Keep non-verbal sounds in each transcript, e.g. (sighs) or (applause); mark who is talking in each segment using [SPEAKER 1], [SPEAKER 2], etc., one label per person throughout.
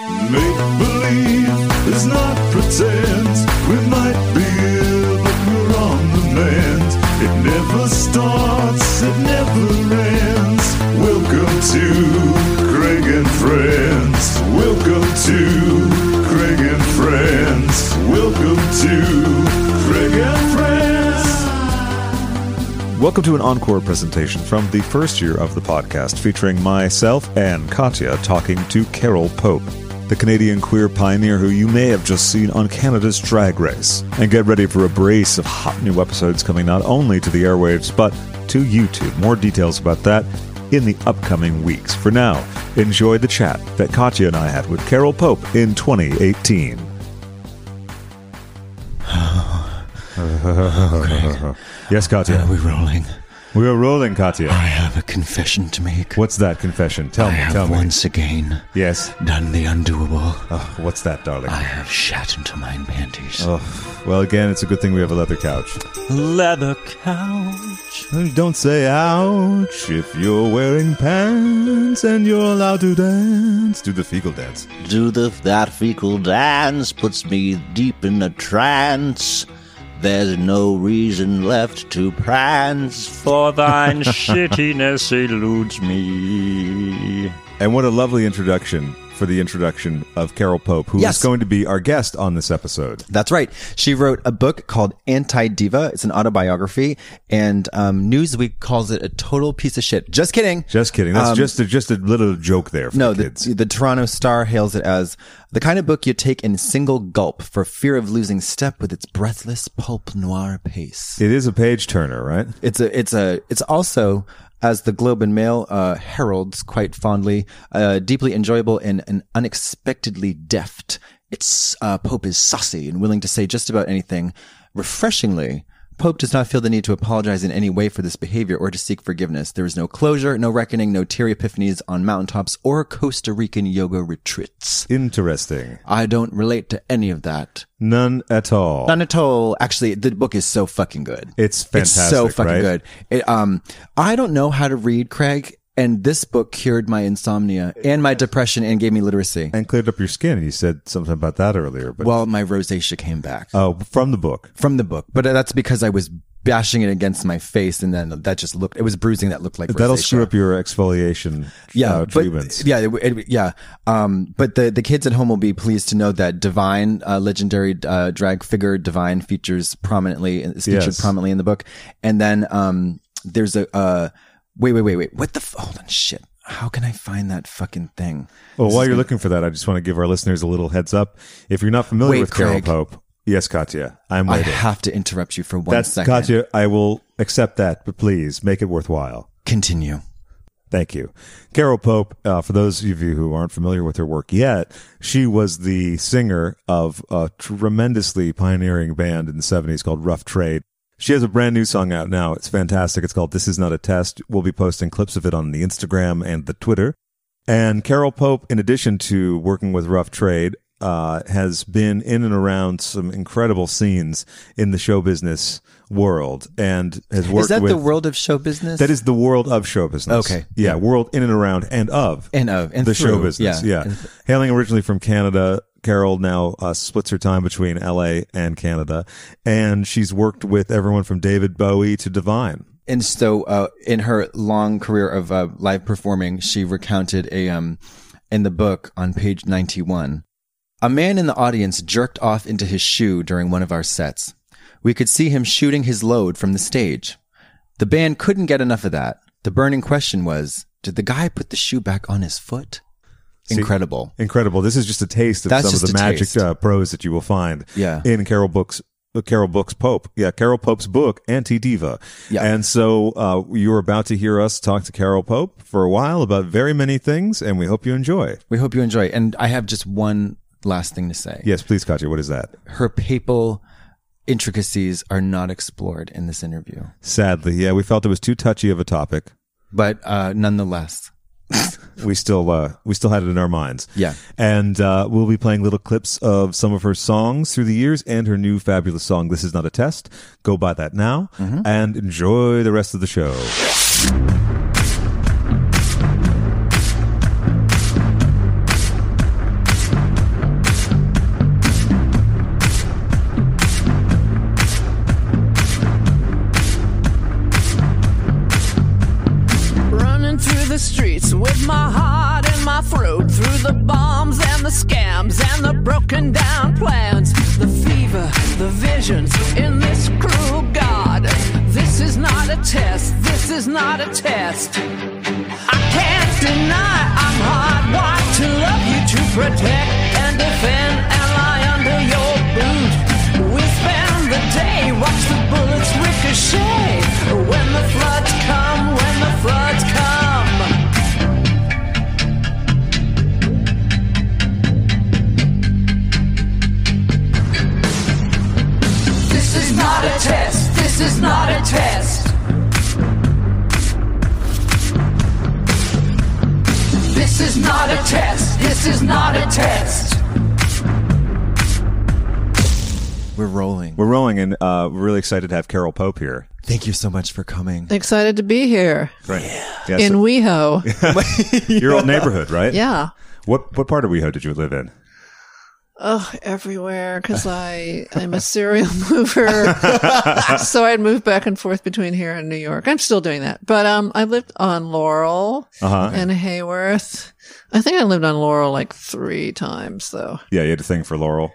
[SPEAKER 1] Make believe is not pretend. We might be ill, but we're on the mend. It never starts, it never ends. Welcome to Craig and Friends. Welcome to Craig and Friends. Welcome to Craig and Friends.
[SPEAKER 2] Welcome to an encore presentation from the first year of the podcast, featuring myself and Katya talking to Carol Pope, the Canadian queer pioneer who you may have just seen on Canada's Drag Race. And get ready for a brace of hot new episodes coming not only to the airwaves, but to YouTube. More details about that in the upcoming weeks. For now, enjoy the chat that Katya and I had with Carol Pope in
[SPEAKER 3] (sighs)
[SPEAKER 2] 2018. Yes,
[SPEAKER 3] Are
[SPEAKER 2] Katya.
[SPEAKER 3] we rolling?
[SPEAKER 2] We are rolling, Katya.
[SPEAKER 3] I have a confession to make.
[SPEAKER 2] What's that confession? Tell
[SPEAKER 3] I
[SPEAKER 2] me, tell
[SPEAKER 3] have
[SPEAKER 2] me.
[SPEAKER 3] once again
[SPEAKER 2] Yes.
[SPEAKER 3] done the undoable.
[SPEAKER 2] Oh, what's that, darling?
[SPEAKER 3] I have shat into mine panties.
[SPEAKER 2] Oh, well, again, it's a good thing we have a leather couch.
[SPEAKER 3] Leather couch.
[SPEAKER 2] Don't say ouch if you're wearing pants and you're allowed to dance. Do the fecal dance.
[SPEAKER 4] Do the that fecal dance puts me deep in a trance. There's no reason left to prance, for
[SPEAKER 2] (laughs)
[SPEAKER 4] thine shittiness eludes me.
[SPEAKER 2] And what a lovely introduction for the introduction of Carol Pope, who is
[SPEAKER 5] Yes.
[SPEAKER 2] going to be our guest on this episode.
[SPEAKER 5] That's right. She wrote a book called Anti Diva. It's an autobiography, and um, Newsweek calls it a total piece of shit. Just kidding.
[SPEAKER 2] Just kidding. That's just a, just a little joke there for
[SPEAKER 5] Um, no,
[SPEAKER 2] the
[SPEAKER 5] the,
[SPEAKER 2] kids.
[SPEAKER 5] the Toronto Star hails it as the kind of book you take in single gulp for fear of losing step with its breathless pulp noir pace.
[SPEAKER 2] it is a page turner, right?
[SPEAKER 5] It's a, it's a, it's also, as the Globe and Mail uh, heralds quite fondly, uh, deeply enjoyable and, and unexpectedly deft. It's uh, Pope is saucy and willing to say just about anything. Refreshingly, Pope does not feel the need to apologize in any way for this behavior or to seek forgiveness. There is no closure, no reckoning, no teary epiphanies on mountaintops or Costa Rican yoga retreats.
[SPEAKER 2] Interesting.
[SPEAKER 5] I don't relate to any of that.
[SPEAKER 2] None at all.
[SPEAKER 5] None at all. Actually, the book is so fucking good.
[SPEAKER 2] It's fantastic.
[SPEAKER 5] It's so fucking
[SPEAKER 2] right?
[SPEAKER 5] good. It, um, I don't know how to read, Craig, and this book cured my insomnia and my depression and gave me literacy.
[SPEAKER 2] And cleared up your skin. You said something about that earlier, but
[SPEAKER 5] Well, my rosacea came back
[SPEAKER 2] oh, from the book.
[SPEAKER 5] from the book, but that's because I was bashing it against my face, and then that just looked. It was bruising that looked like
[SPEAKER 2] That'll
[SPEAKER 5] rosacea.
[SPEAKER 2] screw up your exfoliation
[SPEAKER 5] yeah,
[SPEAKER 2] uh,
[SPEAKER 5] but-
[SPEAKER 2] treatments.
[SPEAKER 5] Yeah, it, it, yeah. Um, but the the kids at home will be pleased to know that Divine, uh, legendary uh, drag figure Divine, features prominently is featured
[SPEAKER 2] Yes.
[SPEAKER 5] prominently in the book. And then um, there's a uh, wait, wait, wait, wait. What the f- hold on, shit. How can I find that fucking thing?
[SPEAKER 2] Well, while you're looking for that, I just want to give our listeners a little heads up. If you're not familiar
[SPEAKER 5] Wait,
[SPEAKER 2] with Carol
[SPEAKER 5] Craig.
[SPEAKER 2] Pope, yes, Katya, I'm
[SPEAKER 5] I
[SPEAKER 2] waiting.
[SPEAKER 5] have to interrupt you for one second.
[SPEAKER 2] That's Katya. I will accept that, but please make it worthwhile.
[SPEAKER 5] Continue.
[SPEAKER 2] Thank you. Carol Pope, uh, for those of you who aren't familiar with her work yet, she was the singer of a tremendously pioneering band in the 70s called Rough Trade. She has a brand new song out now. It's fantastic. It's called This Is Not a Test. We'll be posting clips of it on the Instagram and the Twitter. And Carol Pope, in addition to working with Rough Trade, uh, has been in and around some incredible scenes in the show business world and has worked
[SPEAKER 5] Is that
[SPEAKER 2] with
[SPEAKER 5] the world of show business?
[SPEAKER 2] that is the world of show business.
[SPEAKER 5] Okay.
[SPEAKER 2] Yeah, world in and around and of
[SPEAKER 5] and of and
[SPEAKER 2] the show
[SPEAKER 5] through.
[SPEAKER 2] business. Yeah.
[SPEAKER 5] And-
[SPEAKER 2] Hailing originally from Canada, Carol now uh, splits her time between LA and Canada. And she's worked with everyone from David Bowie to Divine.
[SPEAKER 5] And so, uh, in her long career of uh, live performing, she recounted a um, in the book on page ninety-one. A man in the audience jerked off into his shoe during one of our sets. We could see him shooting his load from the stage. The band couldn't get enough of that. The burning question was, did the guy put the shoe back on his foot? Incredible.
[SPEAKER 2] Incredible. This is just a taste of
[SPEAKER 5] That's
[SPEAKER 2] some of
[SPEAKER 5] just
[SPEAKER 2] the
[SPEAKER 5] a
[SPEAKER 2] magic
[SPEAKER 5] taste.
[SPEAKER 2] uh, prose that you will find
[SPEAKER 5] Yeah.
[SPEAKER 2] in Carol Books. uh, Carol Books Pope. Yeah, Carol Pope's book, Anti Diva.
[SPEAKER 5] Yeah.
[SPEAKER 2] And so uh, you're about to hear us talk to Carol Pope for a while about very many things, and we hope you enjoy.
[SPEAKER 5] We hope you enjoy. And I have just one last thing to say.
[SPEAKER 2] Yes, please, Katya. What is that?
[SPEAKER 5] Her papal intricacies are not explored in this interview.
[SPEAKER 2] Sadly, yeah, we felt it was too touchy of a topic.
[SPEAKER 5] but uh, nonetheless,
[SPEAKER 2] We still uh, we still had it in our minds.
[SPEAKER 5] Yeah.
[SPEAKER 2] and uh, we'll be playing little clips of some of her songs through the years and her new fabulous song. This is not a test. Go buy that now and enjoy the rest of the show.
[SPEAKER 6] the scams and the broken down plans, the fever, the visions in this cruel god. This is not a test, this is not a test. I can't deny I'm hardwired to love you, to protect and defend and lie under your boot. We spend the day, watch the bullets ricochet. When the floods come, when the floods come. This is not a test, this is not a test. This is not a test. This is not a test.
[SPEAKER 5] We're rolling.
[SPEAKER 2] We're rolling, and uh, we're really excited to have Carol Pope here.
[SPEAKER 5] Thank you so much for coming.
[SPEAKER 7] Excited to be here
[SPEAKER 2] Right? Yeah.
[SPEAKER 7] in
[SPEAKER 2] so (laughs)
[SPEAKER 7] WeHo.
[SPEAKER 2] your old neighborhood, right?
[SPEAKER 7] (laughs) Yeah.
[SPEAKER 2] What what part of WeHo did you live in?
[SPEAKER 7] Oh, everywhere
[SPEAKER 2] (laughs)
[SPEAKER 7] because I I'm a serial (laughs) mover, so I'd move back and forth between here and New York. I'm still doing that, but um, I lived on Laurel
[SPEAKER 2] Uh huh.
[SPEAKER 7] and Hayworth. I think I lived on Laurel like three times though.
[SPEAKER 2] Yeah, you had a thing for Laurel.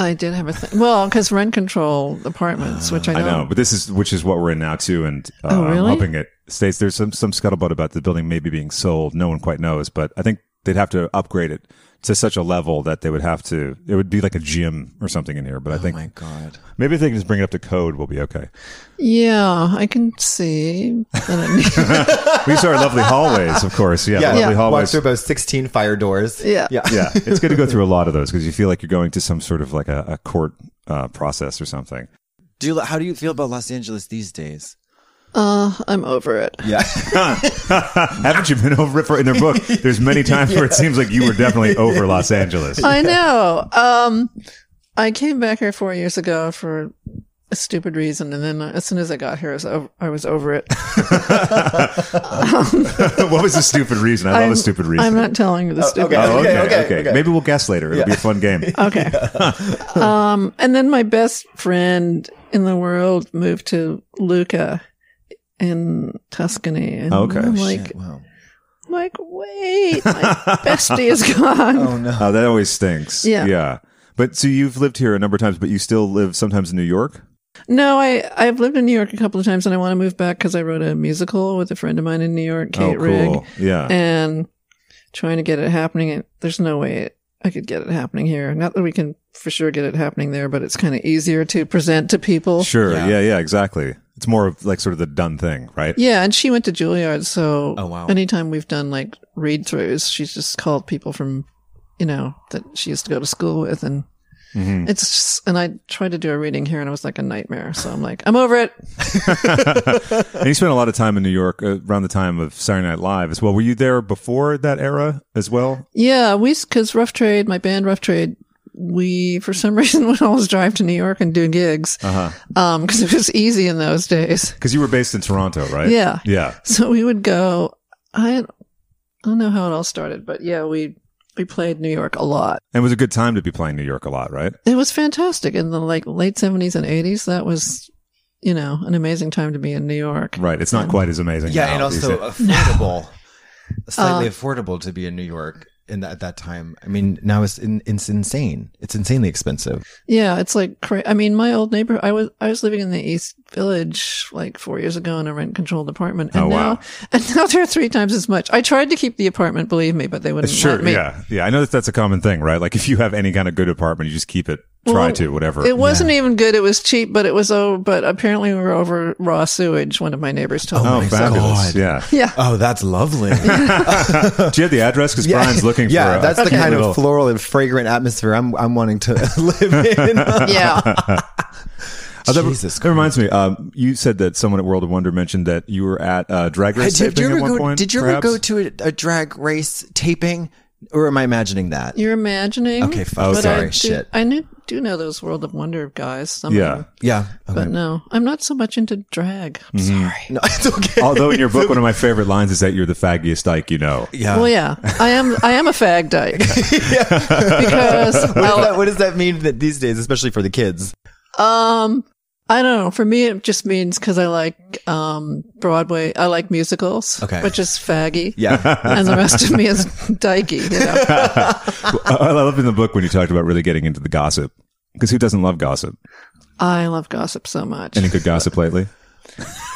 [SPEAKER 7] I did have a thing. Well, because rent control apartments, which I
[SPEAKER 2] I
[SPEAKER 7] don't.
[SPEAKER 2] know, but this is which is what we're in now too, and uh,
[SPEAKER 7] Oh, really?
[SPEAKER 2] I'm hoping it stays. There's some some scuttlebutt about the building maybe being sold. No one quite knows, but I think they'd have to upgrade it to such a level that they would have to. It would be like a gym or something in here. But I think
[SPEAKER 5] Oh My God.
[SPEAKER 2] maybe if they can just bring it up to code, we'll be okay.
[SPEAKER 7] Yeah, I can see. That it needs-
[SPEAKER 2] We saw our lovely hallways, of course. Yeah, the
[SPEAKER 5] Yeah,
[SPEAKER 2] lovely
[SPEAKER 5] walk
[SPEAKER 2] hallways.
[SPEAKER 5] through about 16 fire doors.
[SPEAKER 7] Yeah.
[SPEAKER 5] Yeah. (laughs)
[SPEAKER 2] yeah, it's good to go through a lot of those because you feel like you're going to some sort of like a, a court uh, process or something.
[SPEAKER 5] Do you, how do you feel about Los Angeles these days?
[SPEAKER 7] (laughs) uh, I'm over it.
[SPEAKER 5] Yeah.
[SPEAKER 2] Haven't you been over it for, in their book? There's many times
[SPEAKER 5] (laughs)
[SPEAKER 2] where it seems like you were definitely over Los Angeles.
[SPEAKER 7] (laughs) I know. Um, I came back here four years ago for a stupid reason, and then as soon as I got here, I was over, I was over it. (laughs)
[SPEAKER 2] (laughs) what was the stupid reason? I love
[SPEAKER 7] I'm-
[SPEAKER 2] a stupid reason.
[SPEAKER 7] I'm not telling you the stupid.
[SPEAKER 2] Oh, (laughs) okay, okay,
[SPEAKER 5] Okay, okay, okay.
[SPEAKER 2] Maybe we'll guess later. It'll be a fun game.
[SPEAKER 7] (laughs)
[SPEAKER 2] (laughs)
[SPEAKER 7] Okay. um, and then my best friend in the world moved to Lucca in Tuscany, and
[SPEAKER 2] Oh, Okay.
[SPEAKER 7] I'm like,
[SPEAKER 5] Shit, wow.
[SPEAKER 7] I'm like, wait, my (laughs) bestie is gone.
[SPEAKER 2] Oh, Uh, that always stinks.
[SPEAKER 7] Yeah.
[SPEAKER 2] Yeah. But so you've lived here a number of times, but you still live sometimes in New York?
[SPEAKER 7] No, I I've lived in New York a couple of times, and I want to move back because I wrote a musical with a friend of mine in New York, Kate
[SPEAKER 2] oh,
[SPEAKER 7] Rigg.
[SPEAKER 2] cool. Yeah.
[SPEAKER 7] and trying to get it happening. and There's no way I could get it happening here. Not that we can for sure get it happening there, but it's kind of easier to present to people.
[SPEAKER 2] sure. Yeah.
[SPEAKER 5] Yeah.
[SPEAKER 2] yeah. Exactly. It's more of like sort of the done thing, right?
[SPEAKER 7] Yeah, and she went to Juilliard, so
[SPEAKER 5] Oh, wow.
[SPEAKER 7] anytime we've done like read throughs, she's just called people from, you know, that she used to go to school with, and
[SPEAKER 5] Mm-hmm.
[SPEAKER 7] it's just, and I tried to do a reading here, and it was like a nightmare. So I'm like, I'm over it.
[SPEAKER 2] And you spent a lot of time in New York uh, around the time of Saturday Night Live as well. Were you there before that era as well?
[SPEAKER 7] Yeah, we because Rough Trade, my band Rough Trade, we for some (laughs) reason would always drive to New York and do gigs, uh-huh. because it was easy in those days.
[SPEAKER 2] Because you were based in Toronto, right?
[SPEAKER 7] Yeah.
[SPEAKER 2] Yeah.
[SPEAKER 7] So we would go. I, I don't know how it all started, but yeah, we we played New York a lot.
[SPEAKER 2] And it was a good time to be playing New York a lot, right?
[SPEAKER 7] It was fantastic in the like late seventies and eighties. That was, you know, an amazing time to be in New York.
[SPEAKER 2] Right. It's not quite as amazing.
[SPEAKER 5] Yeah,
[SPEAKER 2] now
[SPEAKER 5] and
[SPEAKER 2] these
[SPEAKER 5] also
[SPEAKER 2] days.
[SPEAKER 5] affordable, slightly affordable to be in New York in that, at that time. I mean, now it's in, it's insane. It's insanely expensive.
[SPEAKER 7] Yeah, it's like cra- I mean, my old neighbor. I was I was living in the East Village like four years ago in a rent controlled apartment, and
[SPEAKER 2] Oh, wow.
[SPEAKER 7] now (laughs) and now they're three times as much. I tried to keep the apartment, believe me, but they wouldn't
[SPEAKER 2] Sure.
[SPEAKER 7] let me.
[SPEAKER 2] Yeah. Yeah. I know that that's a common thing, right? Like if you have any kind of good apartment, you just keep it, try
[SPEAKER 7] Well,
[SPEAKER 2] to, whatever.
[SPEAKER 7] It wasn't even good. It was cheap, but it was oh, but apparently we were over raw sewage. One of my neighbors told
[SPEAKER 2] oh,
[SPEAKER 7] me. (laughs)
[SPEAKER 2] fabulous.
[SPEAKER 5] God.
[SPEAKER 2] Yeah.
[SPEAKER 7] Yeah,
[SPEAKER 5] Oh,
[SPEAKER 2] (laughs)
[SPEAKER 5] that's lovely.
[SPEAKER 2] Do you have the address? Because Brian's looking for
[SPEAKER 5] (laughs) yeah,
[SPEAKER 2] a-
[SPEAKER 5] that's
[SPEAKER 2] a
[SPEAKER 5] the kind
[SPEAKER 2] little-
[SPEAKER 5] of floral and fragrant atmosphere I'm I'm wanting to (laughs) live in.
[SPEAKER 7] yeah.
[SPEAKER 2] Oh, that,
[SPEAKER 5] Jesus
[SPEAKER 2] that reminds me. Um, you said that someone at World of Wonder mentioned that you were at uh, Drag Race
[SPEAKER 5] did,
[SPEAKER 2] taping
[SPEAKER 5] you
[SPEAKER 2] at
[SPEAKER 5] ever
[SPEAKER 2] one
[SPEAKER 5] go,
[SPEAKER 2] point.
[SPEAKER 5] did you ever
[SPEAKER 2] perhaps?
[SPEAKER 5] go to a, a drag race taping, or am I imagining that?
[SPEAKER 7] (laughs) You're imagining.
[SPEAKER 5] Okay, fuck,
[SPEAKER 7] but
[SPEAKER 5] sorry,
[SPEAKER 7] I do,
[SPEAKER 5] shit.
[SPEAKER 7] I knew, do know those World of Wonder guys. Some of
[SPEAKER 2] Yeah.
[SPEAKER 7] them,
[SPEAKER 5] yeah,
[SPEAKER 7] but
[SPEAKER 5] okay.
[SPEAKER 7] no, I'm not so much into drag. I'm
[SPEAKER 2] Mm-hmm.
[SPEAKER 7] sorry.
[SPEAKER 5] (laughs) no, it's okay.
[SPEAKER 2] Although in your
[SPEAKER 5] (laughs)
[SPEAKER 2] book, one of my favorite lines is that you're the faggiest dyke you know.
[SPEAKER 5] yeah.
[SPEAKER 7] Well, yeah, I am. I am a fag dyke (laughs) because
[SPEAKER 5] What does,
[SPEAKER 7] I'll-
[SPEAKER 5] that, what does that mean that these days, especially for the kids?
[SPEAKER 7] Um, I don't know. For me, it just means because I like um, Broadway. I like musicals,
[SPEAKER 5] Okay.
[SPEAKER 7] which is faggy.
[SPEAKER 2] (laughs)
[SPEAKER 5] Yeah.
[SPEAKER 7] (laughs) and the rest of me is dykey. You know?
[SPEAKER 2] I (laughs) I love in the book when you talked about really getting into the gossip because who doesn't love gossip?
[SPEAKER 7] I love gossip so much.
[SPEAKER 2] Any good gossip lately?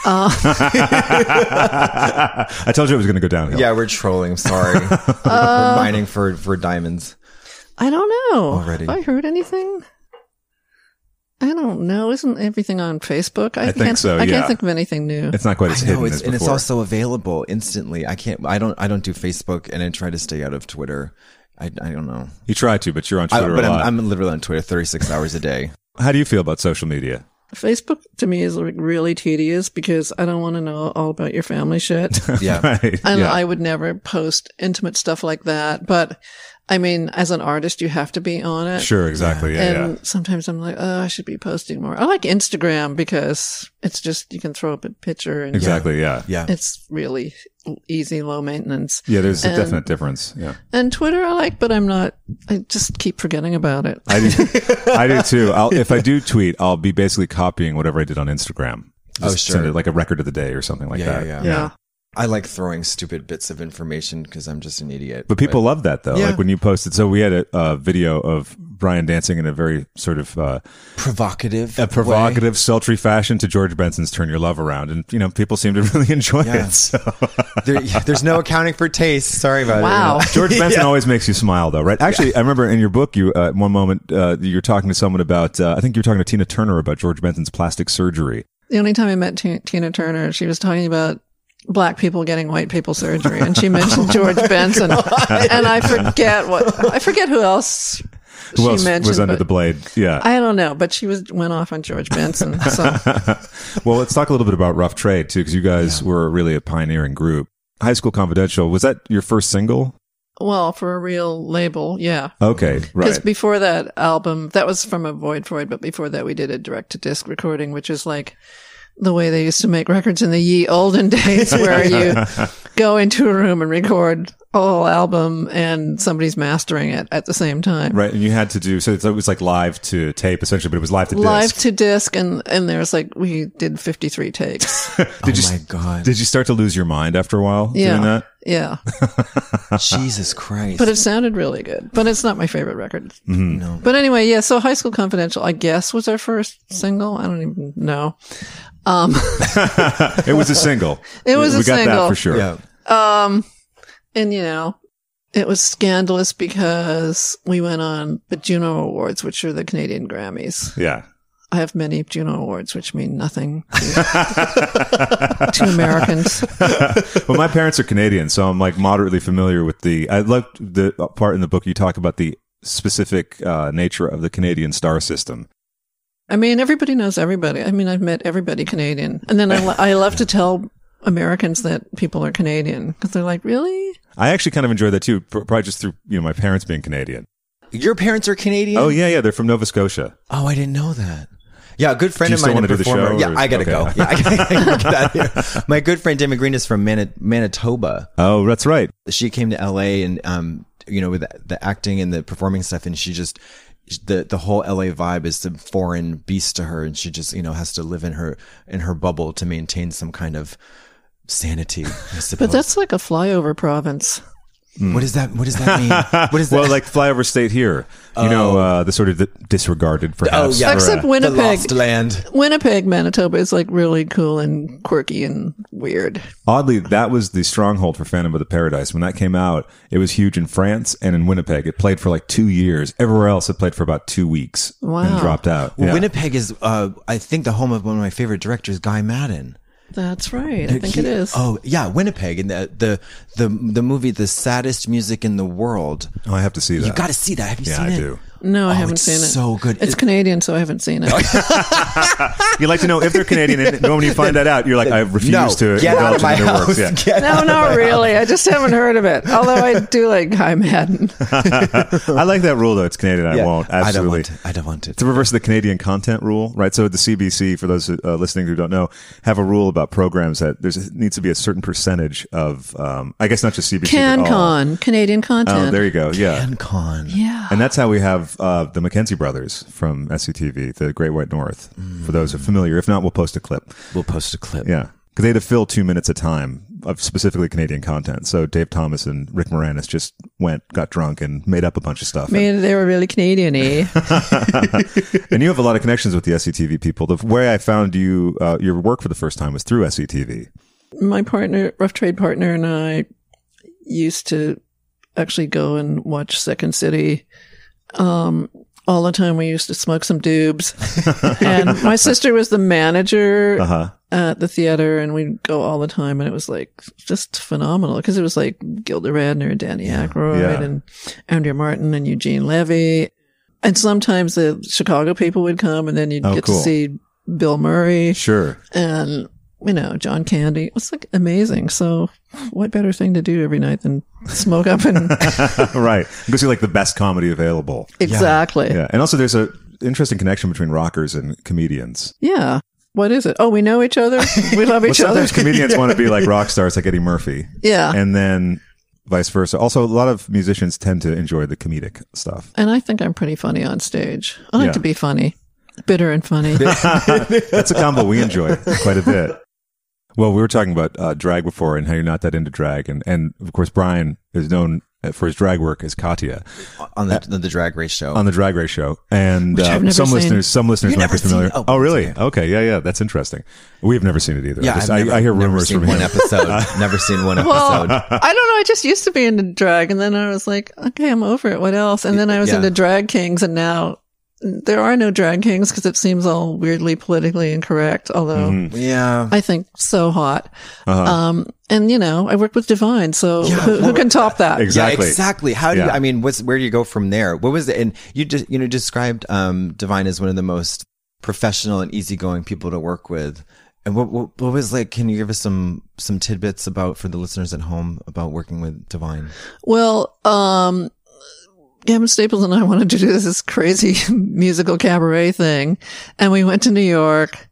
[SPEAKER 7] Uh.
[SPEAKER 2] (laughs) I told you it was going to go downhill.
[SPEAKER 5] yeah, we're trolling.
[SPEAKER 2] (laughs)
[SPEAKER 5] I'm sorry. we're,
[SPEAKER 7] Uh,
[SPEAKER 5] we're mining for, for diamonds.
[SPEAKER 7] I don't know.
[SPEAKER 5] Already.
[SPEAKER 7] Have I heard anything? I don't know. Isn't everything on Facebook? I,
[SPEAKER 2] think
[SPEAKER 7] can't,
[SPEAKER 2] so,
[SPEAKER 7] I
[SPEAKER 2] yeah.
[SPEAKER 7] can't think of anything new.
[SPEAKER 2] it's not quite as
[SPEAKER 5] No,
[SPEAKER 2] hidden
[SPEAKER 5] it's,
[SPEAKER 2] as
[SPEAKER 5] and it's
[SPEAKER 2] before.
[SPEAKER 5] also available instantly. I can't. I don't. I don't do Facebook, and I try to stay out of Twitter. I, I don't know.
[SPEAKER 2] you try to, but you're on
[SPEAKER 5] I,
[SPEAKER 2] Twitter
[SPEAKER 5] but
[SPEAKER 2] a lot.
[SPEAKER 5] I'm, I'm literally on Twitter 36 hours
[SPEAKER 2] (laughs)
[SPEAKER 5] a day.
[SPEAKER 2] How do you feel about social media? (laughs)
[SPEAKER 7] Facebook to me is like really tedious because I don't want to know all about your family shit.
[SPEAKER 5] Yeah.
[SPEAKER 2] Right.
[SPEAKER 7] And
[SPEAKER 2] yeah.
[SPEAKER 7] I would never post intimate stuff like that. But I mean, as an artist, you have to be on it.
[SPEAKER 2] sure. Exactly. Yeah.
[SPEAKER 5] um,
[SPEAKER 7] and sometimes I'm like, oh, I should be posting more. I like Instagram because it's just, you can throw up a picture and
[SPEAKER 2] yeah. Exactly. Yeah.
[SPEAKER 5] Yeah.
[SPEAKER 7] it's really easy, low maintenance.
[SPEAKER 2] Yeah, there's a
[SPEAKER 5] Um,
[SPEAKER 7] And-
[SPEAKER 2] definite difference. Yeah,
[SPEAKER 7] And Twitter I like, but I'm not, I just keep forgetting about it.
[SPEAKER 2] I
[SPEAKER 5] (laughs)
[SPEAKER 2] do. I do too. I'll, if I do tweet, I'll be basically copying whatever I did on Instagram.
[SPEAKER 5] Oh,
[SPEAKER 2] Just send
[SPEAKER 5] sure.
[SPEAKER 2] it like a record of the day or something like
[SPEAKER 5] Yeah,
[SPEAKER 2] that.
[SPEAKER 5] yeah, yeah. I like throwing stupid bits of information because I'm just an idiot.
[SPEAKER 2] But people love that though.
[SPEAKER 5] Yeah.
[SPEAKER 2] Like when you posted, so we had a, a video of Brian dancing in a very sort of uh,
[SPEAKER 5] provocative.
[SPEAKER 2] a
[SPEAKER 5] way.
[SPEAKER 2] provocative, sultry fashion to George Benson's "Turn Your Love Around," and you know people seem to (laughs) really enjoy
[SPEAKER 5] Yeah.
[SPEAKER 2] it. So.
[SPEAKER 5] There, there's no accounting for taste. Sorry about
[SPEAKER 7] Wow.
[SPEAKER 5] it.
[SPEAKER 7] (laughs)
[SPEAKER 2] George Benson always makes you smile, though, right? Actually, I remember in your book, you uh, at one moment uh, you're talking to someone about. Uh, I think you're talking to Tina Turner about George Benson's plastic surgery.
[SPEAKER 7] The only time I met T- Tina Turner, she was talking about black people getting white people surgery and she mentioned George Benson. and I forget what, I forget who else
[SPEAKER 2] Who
[SPEAKER 7] she
[SPEAKER 2] else
[SPEAKER 7] mentioned.
[SPEAKER 2] was under
[SPEAKER 7] but-
[SPEAKER 2] the blade? Yeah.
[SPEAKER 7] I don't know, but she was went off on George Benson.
[SPEAKER 2] (laughs)
[SPEAKER 7] So
[SPEAKER 2] well, let's talk a little bit about Rough Trade too, because you guys were really a pioneering group. High School Confidential was that your first single?
[SPEAKER 7] well, for a real label, yeah.
[SPEAKER 2] Okay,
[SPEAKER 7] Because
[SPEAKER 2] right.
[SPEAKER 7] before that album, that was from a Void Freud, but before that, we did a direct to disc recording, which is like the way they used to make records in the ye olden (laughs) days, where you
[SPEAKER 2] (laughs)
[SPEAKER 7] go into a room and record a whole album and somebody's mastering it at the same time.
[SPEAKER 2] Right, and you had to do so. It's, it was like live to tape, essentially, but it was live to
[SPEAKER 7] Live
[SPEAKER 2] disc.
[SPEAKER 7] to disc, and, and there's like, we did 53 takes.
[SPEAKER 2] Did you
[SPEAKER 5] Oh my God.
[SPEAKER 2] Did you start to lose your mind after a while (laughs)
[SPEAKER 7] Yeah.
[SPEAKER 2] doing that?
[SPEAKER 7] yeah.
[SPEAKER 5] Jesus Christ.
[SPEAKER 7] But it sounded really good. But it's not my favorite record.
[SPEAKER 2] Mm. Hmm.
[SPEAKER 5] No.
[SPEAKER 7] But anyway, yeah. So High School Confidential, I guess, was our first single. I don't even know.
[SPEAKER 2] It was a single.
[SPEAKER 7] (laughs) It was
[SPEAKER 2] we
[SPEAKER 7] a
[SPEAKER 2] got that
[SPEAKER 7] single.
[SPEAKER 2] for sure.
[SPEAKER 5] yeah.
[SPEAKER 7] And, you know, it was scandalous because we went on the Juno Awards, which are the Canadian Grammys.
[SPEAKER 2] yeah.
[SPEAKER 7] I have many Juno Awards, which mean nothing to, to Americans.
[SPEAKER 2] well, my parents are Canadian, so I'm like moderately familiar with the. I loved the part in the book you talk about the specific uh, nature of the Canadian star system.
[SPEAKER 7] I mean, everybody knows everybody. I mean, I've met everybody Canadian. And then I, lo- I love to tell Americans that people are Canadian because they're like, really?
[SPEAKER 2] I actually kind of enjoy that too, pr- probably just through you know my parents being Canadian.
[SPEAKER 5] Your parents are Canadian?
[SPEAKER 2] Oh yeah, yeah, they're from Nova Scotia.
[SPEAKER 5] Oh, I didn't know that. Yeah, a good friend
[SPEAKER 2] Do you
[SPEAKER 5] of
[SPEAKER 2] still
[SPEAKER 5] mine,
[SPEAKER 2] wanna
[SPEAKER 5] a
[SPEAKER 2] do the
[SPEAKER 5] performer.
[SPEAKER 2] show,
[SPEAKER 5] yeah,
[SPEAKER 2] or-
[SPEAKER 5] I gotta
[SPEAKER 2] okay.
[SPEAKER 5] go. Yeah, I gotta, I gotta (laughs) get out of here. My good friend Demi Green is from Mani- Manitoba.
[SPEAKER 2] Oh, that's right.
[SPEAKER 5] She came to LA and, um, you know, with the, the acting and the performing stuff, and she just the the whole LA vibe is the foreign beast to her, and she just you know has to live in her in her bubble to maintain some kind of sanity. I
[SPEAKER 7] (laughs) But
[SPEAKER 5] suppose.
[SPEAKER 7] that's like a flyover province.
[SPEAKER 5] what does that what does that mean?
[SPEAKER 2] (laughs)
[SPEAKER 5] What is
[SPEAKER 2] Hmm.
[SPEAKER 5] that? Oh.
[SPEAKER 2] Well, like flyover state here, you know, uh, the sort of the disregarded perhaps.
[SPEAKER 5] yeah.
[SPEAKER 2] or, uh,
[SPEAKER 7] Except
[SPEAKER 5] the
[SPEAKER 7] (laughs) Winnipeg.
[SPEAKER 5] lost land.
[SPEAKER 7] Winnipeg, Manitoba is like really cool and quirky and weird.
[SPEAKER 2] oddly, that was the stronghold for Phantom of the Paradise. When that came out, it was huge in France and in Winnipeg. It played for like two years. Everywhere else, it played for about two weeks and
[SPEAKER 7] Wow.
[SPEAKER 2] dropped out.
[SPEAKER 5] Well,
[SPEAKER 2] Yeah.
[SPEAKER 5] Winnipeg is, uh, I think, the home of one of my favorite directors, Guy Madden.
[SPEAKER 7] That's right. I think it
[SPEAKER 5] He-
[SPEAKER 7] is.
[SPEAKER 5] Oh yeah, Winnipeg and the the the the movie, the saddest music in the world.
[SPEAKER 2] oh, I have to see that.
[SPEAKER 5] You got to see that. Have you
[SPEAKER 2] yeah,
[SPEAKER 5] seen
[SPEAKER 2] I
[SPEAKER 5] it?
[SPEAKER 2] do.
[SPEAKER 7] No, I
[SPEAKER 5] Oh,
[SPEAKER 7] haven't
[SPEAKER 5] it's
[SPEAKER 7] seen it.
[SPEAKER 5] so good.
[SPEAKER 7] It's
[SPEAKER 5] It-
[SPEAKER 7] Canadian, so I haven't seen it.
[SPEAKER 2] You like to know if they're Canadian, and
[SPEAKER 5] (laughs)
[SPEAKER 2] then when you find that out, you're like, I refuse
[SPEAKER 5] No,
[SPEAKER 2] to
[SPEAKER 5] get out
[SPEAKER 2] indulge
[SPEAKER 5] of my
[SPEAKER 2] in their
[SPEAKER 5] house.
[SPEAKER 2] works. Yeah.
[SPEAKER 5] (laughs) Get
[SPEAKER 7] no, not really. I just haven't heard of it. Although I do like Guy Madden.
[SPEAKER 2] I like that rule though. It's Canadian. I
[SPEAKER 5] Yeah.
[SPEAKER 2] won't.
[SPEAKER 5] I don't
[SPEAKER 2] Absolutely.
[SPEAKER 5] want it. I don't want it.
[SPEAKER 2] It's the reverse of the Canadian content rule, right? So the CBC, for those uh, listening who don't know, have a rule about programs that there needs to be a certain percentage of, um, I guess not just CBC. but all.
[SPEAKER 7] CanCon, Canadian
[SPEAKER 2] Oh,
[SPEAKER 7] content.
[SPEAKER 2] there you go. Yeah.
[SPEAKER 5] CanCon.
[SPEAKER 7] yeah.
[SPEAKER 2] And that's how we have love uh, the Mackenzie brothers from SCTV, The Great White North, for those who are familiar. If not, we'll post a clip.
[SPEAKER 5] We'll post a clip.
[SPEAKER 2] Yeah. Because they had to fill two minutes a time of specifically Canadian content. So Dave Thomas and Rick Moranis just went, got drunk, and made up a bunch of stuff.
[SPEAKER 7] Man, they were really Canadian y.
[SPEAKER 2] and you have a lot of connections with the SCTV people. The way I found you, uh, your work for the first time was through E SCTV.
[SPEAKER 7] (laughs) My partner, rough trade partner, and I used to actually go and watch Second City. Um, all the time we used to smoke some doobs. and my sister was the manager
[SPEAKER 2] Uh-huh.
[SPEAKER 7] at the theater and we'd go all the time and it was like just phenomenal because it was like Gilda Radner, Danny Aykroyd
[SPEAKER 2] Yeah.
[SPEAKER 7] and Andrea Martin and Eugene Levy. And sometimes the Chicago people would come and then you'd
[SPEAKER 2] Oh,
[SPEAKER 7] get
[SPEAKER 2] cool.
[SPEAKER 7] to see Bill Murray
[SPEAKER 2] Sure. (laughs)
[SPEAKER 7] and you know, John Candy. It was like amazing. So what better thing to do every night than smoke
[SPEAKER 2] (laughs)
[SPEAKER 7] up and
[SPEAKER 2] right. Go see like the best comedy available.
[SPEAKER 7] exactly.
[SPEAKER 2] Yeah. And also there's a interesting connection between rockers and comedians.
[SPEAKER 7] Yeah. What is it? Oh, we know each other. We love
[SPEAKER 2] Well,
[SPEAKER 7] each other. (laughs) Uh.
[SPEAKER 2] sometimes comedians want to be like rock stars, like Eddie Murphy.
[SPEAKER 7] Yeah.
[SPEAKER 2] And then vice versa. Also, a lot of musicians tend to enjoy the comedic stuff.
[SPEAKER 7] And I think I'm pretty funny on stage. I like
[SPEAKER 2] Yeah.
[SPEAKER 7] to be funny, bitter
[SPEAKER 2] (laughs)
[SPEAKER 7] and funny.
[SPEAKER 2] That's a combo we enjoy quite a bit. Well, we were talking about uh, drag before and how you're not that into drag. And, and of course, Brian is known for his drag work as Katya
[SPEAKER 5] On the, the, the drag race show.
[SPEAKER 2] on the Drag Race show. And
[SPEAKER 7] I've
[SPEAKER 2] uh,
[SPEAKER 7] never
[SPEAKER 2] some
[SPEAKER 7] seen.
[SPEAKER 2] listeners, some listeners
[SPEAKER 5] You've
[SPEAKER 2] might be
[SPEAKER 5] never seen
[SPEAKER 2] familiar.
[SPEAKER 5] it? Oh,
[SPEAKER 2] oh, really? Okay. Yeah. Yeah. That's interesting. We've never seen it either. I,
[SPEAKER 5] yeah,
[SPEAKER 2] just-
[SPEAKER 5] I've
[SPEAKER 2] I-
[SPEAKER 5] never-
[SPEAKER 2] I hear
[SPEAKER 5] never
[SPEAKER 2] rumors
[SPEAKER 5] seen
[SPEAKER 2] from
[SPEAKER 5] one
[SPEAKER 2] him. (laughs)
[SPEAKER 5] episode. never seen one
[SPEAKER 7] Well, I don't
[SPEAKER 5] episode.
[SPEAKER 7] know. I just used to be into drag, and then I was like, okay, I'm over it. What else? And then I was
[SPEAKER 5] Yeah.
[SPEAKER 7] into drag kings, and now there are no drag kings because it seems all weirdly politically incorrect. Although
[SPEAKER 2] Mm-hmm.
[SPEAKER 5] Yeah.
[SPEAKER 7] I think so hot.
[SPEAKER 2] Uh-huh.
[SPEAKER 7] Um, and you know, I work with Divine, so who, who can top that?
[SPEAKER 2] Exactly.
[SPEAKER 5] Yeah, exactly. How do you,
[SPEAKER 2] Yeah.
[SPEAKER 5] I mean, what's, where do you go from there? What was it? And you just, you know, described, um, Divine as one of the most professional and easygoing people to work with. And what, what, what was like, can you give us some, some tidbits about for the listeners at home about working with Divine?
[SPEAKER 7] Well, um, Gavin Staples and I (laughs) wanted to do this, this crazy (laughs) musical cabaret thing. And we went to New York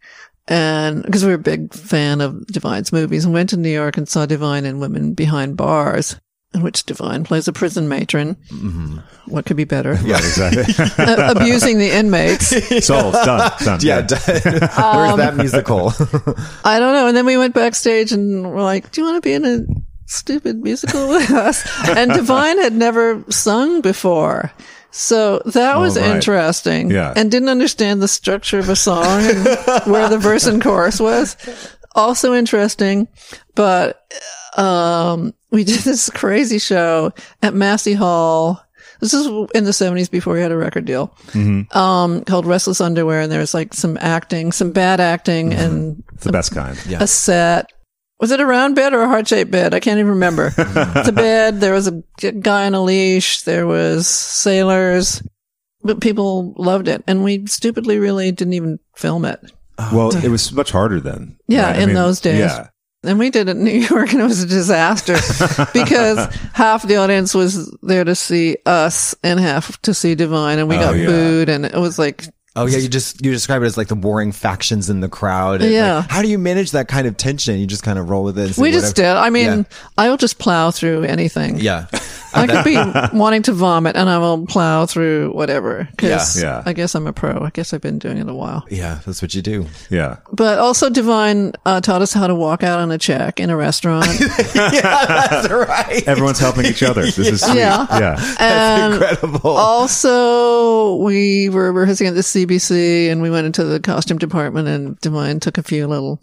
[SPEAKER 7] and because we were a big fan of Divine's movies and went to New York and saw Divine and Women Behind Bars, in which Divine plays a prison matron. What could be better? (laughs)
[SPEAKER 5] Yeah. (laughs)
[SPEAKER 2] exactly.
[SPEAKER 7] Uh, abusing the inmates.
[SPEAKER 2] Solved. Done. Done.
[SPEAKER 5] Yeah. (laughs) Where's
[SPEAKER 7] Um,
[SPEAKER 5] that musical? (laughs)
[SPEAKER 7] I don't know. And then we went backstage and we're like, do you want to be in a stupid musical
[SPEAKER 2] (laughs)
[SPEAKER 7] with us? And Divine had never sung before. So that was
[SPEAKER 2] Oh, right.
[SPEAKER 7] interesting.
[SPEAKER 2] Yeah.
[SPEAKER 7] And didn't understand the structure of a
[SPEAKER 2] (laughs)
[SPEAKER 7] song and where the verse and chorus was. Also interesting. But, um, we did this crazy show at Massey Hall. This is in the 70s before we had a record deal
[SPEAKER 2] Mm-hmm.
[SPEAKER 7] um, called Restless Underwear. And there was like some acting, some bad acting and
[SPEAKER 2] It's Mm-hmm. the best kind.
[SPEAKER 5] Yeah.
[SPEAKER 7] a set. Was it a round bed or a heart shaped bed? I can't
[SPEAKER 5] (laughs)
[SPEAKER 7] even remember. it's a bed. There was a g- guy on a leash. There was sailors, but people loved it. And we stupidly really didn't even film it.
[SPEAKER 2] Well, it was much harder then.
[SPEAKER 7] Yeah,
[SPEAKER 2] right? I
[SPEAKER 7] in
[SPEAKER 2] mean,
[SPEAKER 7] those days.
[SPEAKER 2] Yeah.
[SPEAKER 7] And we did it in (laughs) New York and it was
[SPEAKER 5] (laughs)
[SPEAKER 7] a disaster because half the audience was there to see us and half to see Divine and we got
[SPEAKER 2] yeah.
[SPEAKER 7] booed and it was like,
[SPEAKER 5] Oh yeah, you just you describe it as like the warring factions in the crowd. It's like,
[SPEAKER 7] Yeah.
[SPEAKER 5] how do you manage that kind of tension? You just kind of roll with it. and say
[SPEAKER 7] we just did.
[SPEAKER 5] whatever-
[SPEAKER 7] I mean,
[SPEAKER 5] Yeah.
[SPEAKER 7] I'll just plow through anything. (laughs)
[SPEAKER 5] Yeah.
[SPEAKER 7] I could
[SPEAKER 2] (laughs)
[SPEAKER 7] be wanting to vomit and I will plow through whatever. 'cause
[SPEAKER 2] Yeah. Yeah.
[SPEAKER 7] I guess I'm a pro. I guess I've been doing it a while.
[SPEAKER 5] (laughs) Yeah, that's what you
[SPEAKER 8] (laughs)
[SPEAKER 5] do.
[SPEAKER 2] Yeah.
[SPEAKER 7] But also, Divine uh, taught us how to walk out on a check in
[SPEAKER 2] (laughs)
[SPEAKER 7] a restaurant.
[SPEAKER 5] That's right.
[SPEAKER 2] Everyone's helping each other. This
[SPEAKER 5] (laughs)
[SPEAKER 2] is sweet.
[SPEAKER 7] Yeah.
[SPEAKER 2] Yeah.
[SPEAKER 7] and
[SPEAKER 5] Incredible.
[SPEAKER 7] also, we were rehearsing at the CBC and we went into the costume department and Divine took a few little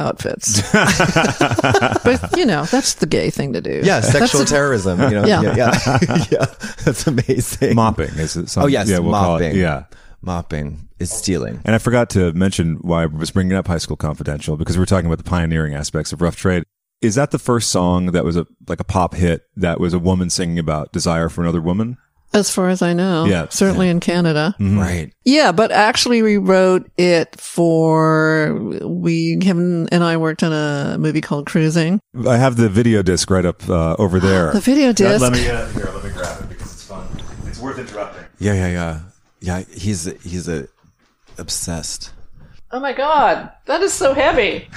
[SPEAKER 2] (laughs)
[SPEAKER 7] outfits. but, you know, that's the gay thing to do.
[SPEAKER 5] yeah, sexual
[SPEAKER 7] That's a-
[SPEAKER 5] terrorism. You know,
[SPEAKER 7] (laughs) Yeah.
[SPEAKER 5] yeah, yeah, Yeah. (laughs) That's amazing.
[SPEAKER 2] Mopping is it something?
[SPEAKER 5] Oh, yes,
[SPEAKER 2] yeah, we'll call it-
[SPEAKER 5] mopping.
[SPEAKER 2] Yeah.
[SPEAKER 5] Mopping is stealing.
[SPEAKER 2] And I forgot to mention why I was bringing up High School Confidential because we were talking about the pioneering aspects of rough trade. Is that the first song that was a like a pop hit that was a woman singing about desire for another woman?
[SPEAKER 7] As far as I know.
[SPEAKER 2] Yeah.
[SPEAKER 7] Certainly in Canada.
[SPEAKER 8] Mm.
[SPEAKER 5] Right.
[SPEAKER 7] Yeah, but actually we wrote it for we Kevin and I worked on a movie called Cruising.
[SPEAKER 2] I have the video disc right up uh, over there.
[SPEAKER 7] (gasps) The video disc.
[SPEAKER 2] Let me uh, here. Let me grab it because it's fun. It's worth interrupting.
[SPEAKER 5] Yeah, yeah, yeah. Yeah, he's he's a obsessed.
[SPEAKER 7] Oh my god, that is
[SPEAKER 2] (laughs)
[SPEAKER 7] so heavy.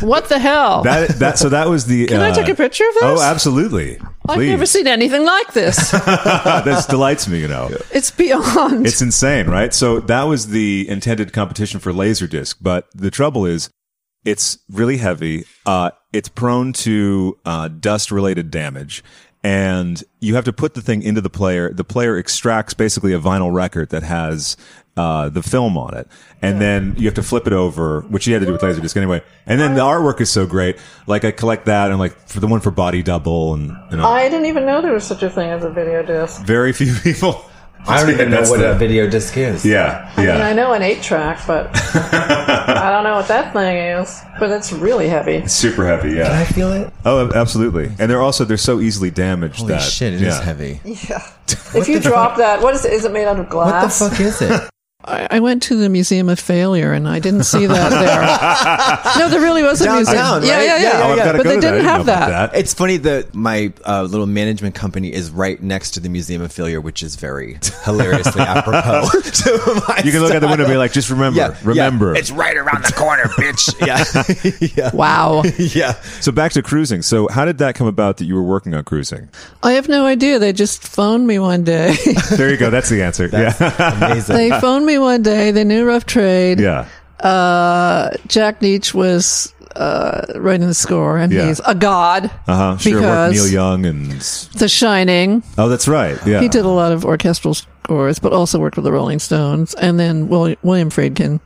[SPEAKER 7] what the hell?
[SPEAKER 2] That that so that was the.
[SPEAKER 7] Can I
[SPEAKER 2] uh,
[SPEAKER 7] take a picture of this?
[SPEAKER 2] Oh, absolutely.
[SPEAKER 7] I've
[SPEAKER 2] Please.
[SPEAKER 7] never seen anything like this.
[SPEAKER 2] (laughs) this delights me. You know.
[SPEAKER 7] It's beyond.
[SPEAKER 2] It's insane, right? So that was the intended competition for Laserdisc, but the trouble is it's really heavy. Uh, it's prone to uh, dust related damage. And you have to put the thing into the player. The player extracts basically a vinyl record that has uh, the film on it. And then you have to flip it over, which you had to do with Laserdisc anyway. And then the artwork is so great. Like, I collect that and, like, for the one for Body Double and, you know,
[SPEAKER 8] Uh,
[SPEAKER 7] I didn't even know there was such a thing as a video disc.
[SPEAKER 2] very few (laughs) people.
[SPEAKER 8] I don't even know
[SPEAKER 2] That's
[SPEAKER 8] what
[SPEAKER 2] the-
[SPEAKER 8] a video disc is.
[SPEAKER 2] Yeah, yeah.
[SPEAKER 7] I mean, I know an eight track,
[SPEAKER 2] (laughs)
[SPEAKER 7] but I don't know what that thing is. But it's really heavy.
[SPEAKER 2] Super heavy, yeah.
[SPEAKER 8] Can I feel it?
[SPEAKER 2] Oh, absolutely. And they're also they're so easily damaged.
[SPEAKER 5] Holy
[SPEAKER 2] that,
[SPEAKER 5] shit, It is
[SPEAKER 2] yeah.
[SPEAKER 5] heavy.
[SPEAKER 7] Yeah. if you
[SPEAKER 2] (laughs)
[SPEAKER 7] drop that, what is it? Is it made out of
[SPEAKER 5] What the
[SPEAKER 7] glass?
[SPEAKER 5] fuck is it?
[SPEAKER 7] I, I went to the Museum of Failure and I didn't see that there.
[SPEAKER 2] (laughs)
[SPEAKER 7] no, there really was a museum.
[SPEAKER 5] Downtown,
[SPEAKER 7] Yeah,
[SPEAKER 5] right?
[SPEAKER 7] yeah,
[SPEAKER 5] Yeah,
[SPEAKER 7] yeah.
[SPEAKER 5] yeah,
[SPEAKER 2] Oh, I've
[SPEAKER 5] yeah.
[SPEAKER 2] gotta
[SPEAKER 7] But
[SPEAKER 2] go
[SPEAKER 7] they
[SPEAKER 2] to that. I
[SPEAKER 7] didn't
[SPEAKER 2] know
[SPEAKER 7] have
[SPEAKER 2] about
[SPEAKER 7] that.
[SPEAKER 5] It's funny that my uh, little management company is right next to the Museum of Failure, which is very
[SPEAKER 2] (laughs)
[SPEAKER 5] hilariously apropos (laughs) to my
[SPEAKER 2] You can look at the
[SPEAKER 5] style.
[SPEAKER 2] window and be like, just remember,
[SPEAKER 5] Yeah, yeah.
[SPEAKER 2] remember.
[SPEAKER 5] It's right around the corner,
[SPEAKER 3] (laughs)
[SPEAKER 5] bitch. yeah.
[SPEAKER 2] (laughs)
[SPEAKER 7] Wow.
[SPEAKER 5] yeah. Yeah. (laughs)
[SPEAKER 2] so back to cruising. So how did that come about that you were working on cruising?
[SPEAKER 7] I have no idea. They just phoned me one day. (laughs)
[SPEAKER 2] There you go. That's the answer. yeah, (laughs)
[SPEAKER 5] Amazing.
[SPEAKER 7] they phoned me one day. They knew Rough Trade.
[SPEAKER 2] yeah.
[SPEAKER 7] Uh, Jack Nietzsche was uh, writing the score, and
[SPEAKER 2] Yeah.
[SPEAKER 7] he's a god
[SPEAKER 2] Uh huh. Sure. Worked Neil
[SPEAKER 7] because
[SPEAKER 2] Young and
[SPEAKER 7] The Shining.
[SPEAKER 2] oh, that's right. Yeah.
[SPEAKER 7] He did a lot of orchestral scores, but also worked with the Rolling Stones, and then William, William Friedkin.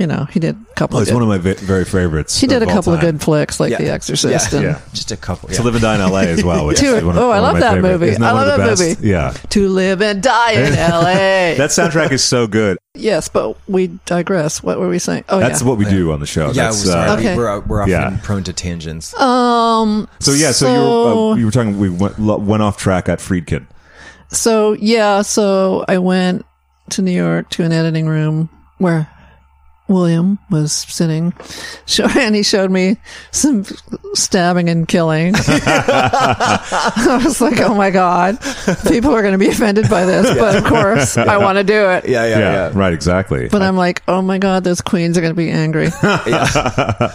[SPEAKER 7] You know, he did a couple.
[SPEAKER 2] Oh,
[SPEAKER 7] of
[SPEAKER 2] it's one
[SPEAKER 7] good,
[SPEAKER 2] of my ve- very favorites.
[SPEAKER 7] he did a
[SPEAKER 2] of all
[SPEAKER 7] couple of
[SPEAKER 2] time.
[SPEAKER 7] good flicks like
[SPEAKER 5] Yeah.
[SPEAKER 7] The Exorcist
[SPEAKER 5] Yeah.
[SPEAKER 7] and
[SPEAKER 2] Yeah.
[SPEAKER 5] Just a couple.
[SPEAKER 2] To live and die in L.A. as well. Which
[SPEAKER 7] (laughs) Dude,
[SPEAKER 2] is one of,
[SPEAKER 7] oh,
[SPEAKER 2] one
[SPEAKER 7] I
[SPEAKER 2] of
[SPEAKER 7] love
[SPEAKER 2] my
[SPEAKER 7] that
[SPEAKER 2] favorite.
[SPEAKER 7] movie.
[SPEAKER 2] Isn't that
[SPEAKER 7] I
[SPEAKER 2] one
[SPEAKER 7] love
[SPEAKER 2] of the
[SPEAKER 7] that
[SPEAKER 2] best?
[SPEAKER 7] movie.
[SPEAKER 2] Yeah.
[SPEAKER 7] To Live and Die
[SPEAKER 2] (laughs)
[SPEAKER 7] in L.A.
[SPEAKER 2] That soundtrack is so good.
[SPEAKER 7] yes, but we digress. What were we saying? Oh,
[SPEAKER 2] That's
[SPEAKER 7] (laughs) yeah.
[SPEAKER 2] what we do on the show.
[SPEAKER 5] Yeah,
[SPEAKER 2] That's,
[SPEAKER 5] sorry.
[SPEAKER 2] uh,
[SPEAKER 5] we-
[SPEAKER 7] Okay.
[SPEAKER 5] We're, we're often
[SPEAKER 2] Yeah.
[SPEAKER 5] prone to tangents.
[SPEAKER 7] Um.
[SPEAKER 2] So yeah, so, you were uh, you were talking. We went, lo- went off track at Friedkin.
[SPEAKER 7] So yeah, so I went to New York to an editing room where William was sitting, (laughs) show, and he showed me some stabbing and killing. (laughs) I was like, "Oh my god, people are going to be offended by this," but of course, I want to do it.
[SPEAKER 5] yeah, yeah, yeah.
[SPEAKER 2] right. Exactly.
[SPEAKER 7] But I'm like, "Oh my god, those queens are going to
[SPEAKER 2] (laughs)
[SPEAKER 7] be angry,"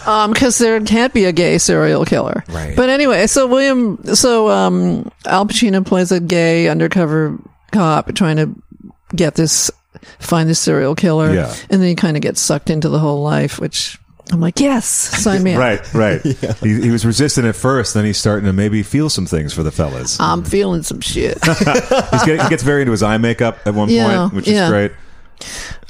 [SPEAKER 7] um, because there can't be a gay serial killer.
[SPEAKER 5] Right.
[SPEAKER 7] But anyway, so William, so um, Al Pacino plays a gay undercover cop trying to get this, find this serial killer,
[SPEAKER 2] Yeah.
[SPEAKER 7] and then he kind of gets sucked into the whole life, which I'm like, yes, sign me up.
[SPEAKER 2] Right,
[SPEAKER 5] (laughs)
[SPEAKER 2] right. he, he was resistant at first, then he's starting to maybe feel some things for the fellas.
[SPEAKER 7] I'm feeling some shit. (laughs)
[SPEAKER 2] He's getting, he gets very into his eye makeup at one
[SPEAKER 7] Yeah,
[SPEAKER 2] point, which
[SPEAKER 7] yeah.
[SPEAKER 2] is great.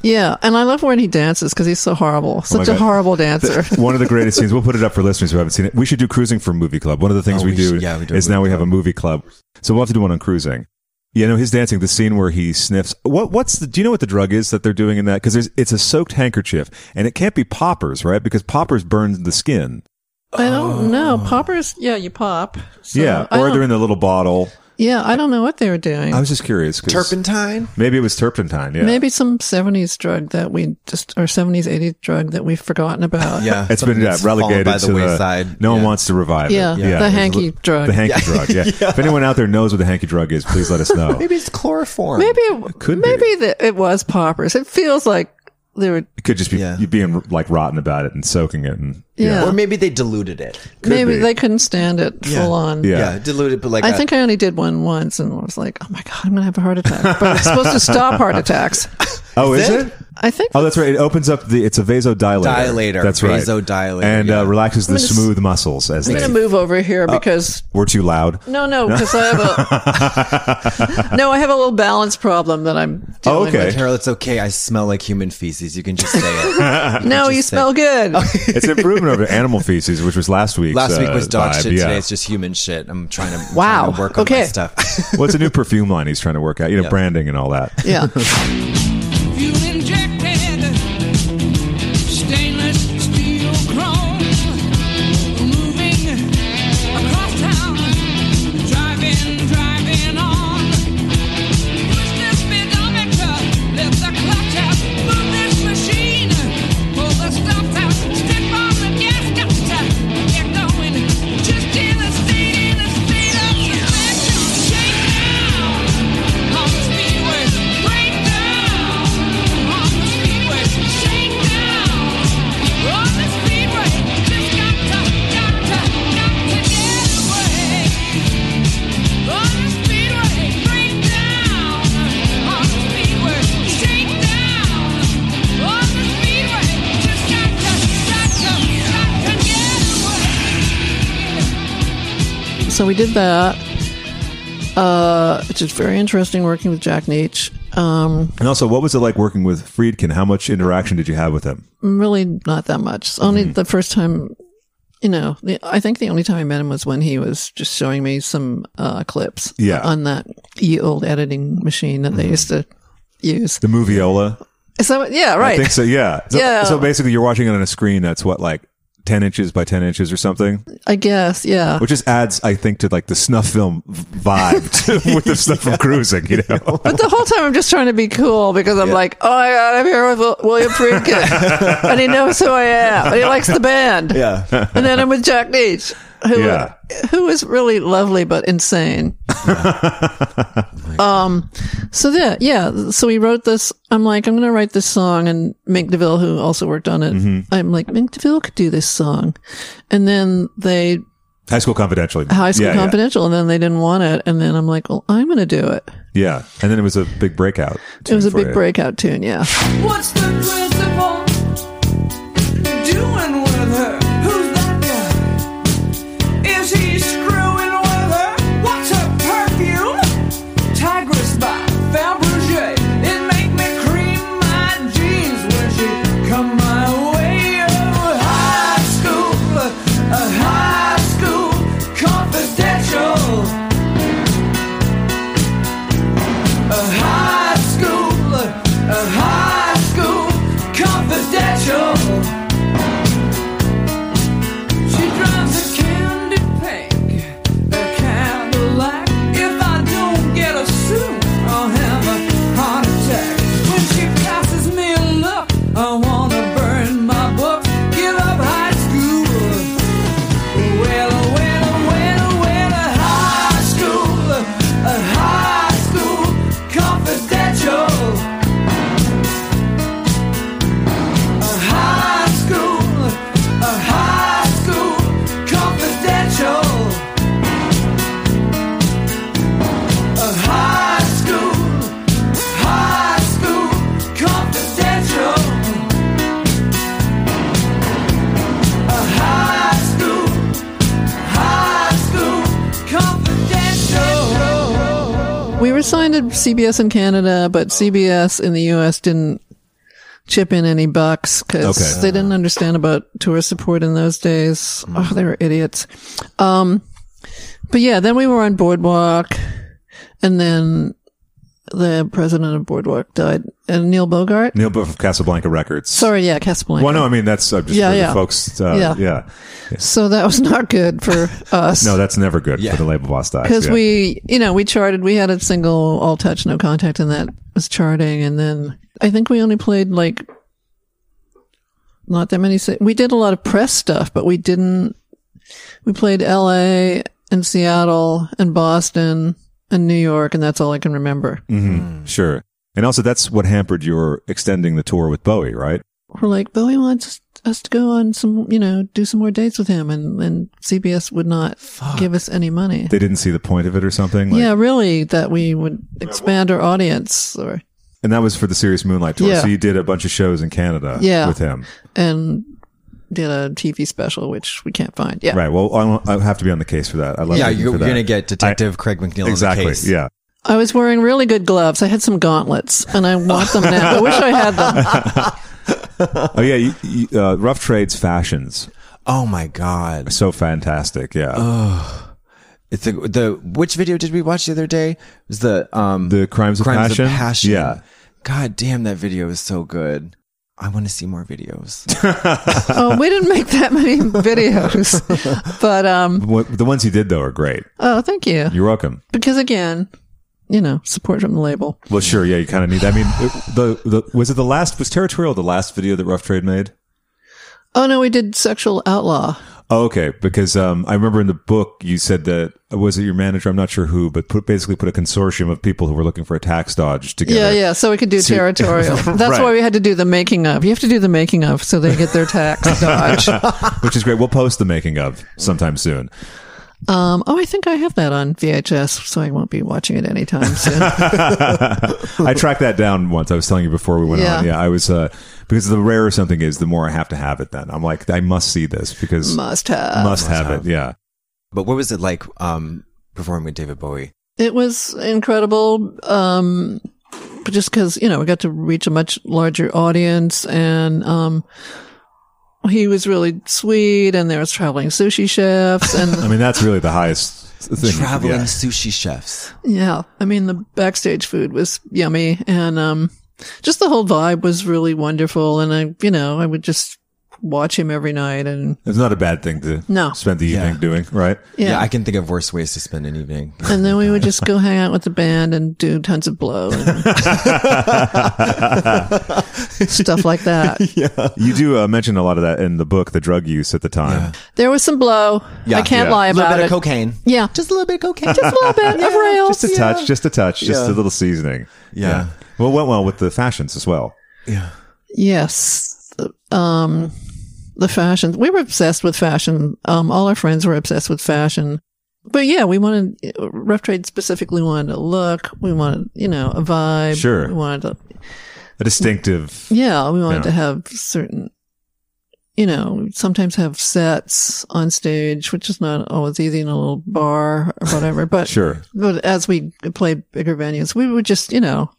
[SPEAKER 7] yeah, and I love when he dances because he's so horrible, such a
[SPEAKER 2] Oh God.
[SPEAKER 7] horrible
[SPEAKER 2] (laughs)
[SPEAKER 7] dancer.
[SPEAKER 2] One of the greatest scenes. We'll put it up for listeners who haven't seen it. We should do cruising for movie club. One of the things
[SPEAKER 5] Oh,
[SPEAKER 2] we,
[SPEAKER 5] we
[SPEAKER 2] do,
[SPEAKER 5] should- yeah, we do a
[SPEAKER 2] is now we have a movie club. So we'll have to do one on cruising. You know, his dancing, the scene where he sniffs. What, what's the, do you know what the drug is that they're doing in that? Because there's, it's a soaked handkerchief and it can't be poppers, right? Because poppers burn the skin.
[SPEAKER 7] I don't know, poppers. Yeah, you pop. So
[SPEAKER 2] Oh.
[SPEAKER 7] oh.
[SPEAKER 2] yeah.
[SPEAKER 7] I
[SPEAKER 2] Or
[SPEAKER 7] don't-
[SPEAKER 2] they're in the little bottle.
[SPEAKER 7] yeah, I don't know what they were doing.
[SPEAKER 2] I was just curious. 'cause
[SPEAKER 5] Turpentine?
[SPEAKER 2] Maybe it was turpentine. Yeah.
[SPEAKER 7] Maybe some 70s drug that we just, or 70s, 80s drug that we've forgotten about.
[SPEAKER 5] Yeah.
[SPEAKER 2] it's been
[SPEAKER 5] something
[SPEAKER 2] yeah,
[SPEAKER 5] that's fallen
[SPEAKER 2] relegated
[SPEAKER 5] by the
[SPEAKER 2] to
[SPEAKER 5] wayside.
[SPEAKER 2] the. No one
[SPEAKER 5] Yeah.
[SPEAKER 2] wants to revive
[SPEAKER 7] Yeah,
[SPEAKER 2] it.
[SPEAKER 7] the
[SPEAKER 2] there's
[SPEAKER 7] hanky
[SPEAKER 2] li-
[SPEAKER 7] drug.
[SPEAKER 2] The hanky drug.
[SPEAKER 5] (laughs)
[SPEAKER 2] Yeah. If anyone out there knows what the hanky drug is, please let us know.
[SPEAKER 5] Maybe it's chloroform.
[SPEAKER 7] Maybe it,
[SPEAKER 2] could be.
[SPEAKER 7] maybe the, it was poppers. It feels like they were.
[SPEAKER 2] It could just be
[SPEAKER 5] Yeah.
[SPEAKER 2] you being like rotten about it and soaking it, and
[SPEAKER 7] Yeah.
[SPEAKER 5] Or maybe they diluted it.
[SPEAKER 7] maybe
[SPEAKER 2] be.
[SPEAKER 7] they couldn't stand it full on.
[SPEAKER 2] Yeah.
[SPEAKER 5] Yeah, diluted, but like uh,
[SPEAKER 7] I
[SPEAKER 5] a-
[SPEAKER 7] think I only did one once and was like, oh my God, I'm going to have a heart attack. But it's supposed to stop heart attacks.
[SPEAKER 2] oh, is
[SPEAKER 5] it?
[SPEAKER 2] it?
[SPEAKER 7] I think.
[SPEAKER 2] Oh, that's right. It opens up the. It's a vasodilator.
[SPEAKER 5] Dilator.
[SPEAKER 2] That's right.
[SPEAKER 5] Vasodilator,
[SPEAKER 2] and
[SPEAKER 5] yeah.
[SPEAKER 2] uh, relaxes the
[SPEAKER 7] I'm gonna s-
[SPEAKER 2] smooth muscles as
[SPEAKER 7] I'm
[SPEAKER 2] they
[SPEAKER 7] going to move over here
[SPEAKER 2] Uh,
[SPEAKER 7] because.
[SPEAKER 2] were too loud.
[SPEAKER 7] no, no, because I have
[SPEAKER 2] (laughs)
[SPEAKER 7] a no. I have a little balance problem that I'm.
[SPEAKER 2] Oh,
[SPEAKER 7] Dealing
[SPEAKER 2] okay.
[SPEAKER 5] Carol, it's okay. I smell like human feces. You can just say
[SPEAKER 2] (laughs)
[SPEAKER 5] it.
[SPEAKER 7] With. No, you
[SPEAKER 5] Just
[SPEAKER 7] smell good.
[SPEAKER 2] it's improvement
[SPEAKER 5] (laughs)
[SPEAKER 2] over animal feces, which was last week's.
[SPEAKER 5] Last week
[SPEAKER 2] uh,
[SPEAKER 5] was dog
[SPEAKER 2] vibe,
[SPEAKER 5] shit.
[SPEAKER 2] yeah.
[SPEAKER 5] Today it's just human shit. I'm trying to, I'm
[SPEAKER 7] Wow.
[SPEAKER 5] trying to work on my
[SPEAKER 7] Okay. (laughs)
[SPEAKER 5] stuff. (laughs)
[SPEAKER 2] well, it's a new perfume line he's trying to work out. You know,
[SPEAKER 5] Yeah.
[SPEAKER 2] branding and all that.
[SPEAKER 7] Yeah.
[SPEAKER 9] You injected stainless steel chrome, moving across town, driving, driving on. Push this speedometer, lift the clutch up, move this machine, pull the stops out, step on the gas gutter, get going. Just in the state, in the speed of selection, shake down on the speedway, break down on the
[SPEAKER 7] so we did that. Uh, it's just very interesting working with Jack Neach. Um,
[SPEAKER 2] And also, what was it like working with Friedkin? How much interaction did you have with him?
[SPEAKER 7] really not that much. It's Only
[SPEAKER 2] Mm-hmm.
[SPEAKER 7] the first time, you know, the, I think the only time I met him was when he was just showing me some uh, clips
[SPEAKER 2] Yeah. Mm-hmm.
[SPEAKER 7] on that ye old editing machine that they used to use.
[SPEAKER 2] The moviola?
[SPEAKER 7] So, yeah, right.
[SPEAKER 2] I think so, yeah. So,
[SPEAKER 7] Yeah.
[SPEAKER 2] so basically, you're watching it on a screen that's what, like 10 inches by 10 inches or something,
[SPEAKER 7] I guess, yeah.
[SPEAKER 2] which just adds, I think, to like the snuff film v- vibe to, (laughs) with the stuff
[SPEAKER 7] (laughs)
[SPEAKER 2] from cruising, you know?
[SPEAKER 7] But the whole time I'm just trying to be cool because I'm like, oh my god, I'm here with Wil- William
[SPEAKER 2] (laughs)
[SPEAKER 7] Friedkin, and he knows who I am, and he likes the band.
[SPEAKER 5] Yeah.
[SPEAKER 7] And then I'm with Jack Neach, who
[SPEAKER 2] Yeah.
[SPEAKER 7] who is really lovely but
[SPEAKER 2] (laughs)
[SPEAKER 7] insane. um, so yeah, yeah. So we wrote this. I'm like, I'm going to write this song, and Mink DeVille, who also worked on it,
[SPEAKER 2] Mm-hmm.
[SPEAKER 7] I'm like, Mink DeVille could do this song, and then they
[SPEAKER 2] High School Confidential.
[SPEAKER 7] High School
[SPEAKER 2] Yeah, yeah.
[SPEAKER 7] Confidential, and then they didn't want it, and then I'm like, well, I'm going to do it.
[SPEAKER 2] Yeah. And then it was a big breakout.
[SPEAKER 7] It was a
[SPEAKER 2] for
[SPEAKER 7] big
[SPEAKER 2] you.
[SPEAKER 7] breakout tune, yeah.
[SPEAKER 9] What's the principal doing with her? Who's that guy? Is he screwing with her? What's her perfume? Tigress by Fabergé. It make me cream my jeans when she come my way. Oh, high school, a high school confidential. A high school, a high school confidential. She drives a candy pink, a Cadillac. If I don't get a suit, I'll have a heart attack. When she passes me a look, I wanna burn my book. Give up high school. Well, well, well, oh, well, a high school, a high school confidential. A high school, a high school confidential. A high school, high school confidential. A high school, high school confidential.
[SPEAKER 7] We were signed to CBS in Canada, but CBS in the US didn't chip in any bucks because
[SPEAKER 2] Okay. Mm.
[SPEAKER 7] they didn't understand about tourist support in those days. Oh, they were idiots. Um, but yeah, then we were on Boardwalk and then the president of Boardwalk died and Neil Bogart.
[SPEAKER 2] Neil Buff of Casablanca Records.
[SPEAKER 7] Sorry. Yeah. Casablanca.
[SPEAKER 2] Well, no, I mean, that's uh, just
[SPEAKER 7] Yeah,
[SPEAKER 2] for
[SPEAKER 7] yeah.
[SPEAKER 2] the folks. Uh,
[SPEAKER 7] Yeah.
[SPEAKER 2] yeah.
[SPEAKER 7] So that was not good for
[SPEAKER 2] (laughs)
[SPEAKER 7] us.
[SPEAKER 2] No, that's never good for the label boss dies.
[SPEAKER 7] because
[SPEAKER 2] yeah.
[SPEAKER 7] we you know we charted we had a single all touch no contact and that was charting and then i think we only played like not that many si- we did a lot of press stuff but we didn't we played la and seattle and boston and new york and that's all i can remember
[SPEAKER 2] Mm. Sure. And also, that's what hampered your extending the tour with Bowie, right?
[SPEAKER 7] we're like bowie wants us to go on some you know do some more dates with him and and cbs would not give us any money
[SPEAKER 2] They didn't see the point of it or something. like-
[SPEAKER 7] yeah really that we would expand our audience or
[SPEAKER 2] And that was for the Serious Moonlight tour.
[SPEAKER 7] Yeah.
[SPEAKER 2] So you did a bunch of shows in Canada
[SPEAKER 7] Yeah.
[SPEAKER 2] with him.
[SPEAKER 7] and did a TV special, which we can't find. Yeah.
[SPEAKER 2] Right. Well, I'll, I'll have to be on the case for that. I love
[SPEAKER 5] Yeah,
[SPEAKER 2] you
[SPEAKER 5] you're,
[SPEAKER 2] for
[SPEAKER 5] you're
[SPEAKER 2] that.
[SPEAKER 5] going to get Detective Craig McNeil
[SPEAKER 2] Exactly.
[SPEAKER 5] in the case.
[SPEAKER 2] Yeah.
[SPEAKER 7] I was wearing really good gloves. I had some gauntlets and I want them now. I wish I
[SPEAKER 2] (laughs)
[SPEAKER 7] had them.
[SPEAKER 2] Oh, yeah. You, you, uh, Rough Trades Fashions.
[SPEAKER 5] Oh my God.
[SPEAKER 2] So fantastic. Yeah.
[SPEAKER 5] Oh. It's the, the which video did we watch the other day? It was the um
[SPEAKER 2] The Crimes of Passion?
[SPEAKER 5] Passion.
[SPEAKER 2] Yeah.
[SPEAKER 5] God damn, that video is so good. I want to see more videos.
[SPEAKER 2] (laughs)
[SPEAKER 7] oh, we didn't make that many videos, but, um,
[SPEAKER 2] What, the ones you did, though, are great.
[SPEAKER 7] oh, thank you.
[SPEAKER 2] You're welcome.
[SPEAKER 7] Because again, you know, support from the label.
[SPEAKER 2] Well, sure. Yeah. You kind of need that. I mean, it, the, the, was it the last, was Territorial the last video that Rough Trade made?
[SPEAKER 7] Oh no, we did sexual outlaw.
[SPEAKER 2] Oh, okay, because um, I remember in the book you said that was it your manager? I'm not sure who, but put, basically put a consortium of people who were looking for a tax dodge together.
[SPEAKER 7] Yeah. Yeah. So we could
[SPEAKER 2] (laughs)
[SPEAKER 7] do territorial. That's
[SPEAKER 2] Right.
[SPEAKER 7] why we had to do the making of. You have to do the making of so they get their
[SPEAKER 2] (laughs)
[SPEAKER 7] tax dodge.
[SPEAKER 2] which is great. We'll post the making of sometime soon. (laughs)
[SPEAKER 7] Um, oh, I think I have that on VHS, so I won't be watching it anytime
[SPEAKER 2] (laughs)
[SPEAKER 7] soon.
[SPEAKER 2] I tracked that down once. I was telling you before we went
[SPEAKER 7] Yeah.
[SPEAKER 2] on. Yeah, I was uh, because the rarer something is, the more I have to have it. Then I'm like, I must see this because
[SPEAKER 7] Must have.
[SPEAKER 2] must have, it. Yeah.
[SPEAKER 5] But what was it like um, performing with David Bowie?
[SPEAKER 7] It was incredible. Um, but just because, you know, we got to reach a much larger audience and, um, he was really sweet and there was traveling sushi chefs and
[SPEAKER 2] (laughs) I mean, that's really the highest thing.
[SPEAKER 5] Traveling
[SPEAKER 2] yeah.
[SPEAKER 5] sushi chefs.
[SPEAKER 7] yeah, I mean, the backstage food was yummy and, um, just the whole vibe was really wonderful. And I, you know, I would just watch him every night and
[SPEAKER 2] It's not a bad thing to
[SPEAKER 7] No.
[SPEAKER 2] spend the evening
[SPEAKER 5] Yeah.
[SPEAKER 2] doing, right?
[SPEAKER 7] yeah.
[SPEAKER 5] yeah, I can think of worse ways to spend an evening.
[SPEAKER 7] and then we would just go hang out with the band and do tons of blow and stuff like that.
[SPEAKER 2] You do uh, mention a lot of that in the book, the drug use at the time.
[SPEAKER 7] There was some blow. I can't
[SPEAKER 2] yeah.
[SPEAKER 7] lie
[SPEAKER 5] a little
[SPEAKER 7] about
[SPEAKER 5] bit
[SPEAKER 7] it.
[SPEAKER 5] of cocaine.
[SPEAKER 7] Yeah, just
[SPEAKER 5] Just a little bit of cocaine.
[SPEAKER 7] a little bit
[SPEAKER 5] (laughs)
[SPEAKER 7] of rail.
[SPEAKER 2] Just a touch, just a touch, just a
[SPEAKER 5] Yeah.
[SPEAKER 2] little seasoning.
[SPEAKER 5] Yeah.
[SPEAKER 2] Well, it went well with the fashions as well.
[SPEAKER 7] Yes. The- Um, the fashion. We were obsessed with fashion. Um, all our friends were obsessed with fashion. But yeah, we wanted rough trade specifically wanted a look. We wanted, you know, a vibe.
[SPEAKER 2] Sure.
[SPEAKER 7] We wanted to,
[SPEAKER 2] A distinctive.
[SPEAKER 7] yeah, we wanted
[SPEAKER 2] Yeah.
[SPEAKER 7] to have certain, you know, we sometimes have sets on stage, which is not always easy in a little bar or whatever. But
[SPEAKER 2] Sure.
[SPEAKER 7] but as we played bigger venues, we would just, you know,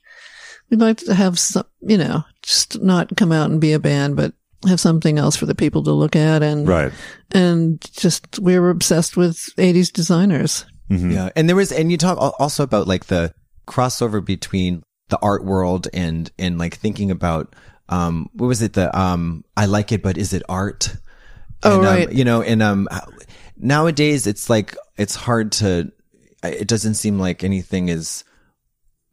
[SPEAKER 7] we'd like to have some, you know, just not come out and be a band, but have something else for the people to look at. And,
[SPEAKER 2] Right.
[SPEAKER 7] and just, we were obsessed with 80s designers.
[SPEAKER 5] Yeah, and there was, and you talk al- also about like the crossover between the art world and and like thinking about um what was it the um I like it but is it art?
[SPEAKER 7] Oh,
[SPEAKER 5] and, um,
[SPEAKER 7] right.
[SPEAKER 5] you know, and um nowadays it's like it's hard to. It doesn't seem like anything is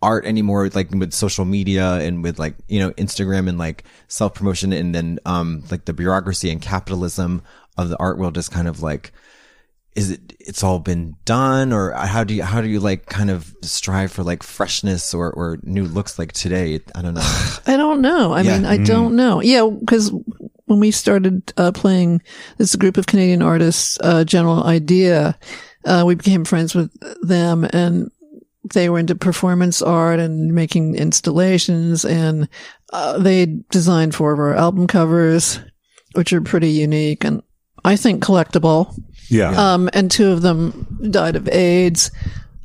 [SPEAKER 5] art anymore like with social media and with like you know instagram and like self-promotion and then um like the bureaucracy and capitalism of the art world is kind of like is it it's all been done or how do you how do you like kind of strive for like freshness or or new looks like today i don't know
[SPEAKER 7] I don't know. I
[SPEAKER 5] Yeah.
[SPEAKER 7] mean, I don't know. Yeah. Cause when we started uh, playing this group of Canadian artists, uh, General Idea, uh, we became friends with them and they were into performance art and making installations and uh, they designed four of our album covers, which are pretty unique and I think collectible.
[SPEAKER 2] Yeah.
[SPEAKER 7] Um, and two of them died of AIDS.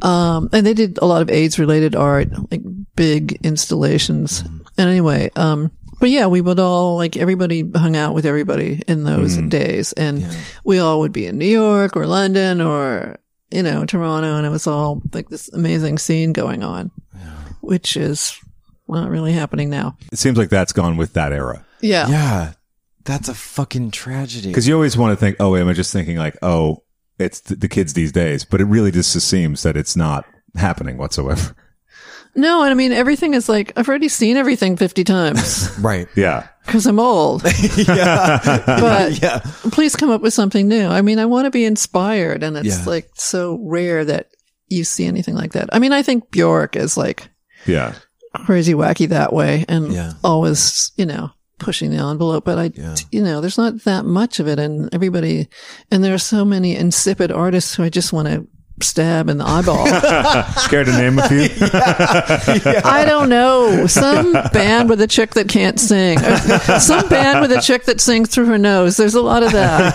[SPEAKER 7] Um, and they did a lot of AIDS related art, like big installations. And anyway, um, but yeah, we would all like everybody hung out with everybody in those days, and we all would be in New York or London or you know Toronto, and it was all like this amazing scene going on, which is not really happening now.
[SPEAKER 2] it seems like that's gone with that era.
[SPEAKER 7] Yeah,
[SPEAKER 5] yeah that's a fucking tragedy
[SPEAKER 2] Because you always want to think, oh, am I just thinking like, oh, it's th- the kids these days? But it really just seems that it's not happening whatsoever.
[SPEAKER 7] no, and I mean everything is like I've already seen everything
[SPEAKER 5] (laughs)
[SPEAKER 7] fifty times
[SPEAKER 5] right
[SPEAKER 2] Yeah.
[SPEAKER 7] because I'm old, but
[SPEAKER 5] yeah
[SPEAKER 7] please come up with something new. I mean, I want to be inspired, and it's
[SPEAKER 5] Yeah.
[SPEAKER 7] like so rare that you see anything like that. I mean, I think Bjork is like
[SPEAKER 2] (laughs) Yeah.
[SPEAKER 7] crazy wacky that way, and
[SPEAKER 5] Yeah.
[SPEAKER 7] always, you know, pushing the envelope. But I,
[SPEAKER 5] Yeah.
[SPEAKER 7] you know, there's not that much of it, and everybody, and there are so many insipid artists who I just want to stab in the
[SPEAKER 5] (laughs)
[SPEAKER 7] eyeball.
[SPEAKER 2] Scared to name a few?
[SPEAKER 7] I don't know. Some band with a chick that can't sing. (laughs) Some band with a chick that sings through her nose. There's a lot of that.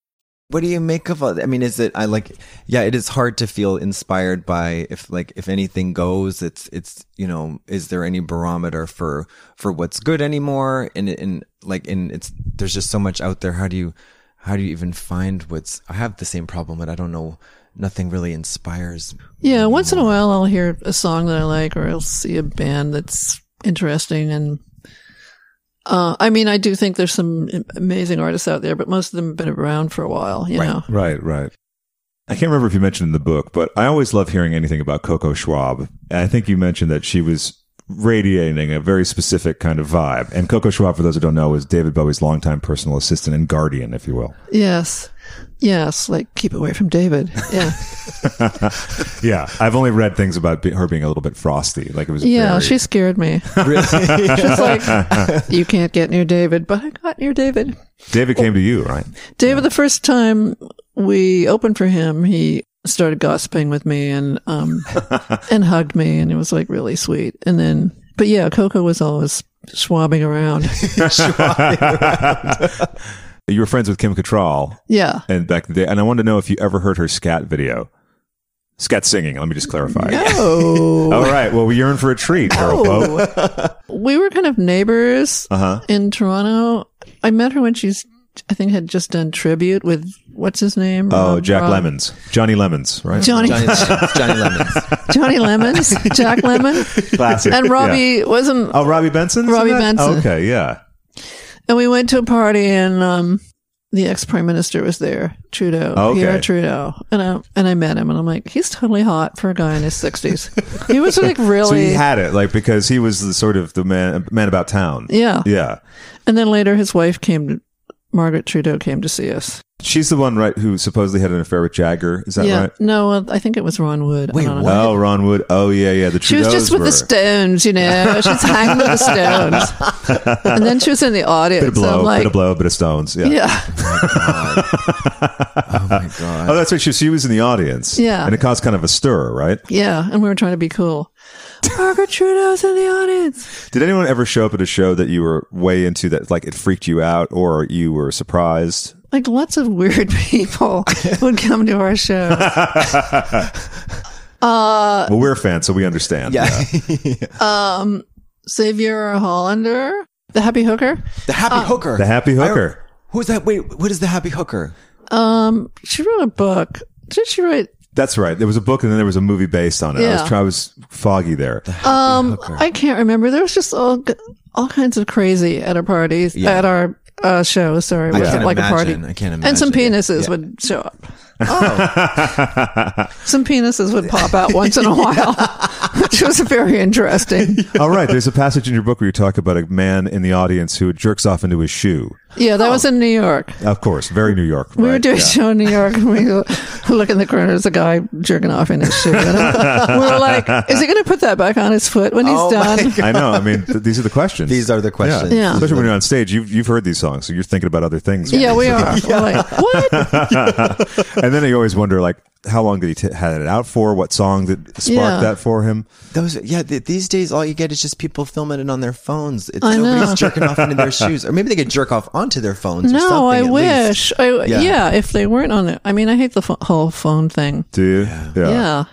[SPEAKER 5] what do you make of all i mean is it i like yeah it is hard to feel inspired by if like if anything goes it's it's you know is there any barometer for for what's good anymore and and like and it's there's just so much out there how do you how do you even find what's i have the same problem but i don't know nothing really inspires
[SPEAKER 7] Yeah, once in a while I'll hear a song that I like, or I'll see a band that's interesting. And uh, I mean, I do think there's some amazing artists out there, but most of them have been around for a while. You know,
[SPEAKER 2] Right, right. I can't remember if you mentioned in the book, but I always love hearing anything about Coco Schwab. And I think you mentioned that she was radiating a very specific kind of vibe. And Coco Schwab, for those who don't know, is David Bowie's longtime personal assistant and guardian, if you will.
[SPEAKER 7] Yes. Yes. Like keep away
[SPEAKER 2] (laughs)
[SPEAKER 7] from David. Yeah.
[SPEAKER 2] Yeah, I've only read things about be- her being a little bit frosty. Like it was.
[SPEAKER 7] Yeah.
[SPEAKER 2] very-
[SPEAKER 7] She
[SPEAKER 2] (laughs)
[SPEAKER 7] scared me. She's like, you can't get near David, but I got near David.
[SPEAKER 2] David came to you, right? (laughs)
[SPEAKER 7] David, the first time we opened for him, he started gossiping with me and
[SPEAKER 2] (laughs)
[SPEAKER 7] um and hugged me, and it was like really sweet. And then, but yeah, Coco was always
[SPEAKER 2] (laughs)
[SPEAKER 7] swabbing around.
[SPEAKER 2] You were friends with Kim Cattrall,
[SPEAKER 7] Yeah,
[SPEAKER 2] and back in the day, and I wanted to know if you ever heard her scat video, scat singing. Let me just clarify. All right. Well, we yearn for a treat, Carol Pope.
[SPEAKER 7] we were kind of neighbors
[SPEAKER 2] Uh-huh.
[SPEAKER 7] in Toronto. I met her when she's, I think, had just done tribute with what's his name?
[SPEAKER 2] Oh,
[SPEAKER 7] Rob-
[SPEAKER 2] Jack
[SPEAKER 7] Rob-
[SPEAKER 2] Lemons, Johnny Lemons, right?
[SPEAKER 7] (laughs) Johnny
[SPEAKER 5] Johnny, Johnny Lemons.
[SPEAKER 7] Johnny Lemons, Jack Lemon,
[SPEAKER 2] Classic. (laughs)
[SPEAKER 7] and
[SPEAKER 2] Yeah.
[SPEAKER 7] Robbie wasn't.
[SPEAKER 2] Oh, Robbie Benson.
[SPEAKER 7] Robbie Benson.
[SPEAKER 2] Okay, yeah.
[SPEAKER 7] And we went to a party, and um, the ex prime minister was there, Trudeau,
[SPEAKER 2] Oh, Okay.
[SPEAKER 7] Pierre Trudeau, and I and I met him, and I'm like, he's totally hot for a guy in his sixties.
[SPEAKER 2] (laughs)
[SPEAKER 7] he was like really.
[SPEAKER 2] So he had it, like because he was the sort of the man, man about town.
[SPEAKER 7] Yeah.
[SPEAKER 2] yeah.
[SPEAKER 7] and then later, his wife came to. Margaret Trudeau came to see us.
[SPEAKER 2] She's the one, right, who supposedly had an affair with Jagger. Is that
[SPEAKER 7] yeah,
[SPEAKER 2] right?
[SPEAKER 7] no, uh, I think it was Ron Wood. I don't know.
[SPEAKER 2] Oh, Ron Wood. Oh, yeah, yeah. The Trudeaus
[SPEAKER 7] She was just with
[SPEAKER 2] were.
[SPEAKER 7] the Stones, you know. She's hanging with the Stones,
[SPEAKER 2] (laughs)
[SPEAKER 7] and then she was in the audience.
[SPEAKER 2] Bit of
[SPEAKER 7] so
[SPEAKER 2] blow,
[SPEAKER 7] I'm like,
[SPEAKER 2] bit of blow, bit of stones. Yeah.
[SPEAKER 7] yeah,
[SPEAKER 2] Oh, that's right. She, she was in the audience.
[SPEAKER 7] Yeah.
[SPEAKER 2] And it caused kind of a stir, right?
[SPEAKER 7] yeah, and we were trying to be cool. Margaret Trudeau's in the audience.
[SPEAKER 2] Did anyone ever show up at a show that you were way into that, like it freaked you out or you were surprised?
[SPEAKER 7] like lots of
[SPEAKER 5] (laughs)
[SPEAKER 7] weird (laughs) people would come to our show. Uh,
[SPEAKER 2] well, we're fans, so we understand.
[SPEAKER 5] Yeah.
[SPEAKER 7] Xavier Hollander, the happy hooker.
[SPEAKER 5] the Happy Hooker.
[SPEAKER 2] Uh, The happy hooker.
[SPEAKER 5] Who's that? Wait, what is the Happy Hooker?
[SPEAKER 7] Um, she wrote a book. Did she write?
[SPEAKER 2] That's right. There was a book and then there was a movie based on it. I, was
[SPEAKER 7] Yeah.
[SPEAKER 2] try- I was foggy
[SPEAKER 5] (laughs)
[SPEAKER 2] there.
[SPEAKER 7] Um, I can't remember. There was just all all kinds of crazy at our parties at our uh, show. Sorry, it
[SPEAKER 5] I
[SPEAKER 7] was
[SPEAKER 5] can't
[SPEAKER 7] like a
[SPEAKER 5] imagine.
[SPEAKER 7] party.
[SPEAKER 5] I can't imagine.
[SPEAKER 7] And some penises
[SPEAKER 5] Yeah.
[SPEAKER 7] would
[SPEAKER 5] (laughs)
[SPEAKER 7] show up. Some penises would pop out once in
[SPEAKER 5] (laughs)
[SPEAKER 7] a while, which was very interesting.
[SPEAKER 2] All right. There's a passage in your book where you talk about a man in the audience who jerks off into his shoe.
[SPEAKER 7] Yeah, that
[SPEAKER 5] Oh.
[SPEAKER 7] was in New York.
[SPEAKER 2] Of course. Very New York.
[SPEAKER 7] We were
[SPEAKER 2] right?
[SPEAKER 7] doing
[SPEAKER 2] Yeah.
[SPEAKER 7] a show in New York, and we (laughs) go- look in the corner. There's a guy jerking off in his shoe. And I'm- we're like, is he going to put that back on his foot when he's
[SPEAKER 5] Oh my
[SPEAKER 7] done?
[SPEAKER 2] I know. I mean, th- these are the questions.
[SPEAKER 5] These are the questions.
[SPEAKER 7] Yeah.
[SPEAKER 2] Especially when you're on stage, you've, you've heard these songs, so you're thinking about other things.
[SPEAKER 7] (laughs) Yeah, we are. We're
[SPEAKER 5] (laughs)
[SPEAKER 7] like, what?
[SPEAKER 2] and then you always wonder, like, how long did he t- had it out for? What song that sparked
[SPEAKER 7] Yeah.
[SPEAKER 2] that for him?
[SPEAKER 5] Those, yeah. Th- these days, all you get is just people filming it on their phones. It's
[SPEAKER 7] I
[SPEAKER 5] nobody's (laughs)
[SPEAKER 7] know.
[SPEAKER 5] jerking off
[SPEAKER 7] (laughs)
[SPEAKER 5] into their shoes, or maybe they could jerk off onto their phones. or
[SPEAKER 7] No,
[SPEAKER 5] something,
[SPEAKER 7] I
[SPEAKER 5] at least.
[SPEAKER 7] wish. I,
[SPEAKER 5] Yeah.
[SPEAKER 7] yeah. if they weren't on it. I mean, I hate the pho- whole phone thing.
[SPEAKER 2] Do you?
[SPEAKER 7] Yeah.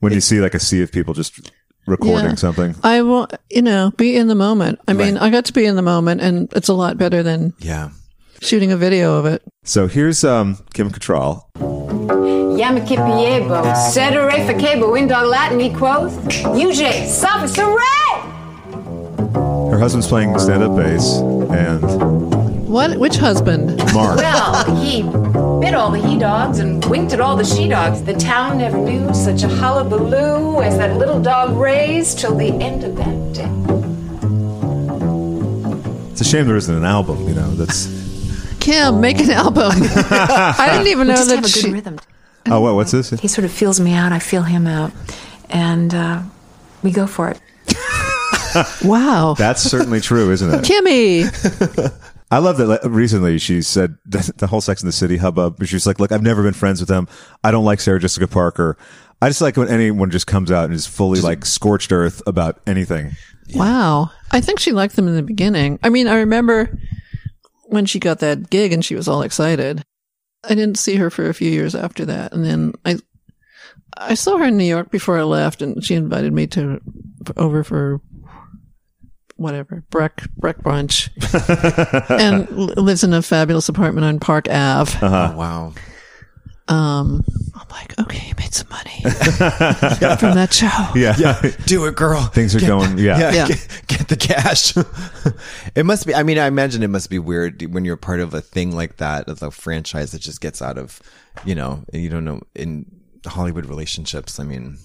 [SPEAKER 2] When you see like a sea of people just recording
[SPEAKER 7] Yeah.
[SPEAKER 2] something.
[SPEAKER 7] I will, you know, be in the moment. I mean, I got to be in the moment, and it's a lot better than
[SPEAKER 5] Yeah.
[SPEAKER 7] shooting a video of it.
[SPEAKER 2] So here's um, Kim Cattrall.
[SPEAKER 10] Yamakipiebo, cedere facebo, in dog Latin he quoth, Uge, salve, sere!
[SPEAKER 2] Her husband's playing stand-up bass, and
[SPEAKER 7] What? Which husband?
[SPEAKER 2] Mark.
[SPEAKER 10] Well, he bit all the he-dogs and winked at all the she-dogs. The town never knew such a hullabaloo as that little dog raised till the end of that day.
[SPEAKER 2] it's a shame there isn't an album. You know, that's.
[SPEAKER 7] Kim, make
[SPEAKER 5] (laughs)
[SPEAKER 7] an album. (laughs) I didn't even know
[SPEAKER 10] just
[SPEAKER 7] that
[SPEAKER 10] have a good
[SPEAKER 7] she.
[SPEAKER 10] rhythm.
[SPEAKER 2] Oh, what, what's (laughs) this?
[SPEAKER 10] He sort of feels me out, I feel him out,
[SPEAKER 7] (laughs)
[SPEAKER 10] and uh, we go for it.
[SPEAKER 7] Wow.
[SPEAKER 2] That's certainly true, isn't (laughs) it?
[SPEAKER 7] Kimmy.
[SPEAKER 2] I love that like, recently she said (laughs) that the whole Sex in the City hubbub. She's like, look, I've never been friends with them. I don't like Sarah Jessica Parker. I just like when anyone just comes out and is fully like scorched earth about anything.
[SPEAKER 7] Wow. I think she liked them in the beginning. I mean, I remember when she got that gig and she was all excited. I didn't see her for a few years after that. And then I I saw her in New York before I left and she invited me to over for whatever, Breck Breck brunch. and l- lives in a fabulous apartment on Park Ave.
[SPEAKER 2] uh,
[SPEAKER 5] Oh, wow.
[SPEAKER 7] Um I'm like, okay, you made some money from that show.
[SPEAKER 2] Yeah,
[SPEAKER 5] Do it, girl.
[SPEAKER 2] (laughs) Things are going. Yeah.
[SPEAKER 5] (laughs) yeah,
[SPEAKER 7] Yeah.
[SPEAKER 5] Get, get the cash. (laughs) it must be. I mean, I imagine it must be weird when you're part of a thing like that, of a franchise that just gets out of, you know, and you don't know in Hollywood relationships. I mean,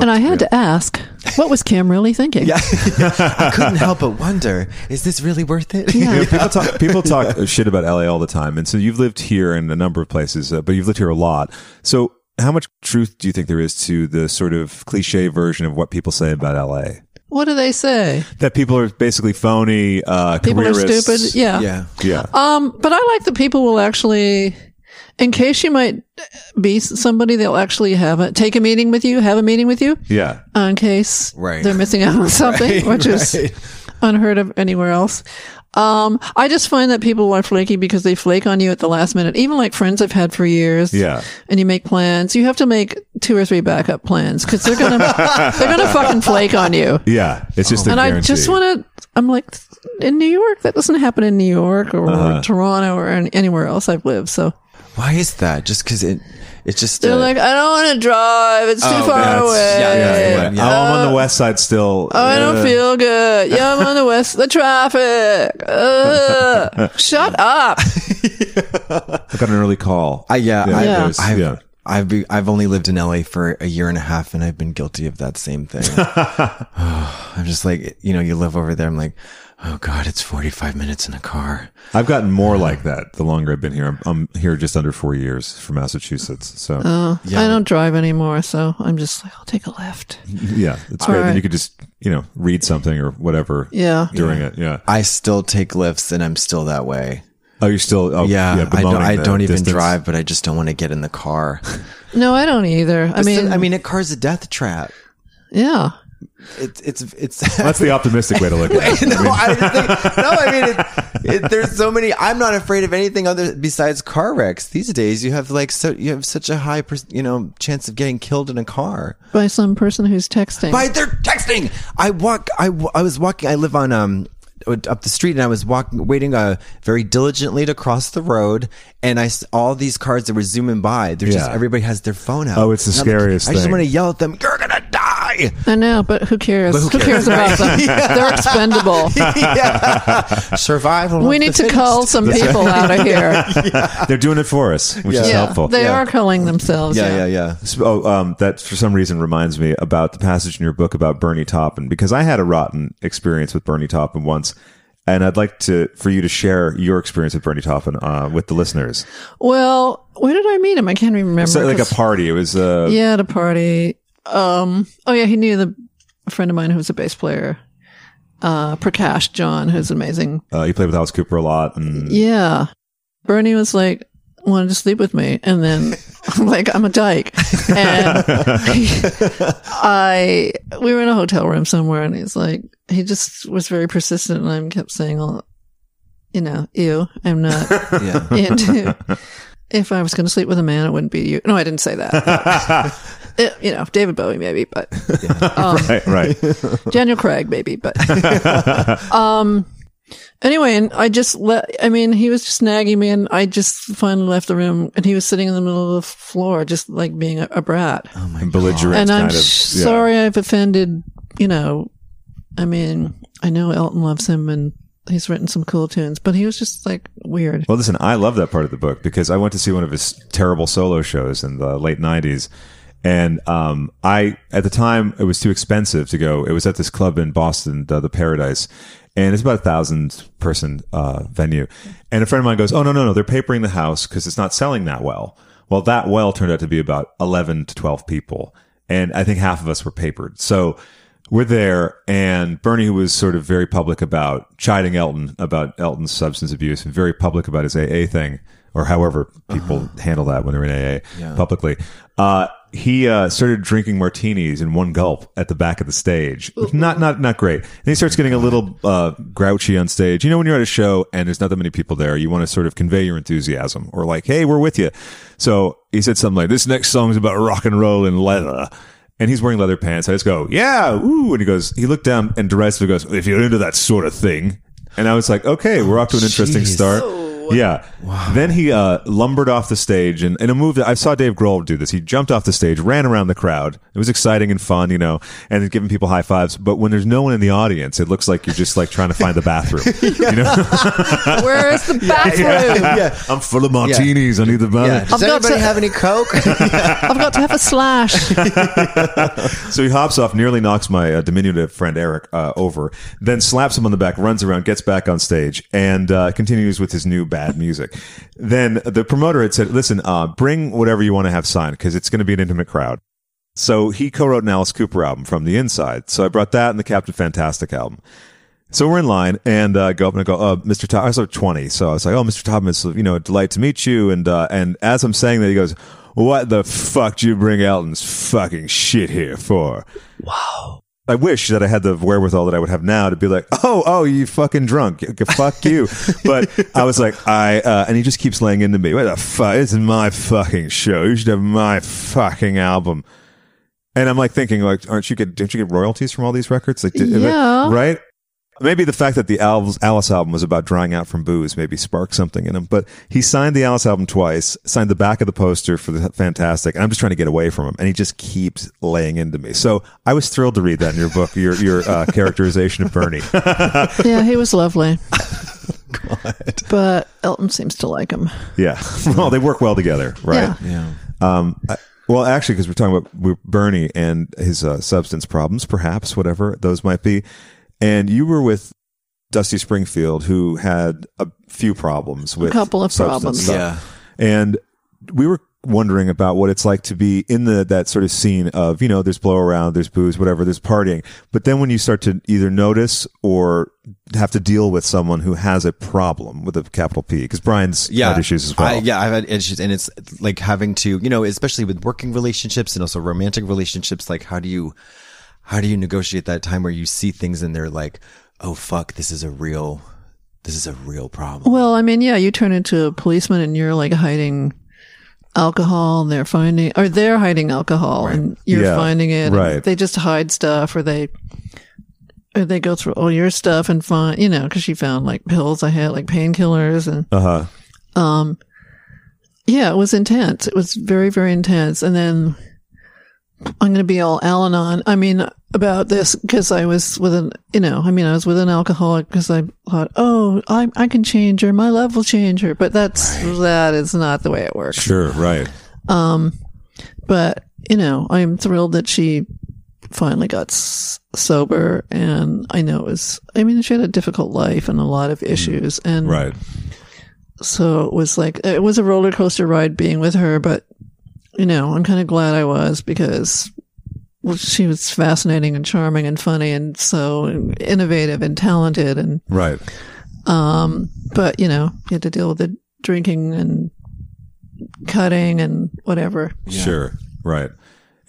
[SPEAKER 7] and I had to ask, what was Kim really thinking?
[SPEAKER 5] Yeah. I couldn't help but wonder, is this really worth it?
[SPEAKER 2] You know, people (laughs) talk, people talk shit about LA all the time. And so you've lived here in a number of places, uh, but you've lived here a lot. So how much truth do you think there is to the sort of cliche version of what people say about LA?
[SPEAKER 7] What do they say?
[SPEAKER 2] That people are basically phony, uh,
[SPEAKER 7] People are
[SPEAKER 2] careerists.
[SPEAKER 7] stupid.
[SPEAKER 5] (laughs)
[SPEAKER 7] Yeah.
[SPEAKER 5] yeah.
[SPEAKER 2] Yeah.
[SPEAKER 7] Um, but I like that people will actually, in case you might be somebody, they'll actually have a take a meeting with you, have a meeting with you,
[SPEAKER 2] Yeah.
[SPEAKER 7] uh, in case
[SPEAKER 5] Right.
[SPEAKER 7] they're missing out on something, which is unheard of anywhere else. Um, I just find that people are flaky because they flake on you at the last minute. Even like friends I've had for
[SPEAKER 2] (laughs)
[SPEAKER 7] years.
[SPEAKER 2] Yeah.
[SPEAKER 7] And you make plans. You have to make two or three backup plans because they're gonna they're gonna fucking flake on you.
[SPEAKER 2] Yeah. It's just a
[SPEAKER 7] and
[SPEAKER 2] guarantee.
[SPEAKER 7] I just want to. I'm like in New York. That doesn't happen in New York or
[SPEAKER 5] Uh-huh.
[SPEAKER 7] Toronto or an- anywhere else I've lived. So
[SPEAKER 5] Why is that? Just because it, it's just.
[SPEAKER 7] they're
[SPEAKER 5] uh,
[SPEAKER 7] like, I don't want to drive. It's too far
[SPEAKER 2] That's-
[SPEAKER 7] away.
[SPEAKER 5] Oh, yeah, yeah, yeah.
[SPEAKER 2] Oh, I'm on the west side still. Uh,
[SPEAKER 7] Oh, I don't
[SPEAKER 5] (laughs)
[SPEAKER 7] feel good. Yeah, I'm on the west. The traffic.
[SPEAKER 5] (laughs)
[SPEAKER 7] Ugh. Shut up.
[SPEAKER 2] I got an early call.
[SPEAKER 5] I, yeah,
[SPEAKER 2] Yeah,
[SPEAKER 5] I,
[SPEAKER 2] there's-
[SPEAKER 5] I've,
[SPEAKER 2] yeah.
[SPEAKER 5] I've, be, I've only lived in LA for a year and a half and I've been guilty of that same
[SPEAKER 2] (laughs)
[SPEAKER 5] thing. (sighs) I'm just like, you know, you live over there. I'm like, oh God, it's 45 minutes in a car.
[SPEAKER 2] I've gotten more like that the longer I've been here. I'm, I'm here just under four years from Massachusetts. So,
[SPEAKER 7] I don't drive anymore, so I'm just like, I'll take a lift.
[SPEAKER 2] yeah, it's great. Then
[SPEAKER 7] right.
[SPEAKER 2] you could just, you know, read something or whatever
[SPEAKER 7] Yeah.
[SPEAKER 2] during it. Yeah.
[SPEAKER 5] I still take lifts and I'm still that way.
[SPEAKER 2] Oh, you're still. Oh,
[SPEAKER 5] Yeah, I don't,
[SPEAKER 2] bemoaning
[SPEAKER 5] I
[SPEAKER 2] the
[SPEAKER 5] don't even
[SPEAKER 2] distance.
[SPEAKER 5] drive, but I just don't want to get in the car.
[SPEAKER 7] No, I don't either. I mean,
[SPEAKER 5] I mean, a car's a death trap.
[SPEAKER 7] yeah.
[SPEAKER 5] It's it's it's.
[SPEAKER 2] That's the optimistic way to look
[SPEAKER 5] (laughs)
[SPEAKER 2] at it.
[SPEAKER 5] no, I just think, no, I mean, it, it, there's so many. I'm not afraid of anything other besides car wrecks these days. You have like so you have such a high per, you know chance of getting killed in a car.
[SPEAKER 7] By some person who's texting.
[SPEAKER 5] By their texting. I walk. I, w- I was walking. I live on um up the street, and I was walking, waiting uh very diligently to cross the road, and I s- all these cars that were zooming by. They're just
[SPEAKER 2] Yeah.
[SPEAKER 5] everybody has their phone out.
[SPEAKER 2] Oh, it's the
[SPEAKER 5] And I'm like,
[SPEAKER 2] scariest
[SPEAKER 5] I just
[SPEAKER 2] thing.
[SPEAKER 5] want to yell at them. You're gonna die. (laughs)
[SPEAKER 7] I know, but who cares?
[SPEAKER 5] who
[SPEAKER 7] who, cares,
[SPEAKER 5] (laughs)
[SPEAKER 7] about them? They're expendable.
[SPEAKER 5] yeah.
[SPEAKER 2] (laughs)
[SPEAKER 5] Survival.
[SPEAKER 7] We
[SPEAKER 5] of
[SPEAKER 7] need
[SPEAKER 5] the
[SPEAKER 7] to call some people out of here.
[SPEAKER 2] They're doing it for us, which is
[SPEAKER 7] Yeah,
[SPEAKER 2] helpful.
[SPEAKER 7] They
[SPEAKER 5] Yeah.
[SPEAKER 7] are culling themselves.
[SPEAKER 5] fittest.
[SPEAKER 7] Yeah,
[SPEAKER 5] Yeah, yeah, yeah.
[SPEAKER 2] So, Oh, um, that for some reason reminds me about the passage in your book about Bernie Taupin because I had a rotten experience with Bernie Taupin once, and I'd like to for you to share your experience with Bernie Taupin uh, with the listeners.
[SPEAKER 7] Well, where did I meet him? I can't even remember.
[SPEAKER 2] So like a
[SPEAKER 7] 'cause-
[SPEAKER 2] party, it was uh,
[SPEAKER 7] yeah, at a party. Um, oh yeah, he knew the a friend of mine who was a bass player, uh, Prakash John, who's amazing.
[SPEAKER 2] uh, you played with Alice Cooper a lot, and
[SPEAKER 7] Yeah, Bernie was like wanted to sleep with me, and then I'm like I'm a dyke, and I we were in a hotel room somewhere, and he's like he just was very persistent, and I kept saying, well, you know, ew, I'm not.
[SPEAKER 5] Yeah.
[SPEAKER 7] into if I was going to sleep with a man, it wouldn't be you. No, I didn't say that. It- you know, David Bowie maybe, but
[SPEAKER 2] (laughs) right, right.
[SPEAKER 7] Oh Daniel Craig maybe, but (laughs) um. Anyway, and I just let. I mean, he was just nagging me, and I just finally left the room. And he was sitting in the middle of the floor, just like being a, a brat.
[SPEAKER 2] belligerent.
[SPEAKER 7] and I'm
[SPEAKER 2] kind of,
[SPEAKER 7] sh-
[SPEAKER 2] yeah.
[SPEAKER 7] sorry I've offended. You know, I mean, I know Elton loves him, and he's written some cool tunes, but he was just like weird.
[SPEAKER 2] Well, listen, I love that part of the book because I went to see one of his terrible solo shows in the late '90s, and um, I at the time it was too expensive to go. It was at this club in Boston, the, the Paradise, and it's about a thousand person uh, venue. And a friend of mine goes, "Oh no, no, no! They're papering the house because it's not selling that well." Well, that well turned out to be about eleven to twelve people, and I think half of us were papered. So we're there, and Bernie, who was sort of very public about chiding Elton about Elton's substance abuse and very public about his AA thing, or however people handle that when they're in AA publicly, uh, he uh, started drinking martinis in one gulp at the back of the stage. Which not not not great. And he starts getting a little uh, grouchy on stage. You know, when you're at a show and there's not that many people there, you want to sort of convey your enthusiasm or like, "Hey, we're with you." So he said something like, "This next song is about rock and roll and leather." and he's wearing leather pants. I just go, yeah, ooh, and he goes, he looked down and derisively goes, if you're into that sort of thing, and I was like, okay, we're off to an interesting
[SPEAKER 5] Oh, Jeez.
[SPEAKER 2] start.
[SPEAKER 7] Whoa.
[SPEAKER 2] Yeah. Then he uh, lumbered off the stage, and in a move that I saw Dave Grohl do this, he jumped off the stage, ran around the crowd. It was exciting and fun, you know, and giving people high fives. But when there's no one in the audience, it looks like you're just like trying to find the
[SPEAKER 5] (laughs)
[SPEAKER 2] bathroom. You know,
[SPEAKER 7] Where
[SPEAKER 10] (laughs)
[SPEAKER 7] is the back
[SPEAKER 2] (laughs)
[SPEAKER 7] room?
[SPEAKER 5] yeah.
[SPEAKER 2] I'm full of martinis. I need the
[SPEAKER 5] Yeah.
[SPEAKER 2] bathroom.
[SPEAKER 5] Does
[SPEAKER 7] I've got
[SPEAKER 5] anybody
[SPEAKER 7] to-
[SPEAKER 5] have
[SPEAKER 2] (laughs)
[SPEAKER 5] any coke?
[SPEAKER 7] I've got to have a slash.
[SPEAKER 2] So he hops off, nearly knocks my uh, diminutive friend Eric uh, over, then slaps him on the back, runs around, gets back on stage, and uh, continues with his new bad music. Then the promoter had said, "Listen, uh, bring whatever you want to have signed because it's going to be an intimate crowd." So he co-wrote an Alice Cooper album from the inside. So I brought that and the Captain Fantastic album. So we're in line and uh, go up and I go, uh, Mr. Todd, I was like 20. So I was like, oh, Mr. Todd, it's, you know, a delight to meet you. And, uh, and as I'm saying that, he goes, what the fuck do you bring Elton's fucking shit here for? I wish that I had the wherewithal that I would have now to be like, oh, oh, you fucking drunk, G- fuck you. But I was like, I, uh, and he just keeps laying into me. What the fuck? This is my fucking show. You should have my fucking album. And I'm like thinking, like, aren't you get, don't you get royalties from all these records? Like, did-
[SPEAKER 7] Yeah.
[SPEAKER 2] right? Maybe the fact that the Al- Alice album was about drying out from booze maybe sparked something in him. But he signed the Alice album twice, signed the back of the poster for the Fantastic, and I'm just trying to get away from him, and he just keeps laying into me. So I was thrilled to read that in your book, your your uh, characterization of Bernie.
[SPEAKER 7] Yeah, he
[SPEAKER 2] (laughs)
[SPEAKER 7] was lovely. But Elton seems to like him.
[SPEAKER 2] yeah, (laughs) well, they work well together, right?
[SPEAKER 5] yeah.
[SPEAKER 2] Um, I, well, actually, because we're talking about we Bernie and his uh, substance problems, perhaps whatever those might be, and you were with Dusty Springfield, who had a few problems with
[SPEAKER 7] couple of
[SPEAKER 2] substance
[SPEAKER 7] problems.
[SPEAKER 2] stuff. and we were wondering about what it's like to be in the that sort of scene of you know there's blow around there's booze whatever there's partying but then when you start to either notice or have to deal with someone who has a problem with a capital p because brian's had issues as well
[SPEAKER 5] I, yeah, I've had issues, and it's like having to, you know, especially with working relationships and also romantic relationships. Like, how do you, how do you negotiate that time where you see things and they're like, oh fuck, this is a real, this is a real problem.
[SPEAKER 7] Well, I mean, yeah, you turn into a policeman and you're like hiding alcohol and they're finding, or they're hiding alcohol and you're
[SPEAKER 2] Yeah,
[SPEAKER 7] finding it. and
[SPEAKER 2] right.
[SPEAKER 7] They just hide stuff or they, or they go through all your stuff and find, you know, because she found like pills I had, like painkillers and, um,
[SPEAKER 2] uh-huh
[SPEAKER 7] yeah, it was intense. It was very, very intense. And then I'm going to be all Al Anon. I mean, about this because I was with an, you know, I mean, I was with an alcoholic because I thought, oh, I, I can change her. My love will change her. But that's, that is not the way it works.
[SPEAKER 2] sure right
[SPEAKER 7] But, you know, I'm thrilled that she finally got s- sober. And I know it was, I mean, she had a difficult life and a lot
[SPEAKER 5] Mm-hmm.
[SPEAKER 7] of issues. And
[SPEAKER 2] right
[SPEAKER 7] so it was like it was a roller coaster ride being with her but you know i'm kind of glad i was because well, she was fascinating and charming and funny and so innovative and talented and
[SPEAKER 2] right
[SPEAKER 7] but you know you had to deal with the drinking and cutting and whatever
[SPEAKER 2] sure right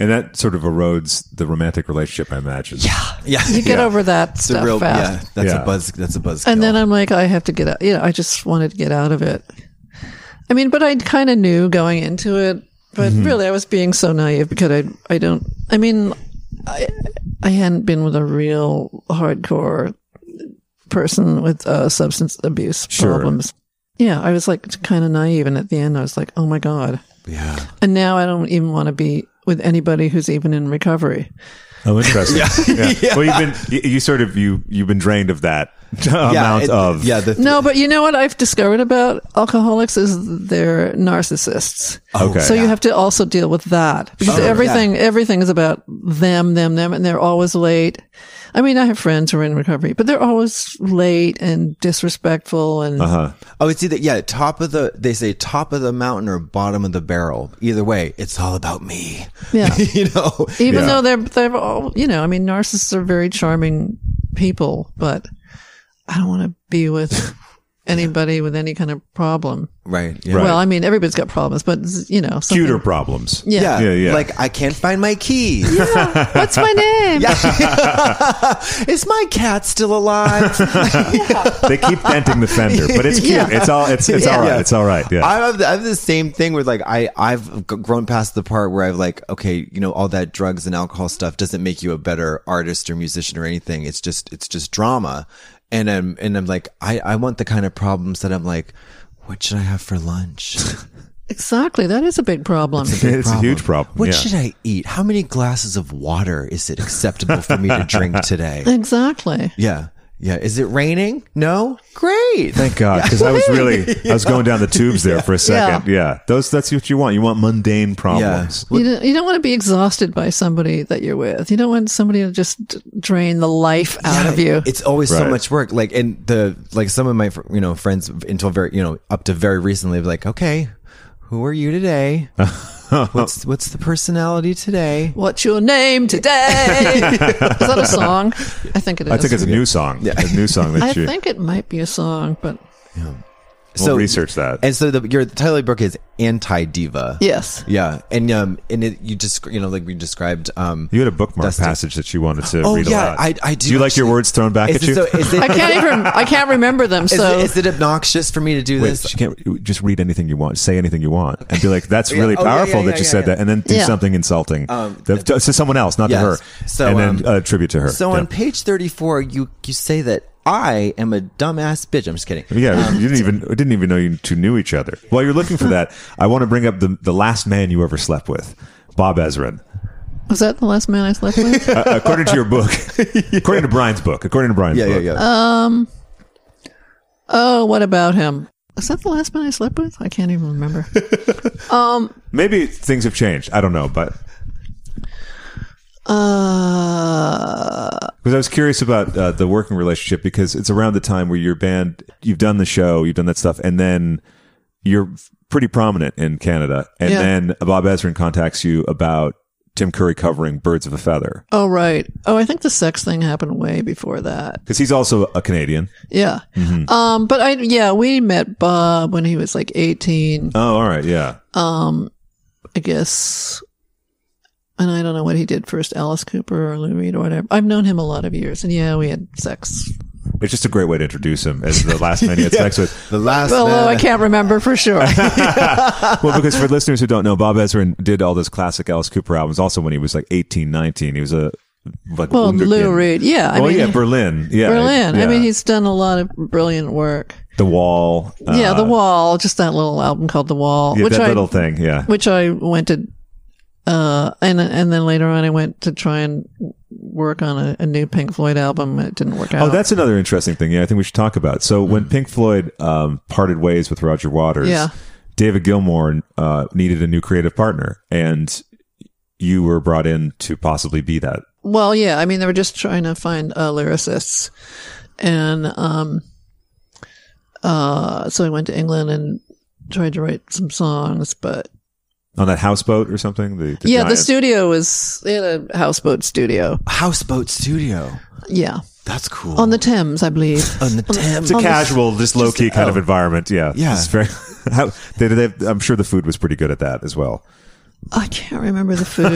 [SPEAKER 2] and that sort of erodes the romantic relationship i imagine yeah
[SPEAKER 5] yeah,
[SPEAKER 7] you get
[SPEAKER 2] Yeah.
[SPEAKER 7] over that
[SPEAKER 5] it's a
[SPEAKER 7] stuff
[SPEAKER 5] real,
[SPEAKER 7] fast
[SPEAKER 5] yeah, that's
[SPEAKER 2] Yeah.
[SPEAKER 5] a buzz, that's a buzz.
[SPEAKER 7] and then i'm like i have to get out you know i just wanted to get out of it i mean but i kind of knew going into it but really i was being so naive because i i don't i mean i i hadn't been with a real hardcore person with uh, substance abuse
[SPEAKER 2] Sure.
[SPEAKER 7] problems yeah i was like kind of naive and at the end i was like oh my god
[SPEAKER 5] yeah,
[SPEAKER 7] and now i don't even want to be with anybody who's even in recovery
[SPEAKER 2] oh
[SPEAKER 5] (laughs)
[SPEAKER 2] interesting yeah. well you've been you, you sort of you you've been drained of that amount
[SPEAKER 5] it-
[SPEAKER 2] of
[SPEAKER 5] yeah, the,
[SPEAKER 7] No, but you know what I've discovered about alcoholics is they're narcissists.
[SPEAKER 2] Okay.
[SPEAKER 7] So you have to also deal with that because
[SPEAKER 5] Sure.
[SPEAKER 7] everything everything is about them, them, them, and they're always late. I mean, I have friends who are in recovery, but they're always late and disrespectful and
[SPEAKER 2] uh-huh
[SPEAKER 5] Oh, it's either yeah, top of the they say top of the mountain or bottom of the barrel. Either way, it's all about me. (laughs)
[SPEAKER 7] Yeah.
[SPEAKER 5] you know.
[SPEAKER 7] even
[SPEAKER 2] Yeah.
[SPEAKER 7] though they're they're all you know, I mean, narcissists are very charming people, but I don't want to
[SPEAKER 2] (laughs)
[SPEAKER 7] be with anybody with any kind of problem.
[SPEAKER 5] Right. Yeah.
[SPEAKER 7] Well, I mean, everybody's got problems, but you know, something-
[SPEAKER 2] cuter problems
[SPEAKER 5] Yeah.
[SPEAKER 2] Yeah, yeah.
[SPEAKER 5] Like I can't find my key.
[SPEAKER 7] (laughs) What's my
[SPEAKER 2] (laughs)
[SPEAKER 7] name?
[SPEAKER 5] Is my cat still alive?
[SPEAKER 2] they keep denting the fender, but
[SPEAKER 7] (laughs)
[SPEAKER 2] it's cute.
[SPEAKER 7] Yeah.
[SPEAKER 2] It's all it's (laughs) it's all right. It's all right. Yeah.
[SPEAKER 5] I have, the, I have the same thing with like I I've g- grown past the part where I've like okay you know all that drugs and alcohol stuff doesn't make you a better artist or musician or anything. It's just it's just drama, and I'm and I'm like I I want the kind of problems that I'm like What should I have for lunch?
[SPEAKER 7] Exactly. That is a big problem.
[SPEAKER 2] It's a (laughs) huge problem.
[SPEAKER 5] What
[SPEAKER 2] yeah.
[SPEAKER 5] should I eat? How many glasses of water is it acceptable for me to drink today?
[SPEAKER 7] Exactly.
[SPEAKER 5] Yeah. Yeah. Is it raining? No. Great.
[SPEAKER 2] Thank God, because I was really I was going down the tubes there for a second. Yeah. those that's what you want. You want mundane problems.
[SPEAKER 7] You don't, you don't want to be exhausted by somebody that you're with. You don't want somebody to just d- drain the life out of you.
[SPEAKER 5] It's always so
[SPEAKER 2] Right.
[SPEAKER 5] much work. Like, and the, like some of my, fr- you know, friends until very, you know, up to very recently, like, okay, who are you
[SPEAKER 2] (laughs)
[SPEAKER 5] today? what's, what's the personality today?
[SPEAKER 7] What's your name today? is
[SPEAKER 2] (laughs)
[SPEAKER 7] that a song? I think it is.
[SPEAKER 2] I think it's a new song. A new song
[SPEAKER 7] I
[SPEAKER 2] that you
[SPEAKER 7] think it might be a song, but
[SPEAKER 2] we'll research that.
[SPEAKER 5] And so the, your title of the book is anti diva.
[SPEAKER 2] (laughs)
[SPEAKER 7] yes.
[SPEAKER 5] Yeah. And, um, and it, you just, you know, like we described, um,
[SPEAKER 2] you had a bookmark
[SPEAKER 5] Dustin.
[SPEAKER 2] passage that you wanted to
[SPEAKER 5] Oh,
[SPEAKER 2] read
[SPEAKER 5] yeah,
[SPEAKER 2] aloud.
[SPEAKER 5] I- I do
[SPEAKER 2] you like your
[SPEAKER 5] actually.
[SPEAKER 2] words thrown back
[SPEAKER 5] Is
[SPEAKER 2] at
[SPEAKER 5] it
[SPEAKER 2] you?
[SPEAKER 5] so- is it-
[SPEAKER 7] (laughs) I can't even. I can't remember them.
[SPEAKER 5] Is,
[SPEAKER 7] So
[SPEAKER 5] it, is it obnoxious for me to do
[SPEAKER 2] Wait,
[SPEAKER 5] this?
[SPEAKER 2] she can't just read anything you want, say anything you want, and be like, "That's
[SPEAKER 5] Yeah.
[SPEAKER 2] really
[SPEAKER 5] Oh, yeah,
[SPEAKER 2] powerful
[SPEAKER 5] yeah,
[SPEAKER 2] that
[SPEAKER 5] yeah,
[SPEAKER 2] you
[SPEAKER 5] yeah,
[SPEAKER 2] said
[SPEAKER 5] yeah. Um,
[SPEAKER 2] that," and then do
[SPEAKER 7] Yeah.
[SPEAKER 2] something insulting to, to- to someone else, not
[SPEAKER 5] Yes.
[SPEAKER 2] to her,
[SPEAKER 5] So,
[SPEAKER 2] and
[SPEAKER 5] um,
[SPEAKER 2] then uh, attribute to her.
[SPEAKER 5] So
[SPEAKER 2] yeah.
[SPEAKER 5] on page 34, you, you say that I am a dumbass bitch. I'm just kidding.
[SPEAKER 2] Yeah,
[SPEAKER 5] Um,
[SPEAKER 2] you didn't even didn't even know you two knew each other. While you're looking for
[SPEAKER 5] (laughs)
[SPEAKER 2] that, I want to bring up the the last man you ever slept with, Bob Ezrin.
[SPEAKER 7] was that the last man I slept with?
[SPEAKER 2] (laughs) Uh, according to your
[SPEAKER 5] (laughs)
[SPEAKER 2] book, according to Brian's book, according to Brian's
[SPEAKER 5] Yeah, yeah,
[SPEAKER 2] book,
[SPEAKER 5] yeah.
[SPEAKER 7] oh, what about him? Was that the last man I slept with? I can't even
[SPEAKER 2] (laughs)
[SPEAKER 7] remember.
[SPEAKER 2] maybe things have changed. I don't know, but
[SPEAKER 7] Uh,
[SPEAKER 2] because I was curious about uh, the working relationship because it's around the time where your band you've done the show, you've done that stuff, and then you're pretty prominent in Canada, and
[SPEAKER 7] Yeah.
[SPEAKER 2] then Bob Ezrin contacts you about Tim Curry covering Birds of a Feather
[SPEAKER 7] oh right. Oh, I think the sex thing happened way before that.
[SPEAKER 2] because he's also a Canadian.
[SPEAKER 7] Yeah.
[SPEAKER 2] Mm-hmm.
[SPEAKER 7] Um, but I yeah, we met Bob when he was like 18,
[SPEAKER 2] Oh, all right, yeah.
[SPEAKER 7] I guess. And I don't know what he did first, Alice Cooper or Lou Reed or whatever. I've known him a lot of years, and yeah, we had sex.
[SPEAKER 2] It's just a great way to introduce him as the last man he
[SPEAKER 7] (laughs)
[SPEAKER 2] had sex with.
[SPEAKER 5] the last
[SPEAKER 7] Although I
[SPEAKER 5] man.
[SPEAKER 7] can't remember
[SPEAKER 2] (laughs)
[SPEAKER 7] for sure.
[SPEAKER 2] Well, because for listeners who don't know, Bob Ezrin did all those classic Alice Cooper albums also when he was like 18, 19. He was a like
[SPEAKER 7] well, Lou
[SPEAKER 2] wunderkind.
[SPEAKER 7] Reed, yeah. I
[SPEAKER 2] well,
[SPEAKER 7] mean,
[SPEAKER 2] yeah, Berlin. Yeah.
[SPEAKER 7] Berlin.
[SPEAKER 2] yeah.
[SPEAKER 7] I mean, he's done a lot of brilliant work.
[SPEAKER 2] The Wall. uh,
[SPEAKER 7] yeah, The Wall, just that little album called The Wall,
[SPEAKER 2] yeah,
[SPEAKER 7] which
[SPEAKER 2] that
[SPEAKER 7] I
[SPEAKER 2] little thing. Yeah.
[SPEAKER 7] which I went to, uh, and and then later on I went to try and work on a, a new Pink Floyd album. It didn't work out.
[SPEAKER 2] Oh, that's another interesting thing. Yeah, I think we should talk about. So when Pink Floyd um, parted ways with Roger Waters,
[SPEAKER 7] Yeah.
[SPEAKER 2] David Gilmour uh, needed a new creative partner, and you were brought in to possibly be that.
[SPEAKER 7] Well, yeah. I mean, they were just trying to find uh, lyricists, and um, uh, so I went to England and tried to write some songs. But
[SPEAKER 2] On that houseboat or something? The, the
[SPEAKER 7] yeah, the
[SPEAKER 2] giant-
[SPEAKER 7] studio was they had a houseboat studio.
[SPEAKER 5] Houseboat Studio.
[SPEAKER 7] Yeah,
[SPEAKER 5] That's cool.
[SPEAKER 7] on the Thames, I believe.
[SPEAKER 5] on the
[SPEAKER 2] It's
[SPEAKER 5] Thames.
[SPEAKER 2] a
[SPEAKER 7] Almost-
[SPEAKER 2] casual, just low key kind of environment. Yeah,
[SPEAKER 5] Yeah.
[SPEAKER 2] It's very. (laughs) How, they, they, I'm sure the food was pretty good at that as well.
[SPEAKER 7] I can't remember the food.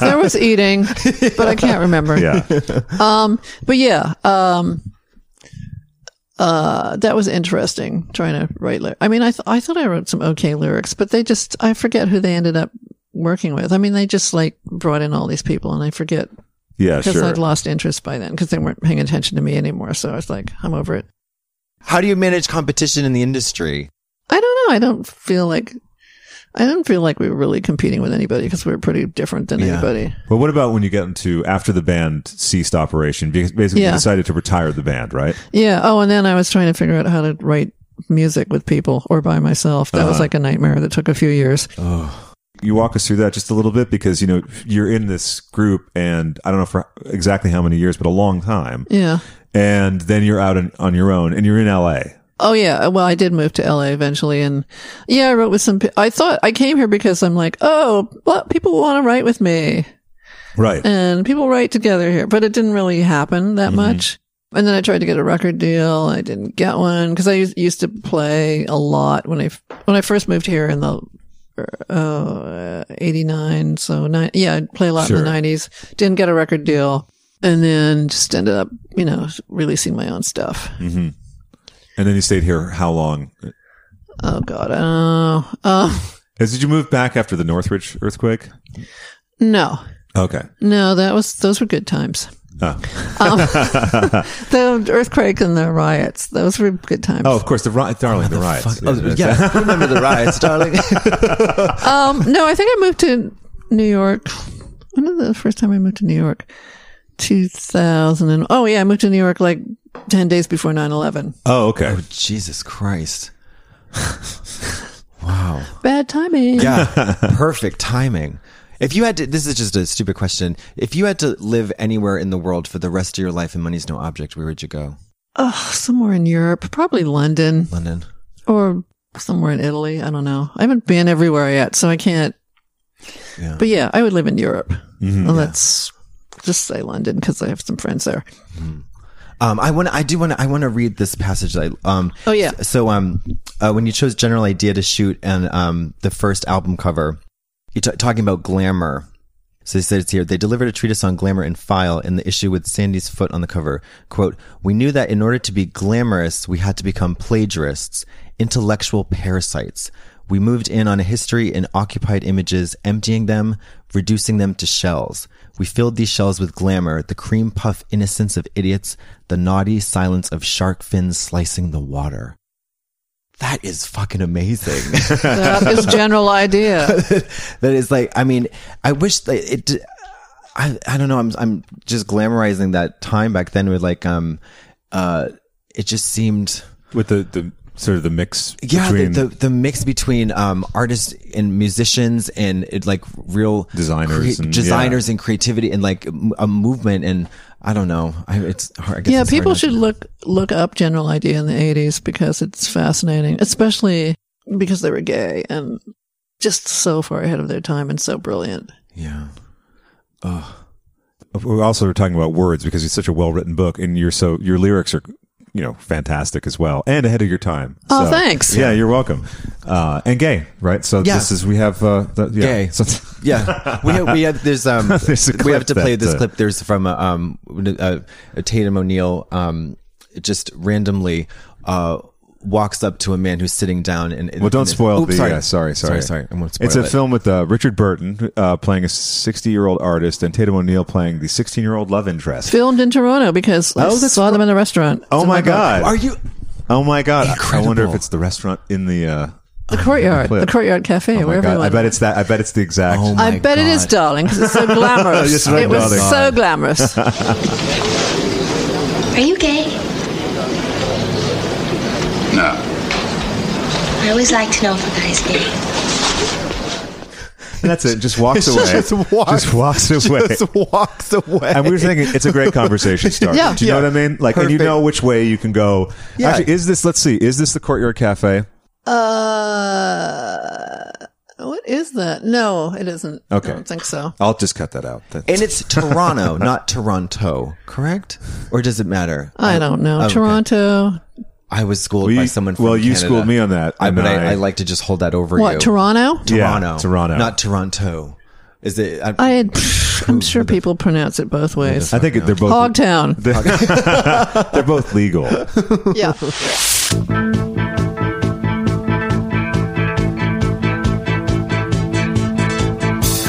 [SPEAKER 7] there was eating, but I can't remember. (laughs)
[SPEAKER 2] Yeah,
[SPEAKER 7] But yeah, um, uh, that was interesting trying to write. Ly- I mean, I th- I thought I wrote some okay lyrics, but they just I forget who they ended up working with. I mean, they just like brought in all these people, and I forget
[SPEAKER 2] yeah,
[SPEAKER 7] because
[SPEAKER 2] Uh, sure.
[SPEAKER 7] I'd lost interest by then because they weren't paying attention to me anymore. So I was like, I'm over it.
[SPEAKER 5] How do you manage competition in the industry?
[SPEAKER 7] I don't know. I don't feel like. I don't feel like we were really competing with anybody because we were pretty different than anybody.
[SPEAKER 2] Well, what about when you get into after the band ceased operation? Because basically, you
[SPEAKER 7] Yeah.
[SPEAKER 2] decided to retire the band, right?
[SPEAKER 7] Yeah. Oh, and then I was trying to figure out how to write music with people or by myself. That was like a nightmare that took a few years.
[SPEAKER 2] You walk us through that just a little bit because you know you're in this group, and I don't know for exactly how many years, but a long time.
[SPEAKER 7] Yeah.
[SPEAKER 2] And then you're out on, on your own, and you're in LA.
[SPEAKER 7] Oh yeah. Well, I did move to LA eventually, and yeah, I wrote with some. pe- I thought I came here because I'm like, oh, well, people want to write with me,
[SPEAKER 2] Right.
[SPEAKER 7] and people write together here. But it didn't really happen that
[SPEAKER 2] Mm-hmm.
[SPEAKER 7] much. And then I tried to get a record deal. I didn't get one because I us- used to play a lot when I f- when I first moved here in the uh, eighty nine. So nine, yeah, I'd play a lot in
[SPEAKER 2] Sure.
[SPEAKER 7] the nineties. Didn't get a record deal, and then just ended up, you know, releasing my own stuff.
[SPEAKER 2] and then you stayed here how long?
[SPEAKER 7] Oh God, I don't know. Uh,
[SPEAKER 2] As did you move back after the Northridge earthquake?
[SPEAKER 7] No,
[SPEAKER 2] Okay. Uh,
[SPEAKER 7] no, that was those were good times. The earthquake and the riots. Those were good times.
[SPEAKER 2] Oh, of course, the riot, darling, the riots.
[SPEAKER 5] Oh, yeah, remember the riots, darling. (laughs)
[SPEAKER 7] Um, no, I think I moved to New York. When was the first time I moved to New York? 2000. And, oh, yeah, I moved to New York like 10 days before 9 11.
[SPEAKER 2] Oh, okay.
[SPEAKER 5] oh, Jesus Christ. wow.
[SPEAKER 7] Bad timing.
[SPEAKER 5] Yeah. (laughs) Perfect timing. If you had to, this is just a stupid question. If you had to live anywhere in the world for the rest of your life and money's no object, where would you go?
[SPEAKER 7] Oh, somewhere in Europe, probably London
[SPEAKER 5] London.
[SPEAKER 7] or somewhere in Italy. I don't know. I haven't been everywhere yet, so I can't.
[SPEAKER 5] Yeah. Mm-hmm.
[SPEAKER 7] But yeah, I would live in Europe. Well, Let's just say London because I have some
[SPEAKER 5] (laughs)
[SPEAKER 7] friends there.
[SPEAKER 5] Um, I want. I do want. to. I want to read this passage. that I um.
[SPEAKER 7] Oh, yeah.
[SPEAKER 5] s- So um, uh, when you chose general idea to shoot and um the first album cover, you're t- talking about glamour. So they said it's here. They delivered a treatise on glamour in file, and the issue with Sandy's foot on the cover. "Quote: We knew that in order to be glamorous, we had to become plagiarists, intellectual parasites. We moved in on a history and occupied images, emptying them, reducing them to shells. We filled these shells with glamour, the cream puff innocence of idiots, the naughty silence of shark fins slicing the water. That is fucking amazing. (laughs)
[SPEAKER 7] That is general idea.
[SPEAKER 5] that is like i mean i wish that it i i don't know i'm i'm just glamorizing that time back then with like um uh it just seemed
[SPEAKER 2] With the, the sort of the mix
[SPEAKER 5] yeah the,
[SPEAKER 2] between
[SPEAKER 5] the the mix between um artists and musicians and it like real
[SPEAKER 2] Designers and-
[SPEAKER 5] designers and creativity and like m- a movement and i don't know I, it's hard I guess
[SPEAKER 7] yeah,
[SPEAKER 5] it's hard
[SPEAKER 7] people
[SPEAKER 5] to-
[SPEAKER 7] should look look up general idea in the 80s because it's fascinating, especially because they were gay and just so far ahead of their time and so brilliant.
[SPEAKER 5] yeah
[SPEAKER 2] we also were talking about words because it's such a well written book, and you're so your lyrics are you know fantastic as well and ahead of your time.
[SPEAKER 7] Oh,
[SPEAKER 2] So-
[SPEAKER 7] thanks.
[SPEAKER 2] Yeah, you're welcome. Uh, and gay, right? So
[SPEAKER 5] Yeah.
[SPEAKER 2] this is we have uh, the, yeah.
[SPEAKER 5] Gay.
[SPEAKER 2] So- (laughs)
[SPEAKER 5] Yeah, we have, we have there's um
[SPEAKER 2] There's a
[SPEAKER 5] we
[SPEAKER 2] clip
[SPEAKER 5] have to play
[SPEAKER 2] that,
[SPEAKER 5] this
[SPEAKER 2] uh,
[SPEAKER 5] clip. There's from a, um a, a Tatum O'Neill um just randomly uh walks up to a man who's sitting down and
[SPEAKER 2] well, don't spoil
[SPEAKER 5] Oops,
[SPEAKER 2] the.
[SPEAKER 5] sorry.
[SPEAKER 2] yeah, sorry, sorry,
[SPEAKER 5] sorry, sorry. I won't spoil
[SPEAKER 2] it's a
[SPEAKER 5] it.
[SPEAKER 2] film with uh, Richard Burton uh, playing a 60 year old artist and Tatum O'Neill playing the 16 year old love interest.
[SPEAKER 7] Filmed in Toronto because I
[SPEAKER 2] Oh, that's
[SPEAKER 7] saw them in a restaurant.
[SPEAKER 2] oh
[SPEAKER 7] It's in
[SPEAKER 2] my
[SPEAKER 7] book.
[SPEAKER 2] god!
[SPEAKER 5] Are you?
[SPEAKER 2] Oh my god! I wonder if
[SPEAKER 5] Incredible.
[SPEAKER 2] it's the restaurant in the. Uh,
[SPEAKER 7] The courtyard,
[SPEAKER 2] clip.
[SPEAKER 7] the courtyard cafe,
[SPEAKER 2] oh my
[SPEAKER 7] where
[SPEAKER 2] god!
[SPEAKER 7] everyone.
[SPEAKER 2] I bet it's that. I bet it's the exact.
[SPEAKER 5] Oh
[SPEAKER 7] I
[SPEAKER 5] my
[SPEAKER 7] bet it is,
[SPEAKER 5] God.
[SPEAKER 7] darling, because it's so
[SPEAKER 2] (laughs)
[SPEAKER 7] glamorous.
[SPEAKER 2] Yes, right,
[SPEAKER 7] it was
[SPEAKER 2] darling.
[SPEAKER 7] so
[SPEAKER 2] (laughs)
[SPEAKER 7] glamorous.
[SPEAKER 9] Are you gay?
[SPEAKER 1] No.
[SPEAKER 9] I always like to know if a guy's gay.
[SPEAKER 2] And (laughs) that's it. Just walks away.
[SPEAKER 5] (laughs) Just walks-
[SPEAKER 2] Just walks away.
[SPEAKER 5] (laughs) Just walks away.
[SPEAKER 2] and we were thinking it's a great
[SPEAKER 5] (laughs)
[SPEAKER 2] conversation starter.
[SPEAKER 7] Yeah.
[SPEAKER 2] Do you know
[SPEAKER 5] Yeah.
[SPEAKER 2] what I mean? Like, and you
[SPEAKER 5] Perfect.
[SPEAKER 2] know which way you can go.
[SPEAKER 5] Yeah.
[SPEAKER 2] Actually, is this? Let's see. Is this the Courtyard Cafe?
[SPEAKER 7] Uh, what is that? No, it isn't.
[SPEAKER 2] Okay.
[SPEAKER 7] I don't think so.
[SPEAKER 2] I'll just cut that out. That-
[SPEAKER 5] and it's
[SPEAKER 2] (laughs)
[SPEAKER 5] Toronto, not Toronto, correct? Or does it matter?
[SPEAKER 7] I don't know.
[SPEAKER 5] Oh, okay.
[SPEAKER 7] Toronto.
[SPEAKER 5] I was schooled
[SPEAKER 2] Well,
[SPEAKER 5] by
[SPEAKER 2] you-
[SPEAKER 5] someone. From
[SPEAKER 2] well, you
[SPEAKER 5] Canada.
[SPEAKER 2] schooled me on that,
[SPEAKER 5] I,
[SPEAKER 2] and
[SPEAKER 5] but I,
[SPEAKER 2] I-
[SPEAKER 5] I like to just hold that over
[SPEAKER 7] What,
[SPEAKER 5] you.
[SPEAKER 7] Toronto?
[SPEAKER 2] Yeah,
[SPEAKER 5] Toronto,
[SPEAKER 2] Toronto.
[SPEAKER 5] not Toronto. Is it? uh, I,
[SPEAKER 7] I had, I'm sure people pronounce it both ways.
[SPEAKER 2] I think it- they're both
[SPEAKER 7] Hogtown.
[SPEAKER 2] (laughs) they're both
[SPEAKER 5] (laughs)
[SPEAKER 2] legal. (laughs)
[SPEAKER 7] yeah.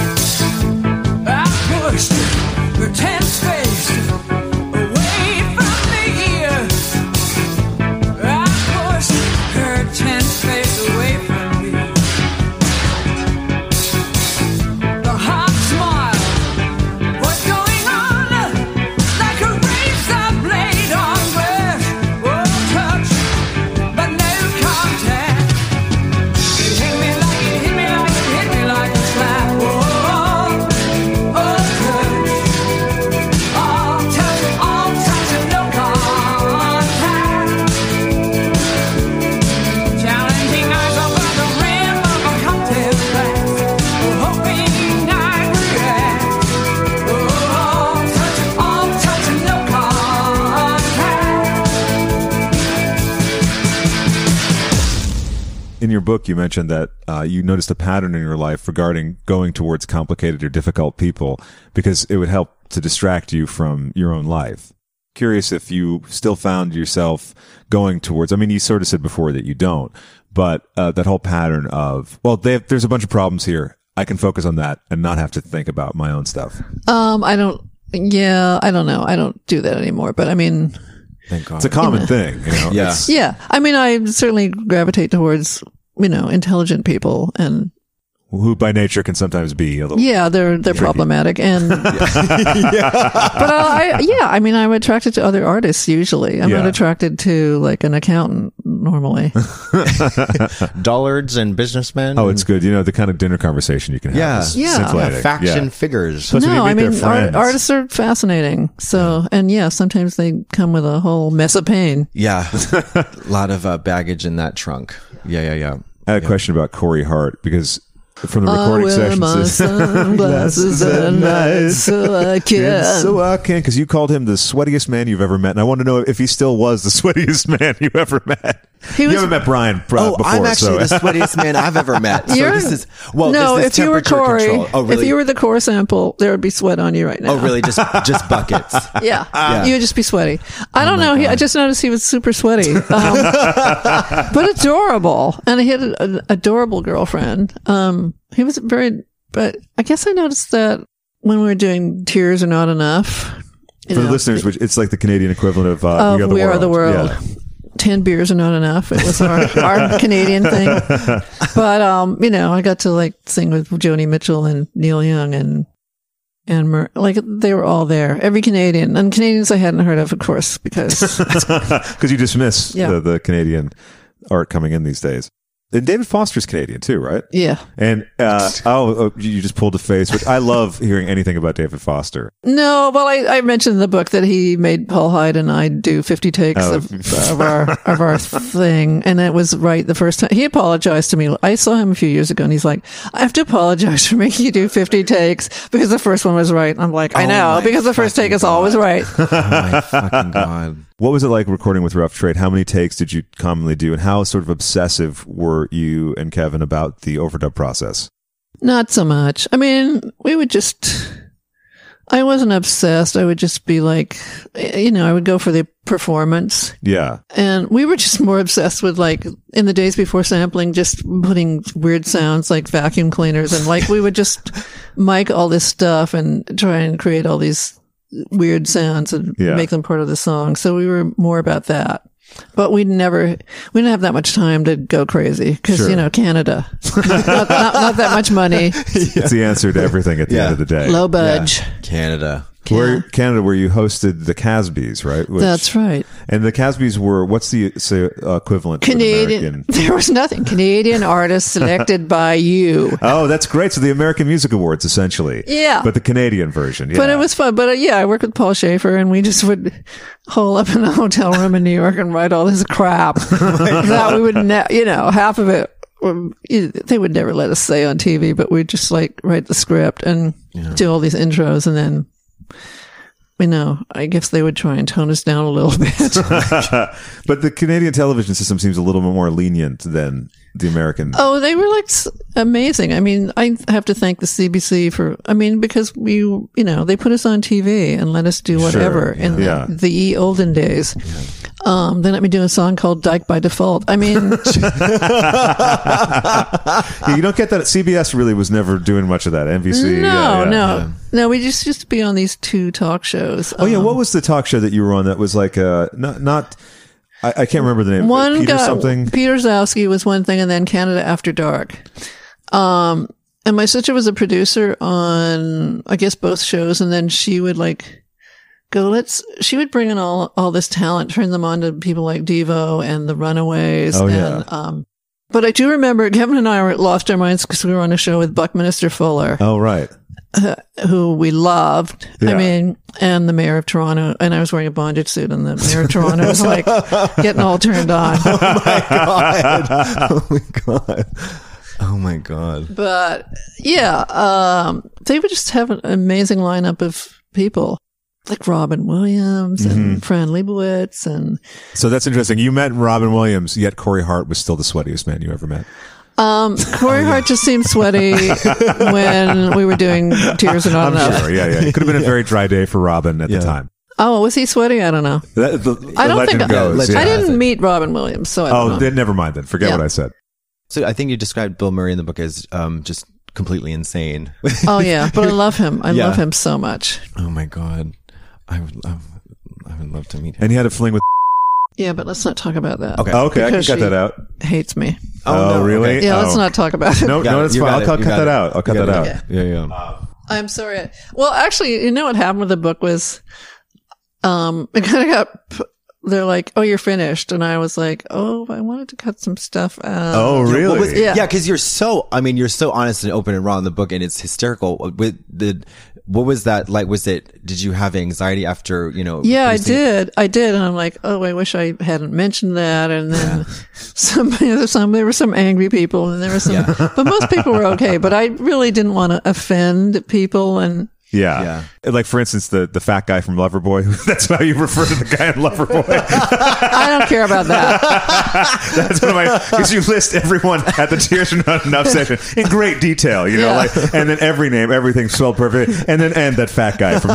[SPEAKER 9] I pushed pretend space away from the ear. I pushed pretend space away from me. The hot smile was going on like a razor blade on glass. Oh, touch, but no contact. It hit me like it hit me like it hit me like a slap. Oh.
[SPEAKER 2] In your book, you mentioned that uh, you noticed a pattern in your life regarding going towards complicated or difficult people because it would help to distract you from your own life. Curious if you still found yourself going towards, I mean, you sort of said before that you don't, but uh, that whole pattern of, well, they there's a bunch of problems here. I can focus on that and not have to think about my own stuff.
[SPEAKER 7] Um, I don't Yeah, I don't know. I don't do that anymore. But I mean,
[SPEAKER 5] Thank God.
[SPEAKER 2] It's a common thing, you know.
[SPEAKER 5] Yeah.
[SPEAKER 2] It's-
[SPEAKER 7] yeah. I mean, I certainly gravitate towards you know intelligent people, and
[SPEAKER 2] who by nature can sometimes be a little.
[SPEAKER 7] yeah, they're they're problematic.
[SPEAKER 2] (laughs)
[SPEAKER 7] And but I, I, yeah, I mean, I'm attracted to other artists usually. I'm not
[SPEAKER 2] Yeah.
[SPEAKER 7] attracted to like an accountant
[SPEAKER 2] (laughs)
[SPEAKER 7] normally.
[SPEAKER 11] Dullards and businessmen.
[SPEAKER 2] Oh, it's good. You know the kind of dinner conversation you can have.
[SPEAKER 5] Yeah.
[SPEAKER 2] is
[SPEAKER 7] Yeah.
[SPEAKER 5] Uh,
[SPEAKER 2] scintillating.
[SPEAKER 11] and faction
[SPEAKER 2] Yeah.
[SPEAKER 11] figures.
[SPEAKER 2] Plus, when you
[SPEAKER 7] no, I
[SPEAKER 2] meet their
[SPEAKER 7] mean art,
[SPEAKER 2] friends-
[SPEAKER 7] artists are fascinating. So, and yeah, sometimes they come with a whole mess of pain.
[SPEAKER 2] (laughs)
[SPEAKER 5] Yeah. A lot of uh, baggage in that trunk. Yeah, yeah, yeah.
[SPEAKER 2] I had a question about Corey Hart because from the recording
[SPEAKER 7] I
[SPEAKER 5] (laughs)
[SPEAKER 7] wear
[SPEAKER 2] sessions.
[SPEAKER 7] my sunglasses at night so I can.
[SPEAKER 2] (laughs) So I can, because you called him the sweatiest man you've ever met, and I want to know if he still was the (laughs) sweatiest man you ever met.
[SPEAKER 7] He
[SPEAKER 2] you
[SPEAKER 7] was-
[SPEAKER 2] haven't met Brian Br-
[SPEAKER 5] Oh,
[SPEAKER 2] before,
[SPEAKER 5] I'm actually
[SPEAKER 2] (laughs) so
[SPEAKER 5] the sweatiest man I've
[SPEAKER 2] (laughs)
[SPEAKER 5] ever met. So
[SPEAKER 7] You're-
[SPEAKER 5] this is well.
[SPEAKER 7] no,
[SPEAKER 5] this,
[SPEAKER 7] if you were Corey,
[SPEAKER 5] Control. Oh, really?
[SPEAKER 7] if you were the core sample, there would be sweat on you right now.
[SPEAKER 5] oh, really? Just just
[SPEAKER 2] (laughs)
[SPEAKER 5] buckets.
[SPEAKER 7] (laughs)
[SPEAKER 5] (laughs)
[SPEAKER 7] Yeah,
[SPEAKER 5] Yeah. Oh
[SPEAKER 7] you would just be sweaty. I don't know. He, I just noticed he was
[SPEAKER 5] (laughs)
[SPEAKER 7] super sweaty, um, but adorable, and he had an, an adorable girlfriend. Um, he was very, but I guess I noticed that when we were doing tears are not enough. you
[SPEAKER 2] for the
[SPEAKER 7] know,
[SPEAKER 2] listeners, which it's like the Canadian equivalent of uh,
[SPEAKER 7] of
[SPEAKER 2] We Are the
[SPEAKER 7] We
[SPEAKER 2] World.
[SPEAKER 7] Are the World.
[SPEAKER 2] Yeah.
[SPEAKER 7] 10 beers are not enough. It was
[SPEAKER 2] (laughs)
[SPEAKER 7] our, our Canadian thing. But, um, you know, I got to like sing with Joni Mitchell and Neil Young and, and Mer- like they were all there. Every Canadian and Canadians I hadn't heard of, of
[SPEAKER 2] (laughs)
[SPEAKER 7] course, because (laughs)
[SPEAKER 2] because you dismiss
[SPEAKER 7] Yeah.
[SPEAKER 2] the, the Canadian art coming in these days. And David Foster's Canadian too, right?
[SPEAKER 7] yeah,
[SPEAKER 2] And
[SPEAKER 7] (laughs)
[SPEAKER 2] uh, oh, oh, you you just pulled a face, which I love hearing anything about David Foster.
[SPEAKER 7] no, well, I, I mentioned in the book that he made Paul Hyde and I do 50 takes
[SPEAKER 2] Oh.
[SPEAKER 7] of, of our, of our thing. And it was right the first time he apologized to me. I saw him a few years ago and he's like, I have to apologize for making you do 50 takes because the first one was right. I'm like, I
[SPEAKER 5] Oh
[SPEAKER 7] know
[SPEAKER 5] my
[SPEAKER 7] because the first take is always right. (laughs)
[SPEAKER 5] Oh my fucking god!
[SPEAKER 2] What was it like recording with Rough Trade? How many takes did you commonly do, and how sort of obsessive were you and Kevin about the overdub process?
[SPEAKER 7] Not so much. I mean, we would just, I wasn't obsessed. I would just be like, you know, I would go for the performance.
[SPEAKER 2] Yeah,
[SPEAKER 7] And we were just more obsessed with like in the days before sampling, just putting weird sounds like vacuum cleaners and like we
[SPEAKER 2] (laughs)
[SPEAKER 7] would just mic all this stuff and try and create all these weird sounds and
[SPEAKER 2] Yeah.
[SPEAKER 7] make them part of the song. So we were more about that. But we never, we didn't have that much time to go crazy because,
[SPEAKER 2] Sure.
[SPEAKER 7] you know, Canada,
[SPEAKER 2] (laughs)
[SPEAKER 7] not, not, not that much money,
[SPEAKER 2] it's the answer to everything at the
[SPEAKER 5] Yeah.
[SPEAKER 2] end of the day.
[SPEAKER 7] low budge.
[SPEAKER 5] Canada.
[SPEAKER 2] Where Canada, where you hosted the Casbys, right? Which-
[SPEAKER 7] That's right.
[SPEAKER 2] And the Casbys were what's the say, uh, equivalent to an
[SPEAKER 7] Canadian,
[SPEAKER 2] American?
[SPEAKER 7] (laughs) there was nothing. Canadian artists selected by you.
[SPEAKER 2] Oh, that's great! So the American Music Awards, essentially.
[SPEAKER 7] Yeah.
[SPEAKER 2] but the Canadian version. Yeah.
[SPEAKER 7] But it was fun. But uh, yeah, I worked with Paul Schaefer, and we just would (laughs) hole up in a hotel room in New York and write all this crap (laughs) that we would, ne- you know, half of it um, you- they would never let us say on TV. But we'd just like write the script and do all these intros, and then. You know, I guess they would try and tone us down a little (laughs) bit.
[SPEAKER 2] But the Canadian television system seems a little bit more lenient than the American.
[SPEAKER 7] Oh, they were like s- amazing. I mean, I have to thank the CBC for, I mean, because we, you know, they put us on TV and let us do whatever in the,
[SPEAKER 2] yeah.
[SPEAKER 7] the ye olden days. Um, they let me do a song called Dyke by Default.
[SPEAKER 2] (laughs)
[SPEAKER 7] I mean,
[SPEAKER 2] Yeah, you don't get that. CBS really was never doing much of that. NBC. yeah,
[SPEAKER 7] Uh, no,
[SPEAKER 2] yeah.
[SPEAKER 7] no, no, we just used to be on these two talk shows.
[SPEAKER 2] Oh yeah, what was the talk show that you were on that was like uh not not I, I can't remember the name.
[SPEAKER 7] one
[SPEAKER 2] Peter
[SPEAKER 7] guy,
[SPEAKER 2] something.
[SPEAKER 7] Peter Zowski was one thing, and then Canada After Dark. Um, and my sister was a producer on, I guess, both shows, and then she would like go. Let's. She would bring in all all this talent, turn them on to people like Devo and the Runaways.
[SPEAKER 2] Oh,
[SPEAKER 7] and,
[SPEAKER 2] yeah.
[SPEAKER 7] Um, but I do remember Kevin and I were lost our minds because we were on a show with Buckminster Fuller
[SPEAKER 2] Oh
[SPEAKER 7] (laughs)
[SPEAKER 2] right.
[SPEAKER 7] who we loved.
[SPEAKER 2] Uh-huh. Yeah.
[SPEAKER 7] I mean, and the mayor of Toronto, and I was wearing a bondage suit, and the mayor of Toronto was like getting all
[SPEAKER 2] (laughs)
[SPEAKER 7] turned on.
[SPEAKER 5] oh my god! Oh my god!
[SPEAKER 7] But yeah, um, they would just have an amazing lineup of people like Robin Williams and Fran Lebowitz, and
[SPEAKER 2] So that's interesting. You met Robin Williams, yet Corey Hart was still the sweatiest man you ever met.
[SPEAKER 7] um, Corey Hart just seemed sweaty when we were doing Tears and
[SPEAKER 2] I'm
[SPEAKER 7] Not Enough.
[SPEAKER 2] sure. Yeah, yeah. It could have been a very dry day for Robin at
[SPEAKER 5] Yeah.
[SPEAKER 2] the time.
[SPEAKER 7] Oh, was he sweaty? I don't know.
[SPEAKER 2] That, the,
[SPEAKER 7] I
[SPEAKER 2] the
[SPEAKER 7] don't
[SPEAKER 2] legend
[SPEAKER 7] think
[SPEAKER 2] goes.
[SPEAKER 5] legend
[SPEAKER 7] I
[SPEAKER 2] yeah.
[SPEAKER 5] has it.
[SPEAKER 7] didn't meet Robin Williams, so I don't
[SPEAKER 2] Oh,
[SPEAKER 7] know.
[SPEAKER 2] then never mind. Then forget
[SPEAKER 7] Yeah.
[SPEAKER 2] what I said.
[SPEAKER 5] So I think you described Bill Murray in the book as um, just completely insane. (laughs)
[SPEAKER 7] Oh yeah, but I love him. I
[SPEAKER 5] Yeah.
[SPEAKER 7] love him so much.
[SPEAKER 5] oh my god, I would love, I would love to meet him.
[SPEAKER 2] And he had a fling with.
[SPEAKER 7] Yeah, but let's not talk about that.
[SPEAKER 5] Okay.
[SPEAKER 2] Okay, I can
[SPEAKER 7] Because
[SPEAKER 2] cut
[SPEAKER 7] she-
[SPEAKER 2] that out.
[SPEAKER 7] Hates me.
[SPEAKER 2] Oh,
[SPEAKER 5] no,
[SPEAKER 2] really?
[SPEAKER 7] Yeah,
[SPEAKER 2] oh.
[SPEAKER 7] let's not talk about it.
[SPEAKER 2] No,
[SPEAKER 5] Got
[SPEAKER 2] no,
[SPEAKER 5] it.
[SPEAKER 2] that's
[SPEAKER 5] You
[SPEAKER 2] fine.
[SPEAKER 5] got
[SPEAKER 2] I'll
[SPEAKER 5] it.
[SPEAKER 2] cut
[SPEAKER 5] You
[SPEAKER 2] cut
[SPEAKER 5] got
[SPEAKER 2] that
[SPEAKER 5] it.
[SPEAKER 2] out. I'll cut
[SPEAKER 5] You
[SPEAKER 2] that out.
[SPEAKER 5] got it. Yeah, yeah.
[SPEAKER 7] I'm sorry. Well, actually, you know what happened with the book was, um, (laughs) it kind of got. p- They're like, "Oh, you're finished," and I was like, "Oh, I wanted to cut some stuff out."
[SPEAKER 2] Oh, really?
[SPEAKER 5] What was-
[SPEAKER 7] Yeah.
[SPEAKER 5] yeah, because you're so. I mean, you're so honest and open and raw in the book, and it's hysterical. With the, what was that like? Was it? Did you have anxiety after you know?
[SPEAKER 7] Yeah, I
[SPEAKER 5] producing-
[SPEAKER 7] did. I did. And I'm like, oh, I wish I hadn't mentioned that. And then (laughs) somebody, (laughs) some, there were some angry people and there were some, but most people were okay. But I really didn't want to offend people. And
[SPEAKER 2] Yeah. Like for instance, the the fat guy from Loverboy. (laughs) That's how you refer to the guy in
[SPEAKER 7] (laughs)
[SPEAKER 2] Loverboy.
[SPEAKER 7] I don't care
[SPEAKER 2] (laughs)
[SPEAKER 7] about that.
[SPEAKER 2] That's one of my because you list everyone at the Tears Are Not Enough section in great detail. You know,
[SPEAKER 7] Yeah.
[SPEAKER 2] like and then every name, everything spelled perfect, and then and that fat guy
[SPEAKER 7] (laughs)
[SPEAKER 2] from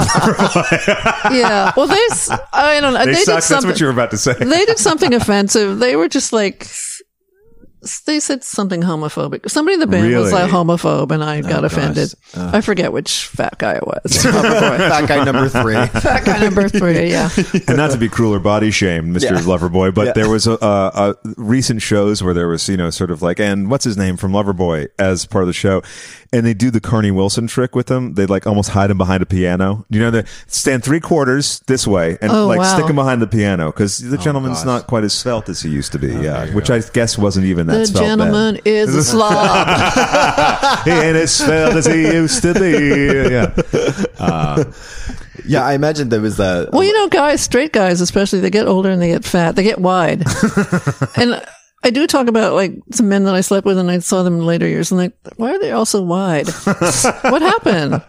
[SPEAKER 7] yeah. Well, they, s- I don't know.
[SPEAKER 2] they,
[SPEAKER 7] They,
[SPEAKER 2] suck.
[SPEAKER 7] did
[SPEAKER 2] That's
[SPEAKER 7] something.
[SPEAKER 2] what you were about to say.
[SPEAKER 7] they did something offensive. They were just like, s- they said something homophobic. Somebody in the band
[SPEAKER 2] Really?
[SPEAKER 7] was like homophobe, and I got offended. I forget which fat guy it (laughs) was. Loverboy.
[SPEAKER 5] Fat
[SPEAKER 2] (laughs)
[SPEAKER 5] guy number three.
[SPEAKER 7] fat guy number three. (laughs) Yeah.
[SPEAKER 2] and not to be cruel or body shamed, Mister Loverboy, but there was a, a, a recent shows where there was you know sort of like and what's his name from Loverboy as part of the show, and they do the Carney Wilson trick with them. They like almost hide him behind a piano. You know, they stand three quarters this way and
[SPEAKER 7] Oh,
[SPEAKER 2] like
[SPEAKER 7] wow.
[SPEAKER 2] stick him behind the piano because the gentleman's not quite as svelte as he used to be. yeah, which I guess wasn't even that.
[SPEAKER 7] The
[SPEAKER 2] svelte then.
[SPEAKER 7] gentleman is (laughs) a slob.
[SPEAKER 2] (laughs) he ain't as svelte as he used to be. Yeah.
[SPEAKER 5] yeah, I imagine there was a.
[SPEAKER 7] Well, you know, guys, straight guys especially, they get older and they get fat. They get (laughs) wide. and I do talk about like some men that I slept with and I saw them in later years and like, why are they all so (laughs) wide? what happened?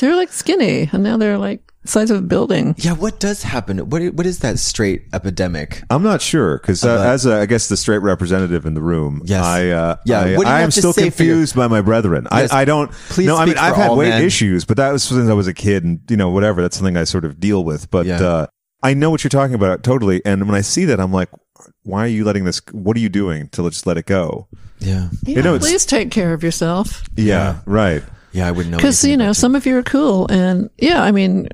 [SPEAKER 7] They were like skinny and now they're like size of a building.
[SPEAKER 5] yeah, what does happen? What what is that straight epidemic?
[SPEAKER 2] I'm not sure because uh, as a, I guess the straight representative in the room,
[SPEAKER 5] Yes.
[SPEAKER 2] I, uh,
[SPEAKER 5] Yeah,
[SPEAKER 2] I,
[SPEAKER 5] what do you
[SPEAKER 2] I am
[SPEAKER 5] have to
[SPEAKER 2] still
[SPEAKER 5] say for your-
[SPEAKER 2] confused by my brethren.
[SPEAKER 5] Yes.
[SPEAKER 2] I, I don't.
[SPEAKER 5] Please
[SPEAKER 2] no, I mean
[SPEAKER 5] speak for
[SPEAKER 2] I've had
[SPEAKER 5] all
[SPEAKER 2] weight
[SPEAKER 5] men.
[SPEAKER 2] issues, but that was since I was a kid, and you know whatever. That's something I sort of deal with. But
[SPEAKER 5] Yeah.
[SPEAKER 2] uh, I know what you're talking about totally. And when I see that, I'm like, why are you letting this? What are you doing to just let it go?
[SPEAKER 5] Yeah,
[SPEAKER 2] You know, it's- Oh,
[SPEAKER 7] Please take care of yourself.
[SPEAKER 2] Yeah, right.
[SPEAKER 5] yeah, I wouldn't know.
[SPEAKER 7] Because,
[SPEAKER 5] anything
[SPEAKER 7] you know,
[SPEAKER 5] about
[SPEAKER 7] some of you are cool. And yeah, I mean,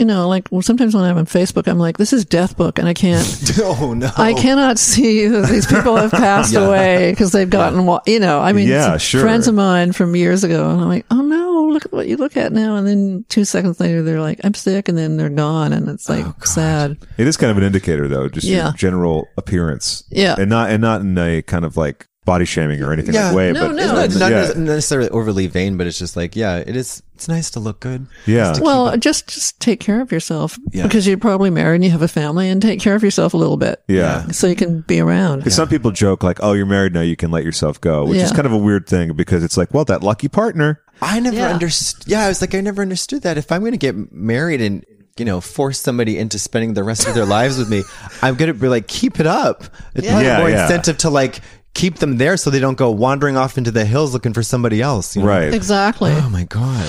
[SPEAKER 7] you know, like well, sometimes when I'm on Facebook, I'm like, this is Death Book and I can't.
[SPEAKER 5] that. oh (laughs) no,
[SPEAKER 7] I cannot see that these people have passed away away because they've gotten, wa- you know, I mean,
[SPEAKER 2] Yeah,
[SPEAKER 7] some
[SPEAKER 2] sure.
[SPEAKER 7] friends of mine from years ago, and I'm like, oh no, look at what you look at now. And then two seconds later, they're like, I'm sick, and then they're gone, and it's like sad.
[SPEAKER 2] It is kind of an indicator, though, just
[SPEAKER 7] Yeah.
[SPEAKER 2] your general appearance.
[SPEAKER 7] Yeah.
[SPEAKER 2] and not and not in a kind of like body shaming or anything
[SPEAKER 5] Yeah.
[SPEAKER 2] like way.
[SPEAKER 7] No,
[SPEAKER 2] but
[SPEAKER 7] no.
[SPEAKER 5] It's not,
[SPEAKER 2] Yeah.
[SPEAKER 5] not necessarily overly vain, but it's just like, yeah, it is. It's nice to look good.
[SPEAKER 2] yeah.
[SPEAKER 7] Well, just just take care of yourself
[SPEAKER 5] Yeah.
[SPEAKER 7] because you're probably married and you have a family, and take care of yourself a little bit,
[SPEAKER 2] yeah.
[SPEAKER 7] so you can be around.
[SPEAKER 2] Because some people joke like, "Oh, you're married now; you can let yourself go," which is
[SPEAKER 7] Yeah.
[SPEAKER 2] kind of a weird thing because it's like, well, that lucky partner.
[SPEAKER 5] I never
[SPEAKER 7] Yeah.
[SPEAKER 5] understood. Yeah, I was like, I never understood that. If I'm going to get married and you know force somebody into spending the rest of their lives (laughs) with me, I'm going to be like, keep it up. It's probably
[SPEAKER 2] Yeah,
[SPEAKER 5] more
[SPEAKER 2] yeah.
[SPEAKER 5] incentive to like keep them there so they don't go wandering off into the hills looking for somebody else. you know?
[SPEAKER 2] Right.
[SPEAKER 7] Exactly.
[SPEAKER 5] Oh my god.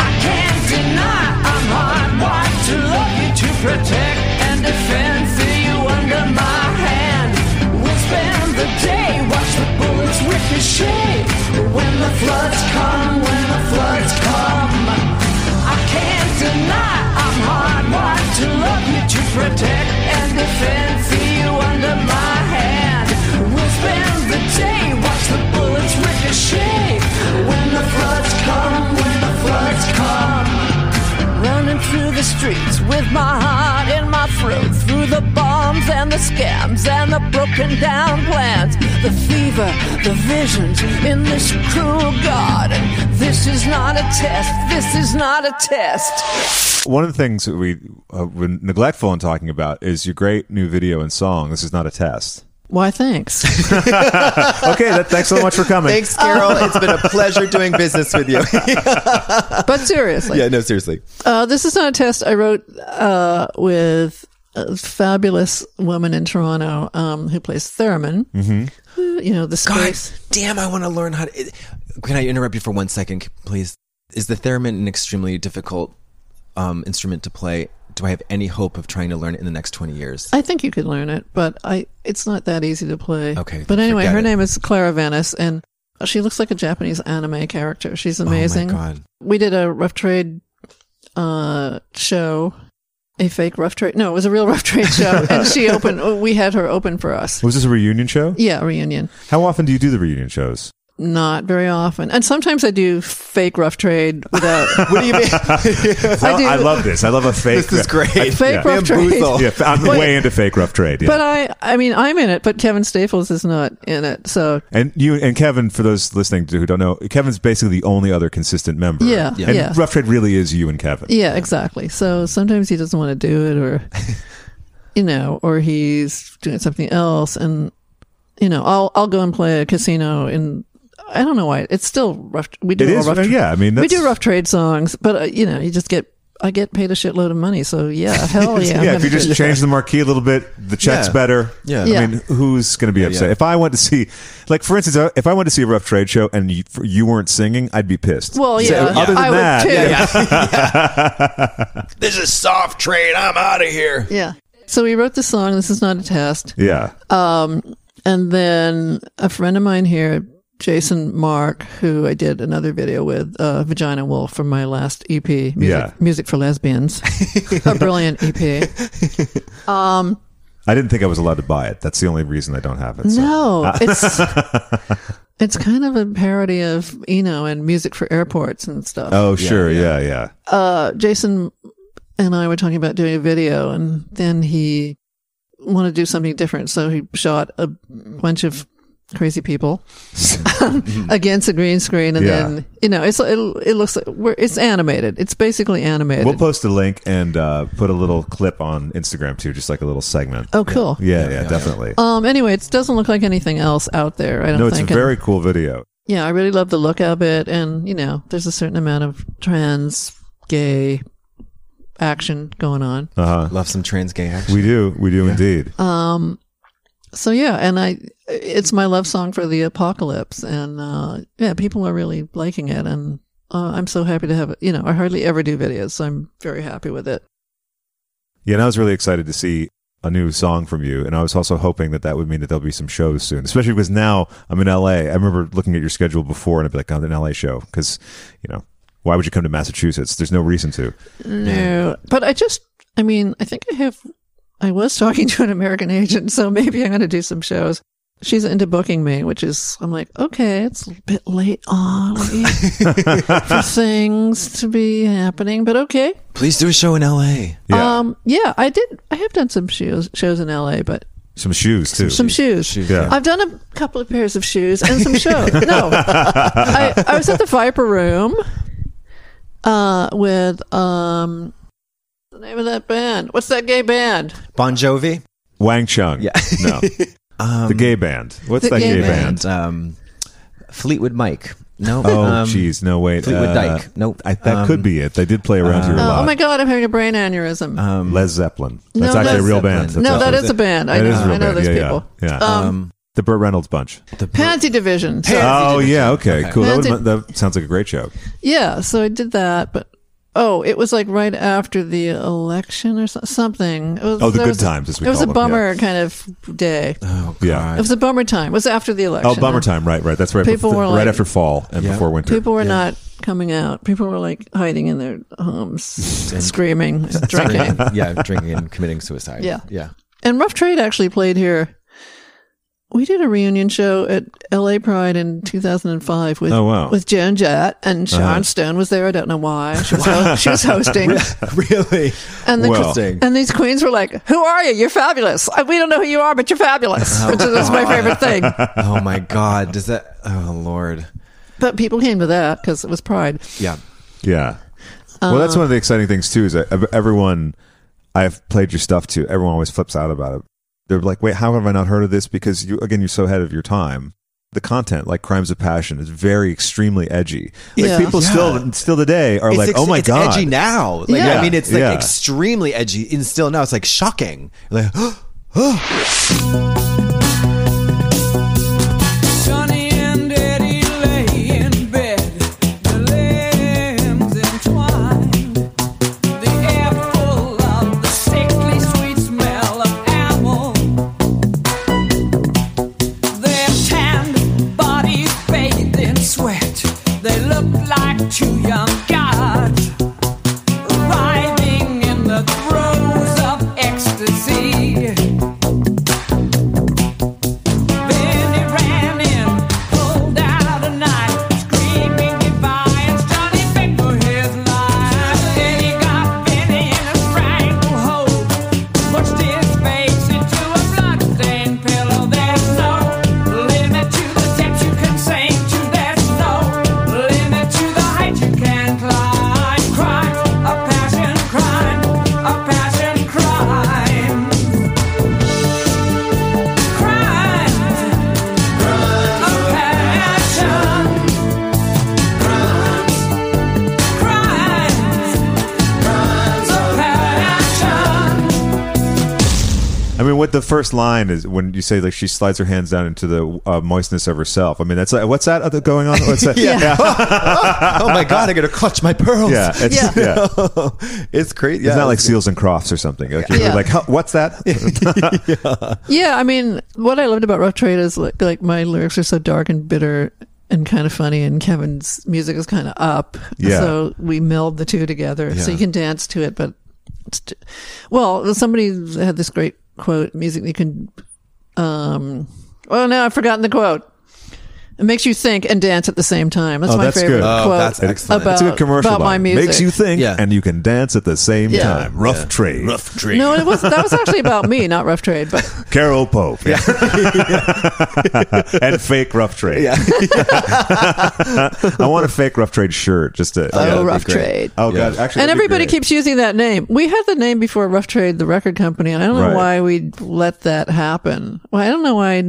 [SPEAKER 9] Can't deny I'm hardwired to love you, to protect and defend. Feel you under my hand. We'll spend the day, watch the bullets ricochet. When the floods come, when the floods come. I can't deny I'm hardwired to love you, to protect and defend. Feel you under my hand. We'll spend the day, watch the bullets ricochet. When the floods come, when the floods come. Running through the streets with my heart in my throat, through the bombs and the scams and the broken down plans, the fever, the visions in this cruel garden. This is not a test, this is not a test.
[SPEAKER 2] One of the things that we uh, were neglectful in talking about is your great new video and song. This is not a
[SPEAKER 7] (laughs)
[SPEAKER 2] test.
[SPEAKER 5] (laughs)
[SPEAKER 7] Why? Thanks.
[SPEAKER 2] Okay, that, thanks so much for coming.
[SPEAKER 5] Thanks, Carol. it's been a pleasure doing business with you.
[SPEAKER 7] but
[SPEAKER 5] (laughs)
[SPEAKER 7] seriously,
[SPEAKER 5] yeah, no, seriously.
[SPEAKER 7] Uh, this is not a test. I wrote uh, with a fabulous woman in Toronto um, who plays Theremin. Mm-hmm. you know the space.
[SPEAKER 5] Damn, I want to learn how to. Can I interrupt you for one second, please? Is the theremin an extremely difficult um, instrument to play? Do I have any hope of trying to learn it in the next 20 years?
[SPEAKER 7] I think you could learn it, but I it's not that easy to play.
[SPEAKER 5] Okay,
[SPEAKER 7] But anyway,
[SPEAKER 5] forget
[SPEAKER 7] her
[SPEAKER 5] it.
[SPEAKER 7] name is Clara Vanis, and She looks like a Japanese anime character. She's
[SPEAKER 5] Oh
[SPEAKER 7] amazing.
[SPEAKER 11] God.
[SPEAKER 7] We did a rough trade uh, show, a fake rough trade. No, it was a real rough
[SPEAKER 5] (laughs)
[SPEAKER 7] trade show, and she opened. We had her open for us.
[SPEAKER 2] Was this a reunion show?
[SPEAKER 7] Yeah, reunion.
[SPEAKER 2] How often do you do the reunion
[SPEAKER 7] (laughs)
[SPEAKER 2] shows?
[SPEAKER 7] Not very often, and sometimes I do fake rough trade without (laughs)
[SPEAKER 11] What do you mean?
[SPEAKER 2] I,
[SPEAKER 7] do-
[SPEAKER 2] I love this. I
[SPEAKER 7] (laughs)
[SPEAKER 2] love a fake.
[SPEAKER 11] this is great.
[SPEAKER 7] fake
[SPEAKER 2] Yeah.
[SPEAKER 7] rough trade.
[SPEAKER 11] Bamboozle.
[SPEAKER 2] (laughs) Yeah, I'm
[SPEAKER 7] But-
[SPEAKER 2] way into fake rough trade. Yeah.
[SPEAKER 7] But I, I mean, I'm in it, but Kevin Staples is not in it. So
[SPEAKER 2] and you and Kevin, for those listening to who don't know, Kevin's basically the only other consistent member.
[SPEAKER 7] Yeah, Yeah.
[SPEAKER 2] And
[SPEAKER 7] yeah.
[SPEAKER 2] rough trade really is you and Kevin.
[SPEAKER 7] yeah, exactly. So sometimes he doesn't want to do it,
[SPEAKER 2] (laughs)
[SPEAKER 7] or you know, or he's doing something else, and you know, I'll I'll go and play a casino in. I don't know why it's still rough. We do
[SPEAKER 2] It
[SPEAKER 7] all
[SPEAKER 2] is.
[SPEAKER 7] rough.
[SPEAKER 2] uh, yeah, I mean,
[SPEAKER 7] we
[SPEAKER 2] that's,
[SPEAKER 7] do rough trade songs, but uh, you know, you just get I get paid a shitload of money, so yeah, hell yeah.
[SPEAKER 2] (laughs)
[SPEAKER 7] I'm
[SPEAKER 2] yeah, if you
[SPEAKER 7] gonna do
[SPEAKER 2] just
[SPEAKER 7] it.
[SPEAKER 2] change the marquee a little bit, the check's
[SPEAKER 11] Yeah.
[SPEAKER 2] better.
[SPEAKER 11] Yeah.
[SPEAKER 7] Yeah.
[SPEAKER 2] I mean, who's going to be upset?
[SPEAKER 11] yeah.
[SPEAKER 2] If I went to see, like, for instance, uh, if I went to see a rough trade show and you, you weren't singing, I'd be pissed.
[SPEAKER 7] Well,
[SPEAKER 2] So,
[SPEAKER 7] yeah,
[SPEAKER 2] other than
[SPEAKER 7] I
[SPEAKER 2] that,
[SPEAKER 7] would too.
[SPEAKER 2] yeah.
[SPEAKER 11] This is soft trade. I'm out of here.
[SPEAKER 7] yeah. So we wrote this song. This is not a test.
[SPEAKER 2] yeah.
[SPEAKER 7] And then a friend of mine here, Jason Mark, who I did another video with, uh, Vagina Wolf from my last EP, Music,
[SPEAKER 2] Yeah.
[SPEAKER 7] Music
[SPEAKER 2] (laughs)
[SPEAKER 7] for Lesbians, a brilliant E EP.
[SPEAKER 2] I didn't think I was allowed to buy it. That's the only reason I don't have it. so.
[SPEAKER 7] No,
[SPEAKER 2] (laughs)
[SPEAKER 7] it's it's kind of a parody of Eno and music for airports and stuff.
[SPEAKER 2] Oh, sure. Yeah, yeah.
[SPEAKER 7] uh, Jason and I were talking about doing a video, and then he wanted to do something different, so he shot a bunch of
[SPEAKER 2] (laughs)
[SPEAKER 7] crazy people against a green screen, and
[SPEAKER 2] Yeah.
[SPEAKER 7] then you know it's it, it looks like we're, it's animated. It's basically animated.
[SPEAKER 2] We'll post a link and uh, put a little clip on Instagram too, just like a little segment.
[SPEAKER 7] oh, cool.
[SPEAKER 2] Yeah, yeah, definitely.
[SPEAKER 7] Um. Anyway, it doesn't look like anything else out there. I don't
[SPEAKER 2] no, it's a
[SPEAKER 7] think.
[SPEAKER 2] very cool video.
[SPEAKER 7] yeah, I really love the look of it, and you know, there's a certain amount of trans, gay action going on.
[SPEAKER 11] Love some trans gay action.
[SPEAKER 2] Uh-huh. We do, we do indeed.
[SPEAKER 7] Um, so yeah and i it's my love song for the apocalypse and uh yeah people are really liking it and uh, i'm so happy to have it you know i hardly ever do videos so i'm very happy with it
[SPEAKER 2] Yeah, and I was really excited to see a new song from you, and I was also hoping that that would mean that there'll be some shows soon, especially because now I'm in LA. I remember looking at your schedule before, and I'd be like, "I'm an LA show," because you know, why would you come to Massachusetts? There's no reason to.
[SPEAKER 7] no but i just i mean i think i have i was (laughs) talking to an american agent so maybe i'm going to do some shows she's into booking me which is i'm like okay it's a bit late on for things to be happening but okay
[SPEAKER 11] Please do a show in L.A.
[SPEAKER 2] Yeah,
[SPEAKER 7] um yeah i did i have done some shows shows in la but
[SPEAKER 2] some shoes too.
[SPEAKER 7] some shoes.
[SPEAKER 2] Yeah.
[SPEAKER 7] I've done a couple of pairs of shoes and some
[SPEAKER 2] (laughs)
[SPEAKER 7] shows. no, I, I was at the Viper Room uh, with um, the name of that band. What's that gay band?
[SPEAKER 11] Bon Jovi.
[SPEAKER 2] Wang Chung.
[SPEAKER 11] Yeah.
[SPEAKER 7] (laughs)
[SPEAKER 2] no, the gay band. What's
[SPEAKER 7] Um, The
[SPEAKER 2] that gay,
[SPEAKER 7] gay
[SPEAKER 2] band?
[SPEAKER 11] And um, Fleetwood Mike. No.
[SPEAKER 2] Oh,
[SPEAKER 11] um,
[SPEAKER 2] jeez, no wait. uh,
[SPEAKER 11] Fleetwood Dyke. Nope.
[SPEAKER 2] I, that
[SPEAKER 11] Um,
[SPEAKER 2] could be it. They did play around here a
[SPEAKER 7] Oh,
[SPEAKER 2] lot.
[SPEAKER 7] oh my God, I'm having a brain aneurysm.
[SPEAKER 2] Les Zeppelin.
[SPEAKER 7] No,
[SPEAKER 2] That's actually a
[SPEAKER 7] Les
[SPEAKER 2] real
[SPEAKER 11] Zeppelin.
[SPEAKER 2] band. Uh, That's
[SPEAKER 7] no, that
[SPEAKER 2] actually-
[SPEAKER 7] is a band. I
[SPEAKER 2] That
[SPEAKER 7] know,
[SPEAKER 2] is a real
[SPEAKER 7] I know
[SPEAKER 2] band.
[SPEAKER 7] those
[SPEAKER 2] Yeah, yeah,
[SPEAKER 7] people.
[SPEAKER 2] yeah.
[SPEAKER 7] Um,
[SPEAKER 2] the Burt Reynolds bunch.
[SPEAKER 11] The
[SPEAKER 7] Pansy Division. so-
[SPEAKER 2] Oh yeah, okay, cool. That,
[SPEAKER 7] That's
[SPEAKER 2] would, that sounds like a great show.
[SPEAKER 7] Yeah, so I did that, but oh, it was like right after the election or so- something. It was,
[SPEAKER 2] Oh, the
[SPEAKER 7] there
[SPEAKER 2] good
[SPEAKER 7] was-
[SPEAKER 2] times, as we
[SPEAKER 7] It was
[SPEAKER 2] call
[SPEAKER 7] a
[SPEAKER 2] them,
[SPEAKER 7] bummer kind of day.
[SPEAKER 5] Oh,
[SPEAKER 2] Yeah.
[SPEAKER 7] It was a bummer time. It was after the election.
[SPEAKER 2] Oh, bummer time. Right, right. That's right.
[SPEAKER 7] People
[SPEAKER 2] before,
[SPEAKER 7] were
[SPEAKER 2] right
[SPEAKER 7] like-
[SPEAKER 2] after fall and before winter.
[SPEAKER 7] People were not coming out. People were like hiding in their
[SPEAKER 2] (laughs)
[SPEAKER 7] homes, screaming, and (laughs) drinking.
[SPEAKER 11] yeah, drinking and committing suicide.
[SPEAKER 7] Yeah.
[SPEAKER 5] (laughs)
[SPEAKER 11] Yeah.
[SPEAKER 7] and Rough Trade actually played here. We did a reunion show at LA Pride in 2005 with
[SPEAKER 2] Oh, wow. Uh-huh.
[SPEAKER 7] with Joan Jett and Sharon Stone was there. I don't know why she was,
[SPEAKER 2] (laughs)
[SPEAKER 7] ho- she was hosting.
[SPEAKER 11] really?
[SPEAKER 7] And the
[SPEAKER 2] Well.
[SPEAKER 7] and these queens were like, "Who are you? You're fabulous. Uh, We don't know who you are, but you're fabulous,"
[SPEAKER 2] (laughs)
[SPEAKER 7] which is my favorite thing.
[SPEAKER 11] Oh my God. Does that? Oh Lord.
[SPEAKER 7] But people came to that because it was Pride.
[SPEAKER 11] Yeah.
[SPEAKER 2] Yeah. well, that's one of the exciting things too. Is that ev- everyone I've played your stuff to, everyone always flips out about it. They're like, "Wait, how have I not heard of this?" Because you, again, you're so ahead of your time. The content, like Crimes of Passion, is very extremely edgy. Like
[SPEAKER 7] Yeah.
[SPEAKER 2] people still, still today are like,
[SPEAKER 11] ex-
[SPEAKER 2] "Oh my
[SPEAKER 11] it's
[SPEAKER 2] god,
[SPEAKER 11] edgy now. Like,
[SPEAKER 7] Yeah.
[SPEAKER 11] I mean, it's like
[SPEAKER 2] Yeah.
[SPEAKER 11] extremely edgy. And still now, it's like shocking. Like, (gasps) oh
[SPEAKER 9] Johnny and Eddie lay in bed, their limbs entwined. The air full of the sickly sweet smell of ammo. Their tanned bodies bathed
[SPEAKER 2] mean, what the first line is when you say like she slides her hands down into the uh, moistness of herself. I mean, that's like what's that other going on? What's that?
[SPEAKER 11] Yeah.
[SPEAKER 5] oh my god, I gotta clutch my pearls.
[SPEAKER 2] (laughs) Yeah, it's, yeah.
[SPEAKER 11] it's crazy.
[SPEAKER 2] it's not like Seals and Crofts or something. Like, you're
[SPEAKER 7] Yeah.
[SPEAKER 2] like huh, what's
[SPEAKER 7] (laughs)
[SPEAKER 2] that?
[SPEAKER 7] Yeah, I mean, what I loved about Rough Trade is like, like my lyrics are so dark and bitter and kind of funny, and Kevin's music is kind of up.
[SPEAKER 2] Yeah.
[SPEAKER 7] So we meld the two together. So you can dance to it, but it's t- well, somebody had this great quote: "Music you can." Um, well, now I've forgotten the quote. It makes you think and dance at the same time. That's
[SPEAKER 2] Oh,
[SPEAKER 7] my
[SPEAKER 2] that's
[SPEAKER 7] favorite
[SPEAKER 2] good. Oh,
[SPEAKER 7] quote.
[SPEAKER 11] that's excellent.
[SPEAKER 7] About,
[SPEAKER 2] It's a good commercial.
[SPEAKER 7] about my
[SPEAKER 2] line.
[SPEAKER 7] music.
[SPEAKER 2] Makes you think,
[SPEAKER 11] Yeah.
[SPEAKER 2] and you can dance at the same
[SPEAKER 7] Yeah.
[SPEAKER 2] time. Rough trade.
[SPEAKER 4] Rough drink.
[SPEAKER 7] No, it was that was actually about me, not Rough
[SPEAKER 2] (laughs)
[SPEAKER 7] Trade, but oh,
[SPEAKER 2] Carol Pope. (laughs) and fake rough trade. (laughs) I want a fake rough trade shirt just to.
[SPEAKER 7] oh,
[SPEAKER 11] that'd be
[SPEAKER 7] Rough
[SPEAKER 11] great.
[SPEAKER 7] Trade.
[SPEAKER 2] Oh, God. Actually,
[SPEAKER 7] and
[SPEAKER 2] that'd be
[SPEAKER 7] everybody
[SPEAKER 2] great.
[SPEAKER 7] keeps using that name. We had the name before Rough Trade, the record company, and I don't know
[SPEAKER 2] Right.
[SPEAKER 7] why we let that happen. Well, I don't know why